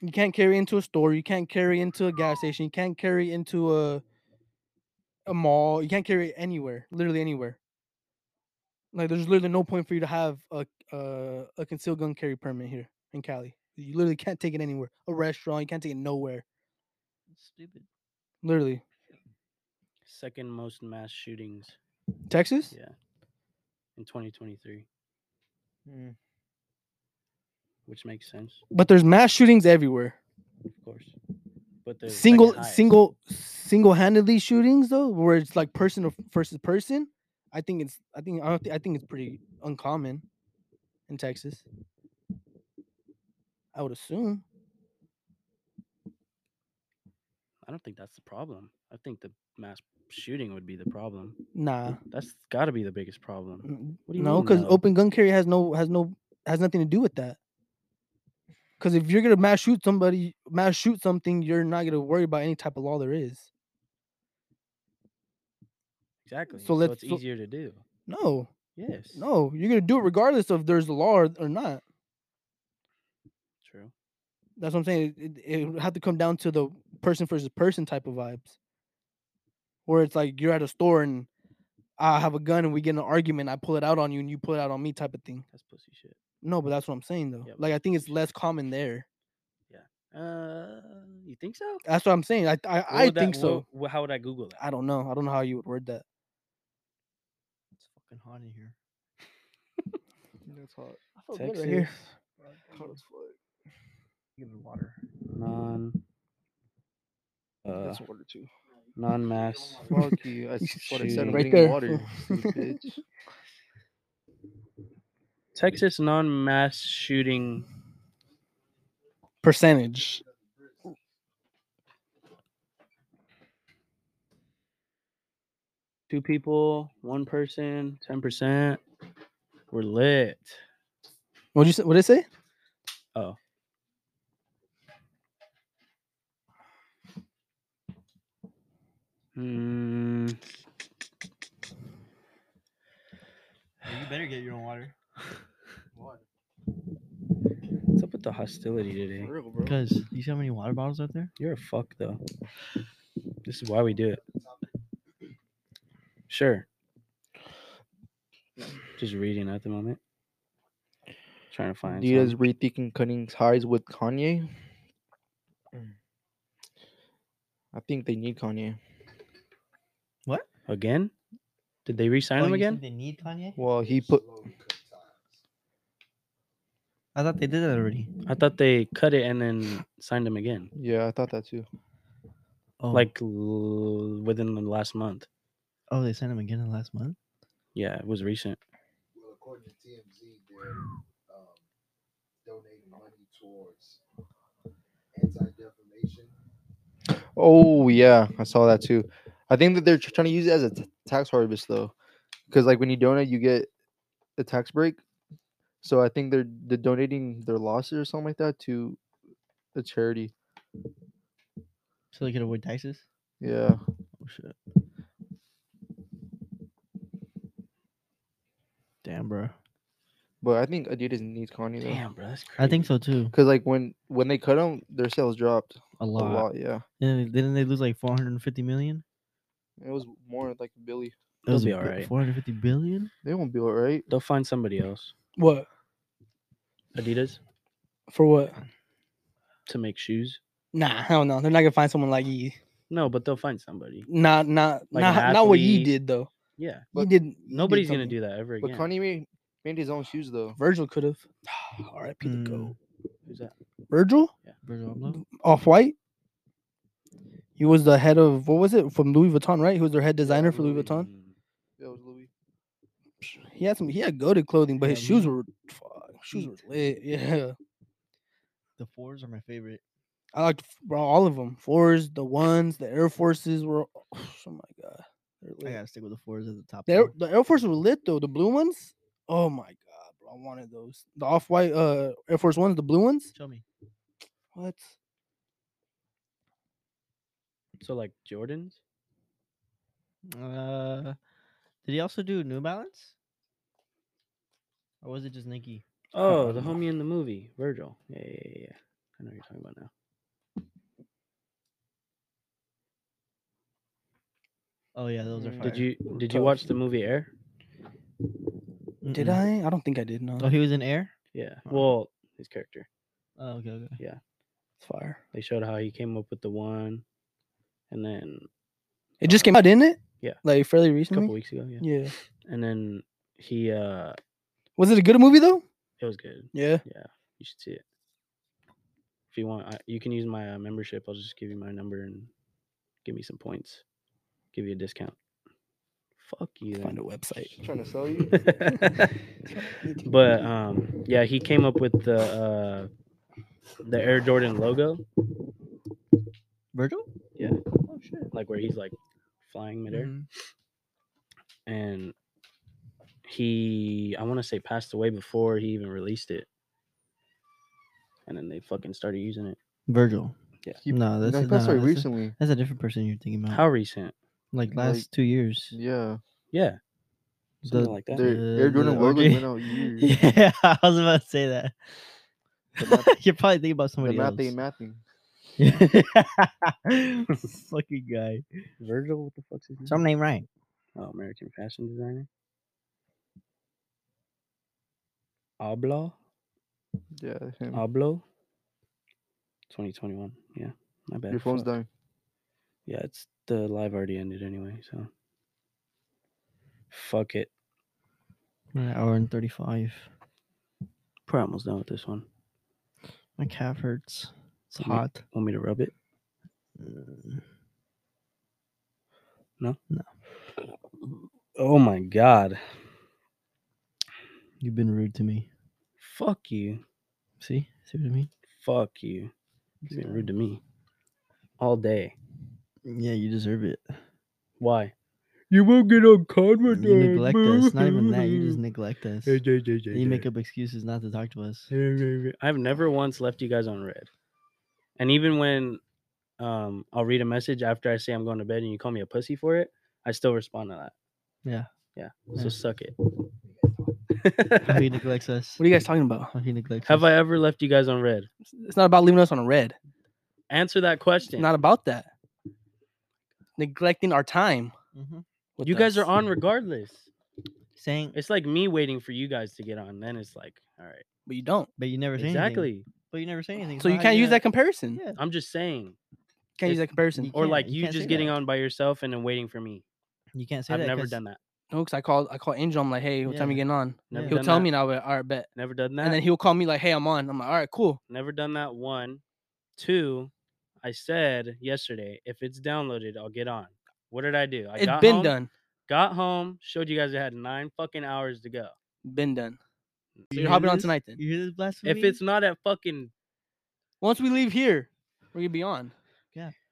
S1: You can't carry into a store. You can't carry into a gas station. You can't carry into a a mall. You can't carry it anywhere. Literally anywhere. Like there's literally no point for you to have a uh, a concealed gun carry permit here in Cali. You literally can't take it anywhere. A restaurant. You can't take it nowhere.
S4: Stupid.
S1: Literally.
S2: Second most mass shootings.
S1: Texas.
S2: Yeah, in 2023,
S3: Mm.
S2: which makes sense,
S1: But there's mass shootings everywhere.
S2: of course. But the second
S1: single
S2: highest.
S1: single single-handedly shootings though where it's like person of- versus person i think it's i think i don't think i think it's pretty uncommon in texas i would assume
S2: I don't think that's the problem. I think the mass shooting would be the problem.
S1: nah
S2: That's got to be the biggest problem.
S1: n-
S2: What do you
S1: no
S2: mean,
S1: because
S2: no?
S1: open gun carry has no has no has nothing to do with that because if you're gonna mass shoot somebody mass shoot something you're not gonna worry about any type of law there is
S2: Exactly.
S1: so
S2: So,
S1: let's-
S2: it's
S1: so-
S2: easier to do.
S1: no
S2: Yes.
S1: no you're gonna do it regardless of there's a law or, or not
S2: True.
S1: That's what I'm saying. It, it, it would have to come down to the person versus person type of vibes, where it's like you're at a store and I have a gun and we get in an argument. I pull it out on you and you pull it out on me, type of thing.
S2: That's pussy shit.
S1: No, but that's what I'm saying though.
S2: Yeah, but
S1: like I
S2: that's
S1: think
S2: what
S1: it's less common there.
S2: Uh, you think so?
S1: That's what I'm saying. I I,
S2: What
S1: I
S2: would that-
S1: think so.
S2: what- what- how would I Google that?
S1: I don't know. I don't know how you would word that.
S4: It's fucking hot in here.
S3: That's hot.
S1: I
S2: Oh,
S1: feel good right here.
S3: Hot as fuck.
S4: Give it water.
S2: Non. Uh,
S3: That's water too.
S2: non-mass.
S3: Fuck you. That's what I said.
S2: Shooting.
S3: I'm
S1: Right
S3: getting
S1: there.
S3: Water, you bitch.
S2: Texas non-mass shooting
S1: Percentage.
S2: two people, one person, ten percent. We're lit.
S1: What'd you say? What'd it say?
S2: Oh. Hmm.
S4: you better get your own water.
S2: What's up with the hostility today?
S3: For real, bro.
S4: Because you see how many water bottles out there?
S2: You're a fuck though. This is why we do it. Sure. Just reading at the moment. trying to find.
S3: Adidas
S2: some.
S3: rethinking cutting ties with Kanye. Mm. I think they need Kanye.
S2: again? Did they
S4: Oh,
S2: re-sign him
S4: you
S2: again?
S4: think They need Kanye.
S3: Well, he put
S4: I thought they did that already.
S2: I thought they cut it and then signed him again,
S3: yeah, I thought that too.
S4: Oh,
S2: like l- within the last month.
S4: oh, they signed him again in the last month.
S2: Yeah, it was recent.
S5: Well, according to TMZ, they're um, donating money towards anti-defamation.
S3: Oh yeah, I saw that too. I think that they're tr- trying to use it as a t- tax harvest though, because like when you donate, you get a tax break. So I think they're, they're donating their losses or something like that to a charity.
S4: So they could avoid taxes.
S3: Yeah,
S4: Oh shit. Damn, bro.
S3: but I think Adidas needs Kanye though,
S2: Damn, bro, that's crazy.
S4: I think so too.
S3: because like when when they cut him, their sales dropped
S4: A
S3: a
S4: lot.
S3: lot. Yeah,
S4: Didn't, they, didn't they lose like 450 million?
S3: it was more like Billy.
S4: That
S2: They'll
S4: was
S2: be
S4: a bit-
S2: alright.
S4: 450 billion?
S3: They won't be alright.
S2: they'll find somebody else.
S1: What
S2: Adidas
S1: for what?
S2: to make shoes.
S1: Nah, hell no. They're not gonna find someone like Yee.
S2: No, but they'll find somebody.
S1: Not not
S2: Like an
S1: not not what Yee
S2: athlete.
S1: did though.
S2: Yeah,
S1: He
S3: But
S1: did. Yee
S2: nobody's
S1: did
S2: gonna
S1: something.
S2: do that ever
S3: But
S2: again.
S3: Kanye made, made his own shoes though.
S1: Virgil could have. R.I.P.
S2: Hmm.
S1: the
S4: Mm.
S1: goat.
S2: Who's that?
S1: Virgil
S4: Virgil Abloh?
S1: off white. He was the head of what was it from Louis Vuitton, right? He was their head designer for Louis Vuitton.
S2: Mm.
S3: Yeah, it was Louis.
S1: He had some. He had goaded clothing, but his
S4: Yeah,
S1: shoes
S4: Louis
S1: were fuck, shoes
S4: Heat.
S1: were lit. Yeah,
S4: The fours are my favorite.
S1: I liked f- bro, all of them. Fours, the ones, the Air Forces were. Oh my god, they're
S4: I
S1: lit.
S4: gotta stick with the fours at the top.
S1: The Air,
S4: though.
S1: the Air Force were lit though. The blue ones. Oh my god, bro, I wanted those. The off white uh Air Force ones, the blue ones.
S4: Show me.
S1: What?
S2: So like Jordans.
S4: Uh, did he also do New Balance? Or was it just Nike?
S2: Oh, the
S1: no.
S2: homie in the movie, Virgil. Yeah, yeah, yeah. yeah. I know what you're talking about now.
S4: Oh yeah, those are
S1: Mm,
S4: fire.
S2: Did you did you
S1: Tough.
S2: watch the movie Air?
S1: Did
S4: Mm-mm.
S1: I? I don't think I did. No,
S4: Oh, he was in Air.
S2: Yeah.
S4: Uh-uh.
S2: Well, his character.
S4: Oh, okay, okay.
S1: it's fire.
S2: They showed how he came up with the one, and then
S1: It just came out, didn't it?
S2: yeah.
S1: like fairly
S2: a couple
S1: recently.
S2: weeks ago, yeah.
S1: Yeah.
S2: And then he uh,
S1: Was it a good movie though?
S2: it was good.
S1: Yeah.
S2: Yeah, you should see it. If you want, I, you can use my uh, membership. I'll just give you my number and give me some points. Give you a discount. Fuck you.
S1: Find
S2: then.
S1: a website.
S3: Trying to sell you.
S2: but um, yeah, he came up with the uh, the Air Jordan logo,
S4: Virgil?
S2: Yeah.
S4: Oh shit.
S2: like where he's like flying midair,
S4: Mhm.
S2: and he, I want to say, passed away before he even released it, and then they fucking started using it.
S4: Virgil.
S2: Yeah.
S3: He-
S4: no, that's
S3: no, he
S4: no,
S3: passed away
S4: that's a-
S3: recently.
S4: that's a different person you're thinking about.
S2: How recent?
S4: like
S3: like-
S4: last two years.
S3: Yeah,
S2: Yeah,
S4: The-
S2: something like that.
S3: their Air
S4: Uh,
S3: Jordan
S4: the
S3: logo
S4: orgy-
S3: went out years.
S4: yeah, I was about to say that.
S3: The math-
S4: you're probably thinking about
S3: the
S4: somebody
S3: math they
S4: else.
S3: mathing.
S4: Fucking guy.
S2: Virgil, what the fuck's his name?
S4: Some name right.
S2: Oh, American fashion designer. Ablo,
S3: Yeah, him.
S2: Ablo. 2021. Yeah, my bad.
S3: Your phone's
S2: Fuck.
S3: dying.
S2: Yeah, it's the live already ended anyway, so fuck it.
S4: We're at An hour and thirty-five.
S2: Probably almost done with this one.
S4: My calf hurts. It's
S2: Want me-
S4: hot.
S2: Want me to rub it?
S4: Mm.
S2: Oh my god.
S4: You've been rude to me.
S2: Fuck you.
S4: See? See what I mean?
S2: Fuck you. You're being rude to me. All day.
S4: Mm, Yeah, you deserve it.
S2: Why? You won't get on con
S4: You neglect us. Not even that. You just neglect us. You
S2: make
S4: make up excuses not to talk to us.
S2: I've never once left you guys on red. And even when um I'll read a message after I say I'm going to bed and you call me a pussy for it, I still respond to that.
S4: Yeah.
S2: Yeah.
S4: Yeah.
S2: So suck
S4: How he
S2: it.
S4: neglects us.
S1: What are you guys talking about?
S4: How he neglects
S2: Have
S4: us.
S2: I ever left you guys on red?
S1: It's not about leaving us on red.
S2: Answer that
S1: It's
S2: question.
S1: not about that. Neglecting our time.
S4: Mm-hmm.
S1: with
S2: you guys are
S1: us.
S2: on regardless.
S4: saying,
S2: It's like me waiting for you guys to get on. Then it's like, all right,
S1: but you don't.
S4: but you never say anything.
S2: exactly.
S4: But you never say anything.
S1: So you
S4: how
S1: can't use
S4: gonna-
S1: that comparison.
S4: Yeah.
S2: I'm just saying,
S1: Can't use that
S2: If-
S1: comparison.
S2: or
S4: can't-
S2: like
S4: you
S2: you
S4: can't say
S2: just getting
S4: that.
S2: on by yourself and then waiting for me.
S4: You can't say
S2: I've
S4: that.
S2: never
S4: 'cause-
S2: done that.
S1: No, because I called I call Angel. I'm like, hey, what time you
S4: Yeah.
S1: getting on?
S2: Never
S4: Yeah.
S1: He'll
S2: done
S1: tell
S2: that.
S1: me, and I'll be like, all right, bet.
S2: Never done that.
S1: And then he'll call me like, hey, I'm on. I'm like, all right, cool.
S2: Never done that. One, two. I said yesterday, if it's downloaded, I'll get on. What did I do? I
S1: it's been
S2: home,
S1: done.
S2: Got home, showed you guys I had nine fucking hours to go.
S1: Been done. So
S4: You
S1: you're
S4: hear
S1: hopping on
S4: this?
S1: tonight then.
S4: You hear this blasphemy?
S2: If it's not at fucking,
S1: Once we leave here, we're gonna be on.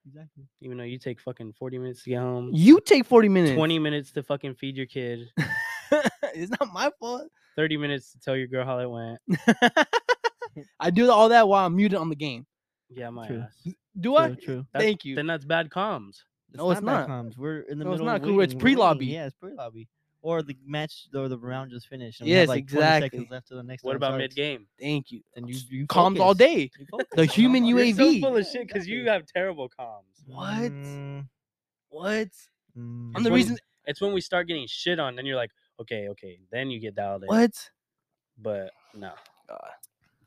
S4: exactly.
S2: even though you take fucking forty minutes to get home,
S1: You take 40 minutes.
S2: twenty minutes to fucking feed your kid,
S1: it's not my fault.
S2: thirty minutes to tell your girl how it went.
S1: I do all that while I'm muted on the game.
S2: Yeah, my
S4: True.
S2: ass.
S1: Do I?
S4: True, true.
S2: That's-
S1: Thank you.
S2: Then that's bad comms.
S1: No, it's not.
S4: bad comms. We're in the
S1: No, it's
S4: middle.
S1: not,
S4: of
S1: 'cause we're- it's
S4: waiting. We're waiting.
S1: pre-lobby.
S4: Yeah, it's pre-lobby. Or the match or the round just finished. And we
S1: Yes,
S4: have like 20
S1: exactly.
S4: seconds left to the next.
S2: What
S4: one
S2: about
S4: starts.
S2: mid game?
S1: Thank you.
S4: And you, you
S1: Calms all
S4: focus.
S1: day.
S4: You focus.
S1: The
S4: Calm
S1: human
S4: all day.
S1: UAV.
S2: You're so full of
S4: Yeah,
S2: shit because you
S4: exactly.
S2: have terrible comms.
S1: What?
S4: Mm,
S1: What?
S4: mm.
S1: I'm the
S2: When-
S1: reason.
S2: It's when we start getting shit on, then you're like, okay, okay, then you get dialed in.
S1: What?
S2: But no,
S1: God.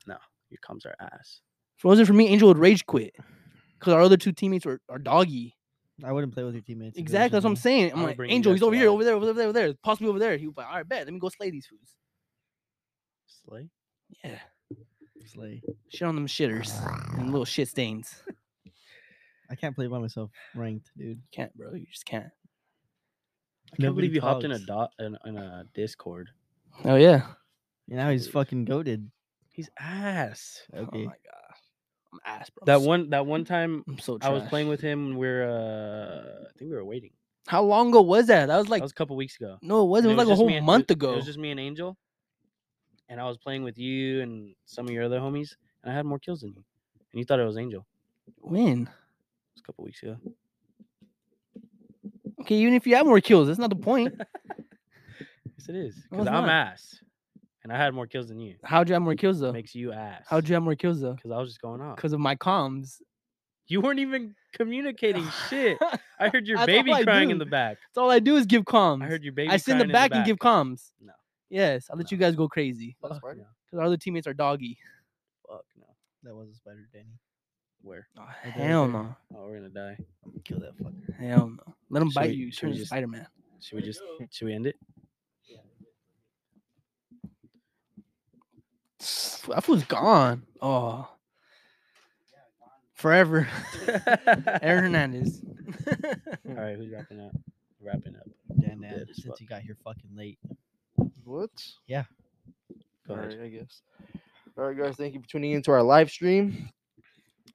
S2: no, your comms are ass.
S1: If it wasn't for me, Angel would rage quit. Because our other two teammates were are doggy.
S4: I wouldn't play with your teammates. if it
S1: Exactly.
S4: was
S1: That's what I'm
S4: me.
S1: saying.
S2: I
S1: I'm
S2: would
S1: like,
S2: bring you
S1: Angel,
S2: guys
S1: he's
S2: to
S1: over here,
S2: life.
S1: over there, over there, over there, over there. Possibly over there. He was like, all right, bet. Let me go slay these fools.
S2: Slay.
S1: Yeah.
S4: Slay.
S1: Shit on them shitters and little shit stains.
S4: I can't play by myself ranked, dude.
S1: Can't, bro. You just can't.
S2: I can't
S4: Nobody
S2: believe you hopped in a
S4: talks.
S2: dot in, in a Discord.
S1: Oh, yeah.
S4: Now he's
S2: Dude.
S4: fucking goaded.
S2: He's ass.
S1: Oh, my
S4: Okay.
S1: God. I'm ass, bro. I'm
S2: That
S1: so-
S2: one. That one time
S1: I'm so
S2: I was
S1: trash.
S2: playing with him. We're. Uh, I think we were waiting.
S1: How long ago was that? That was like
S2: that was a couple weeks ago.
S1: no, it
S2: And
S1: wasn't. It was like a
S2: just me
S1: whole
S2: and-
S1: month
S2: it-
S1: ago.
S2: It was just me and Angel, and I was playing with you and some of your other homies, and I had more kills than you, and you thought it was Angel.
S1: when?
S2: It was a couple weeks ago.
S1: Okay, even if you have more kills, that's not the point.
S2: Yes,
S1: No,
S2: it is. Because
S1: it's
S2: I'm
S1: not.
S2: ass, and I had more kills than you.
S1: How'd you have more kills though?
S2: Makes you ass.
S1: How'd you have more kills though?
S2: Because I was just going off.
S1: Because of my comms.
S2: You weren't even communicating shit.
S1: that's
S2: I heard your
S1: That's
S2: baby
S1: all I
S2: crying in
S1: do.
S2: the back.
S1: all I do is give comms.
S2: I heard your baby.
S1: I sit in the
S2: crying
S1: back, and give comms.
S2: No.
S1: Yes, I let
S2: No.
S1: you guys go crazy.
S5: That's
S2: Fuck
S5: fine.
S2: no.
S1: Because our other teammates are doggy.
S2: Fuck no.
S4: That was a spider, Danny.
S2: Where?
S1: Oh,
S4: did
S1: hell
S4: there.
S1: no.
S2: Oh, we're gonna die.
S4: I'm gonna kill that fucker.
S1: Hell no. Let them
S2: Should
S1: bite
S2: we-
S1: you.
S2: should
S1: Turn
S2: we
S1: into
S2: just-
S1: Spider Man.
S2: Should we just? Should we end it?
S1: That fool's gone. Oh. Forever. Aaron Hernandez.
S2: All right, who's wrapping up? Wrapping up.
S4: Dan, Dan,
S2: Dead as
S4: since
S2: fuck.
S4: you got here fucking late.
S3: What?
S2: Go ahead.
S3: Alright, I guess. All right, guys. Thank you for tuning into our live stream.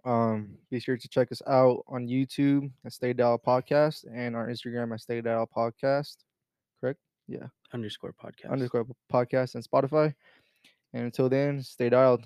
S3: Um, be sure to check us out on YouTube at Stay Dial Podcast and our Instagram at Stay Dial Podcast,
S2: Underscore podcast.
S3: underscore podcast, and Spotify. And until then, stay dialed.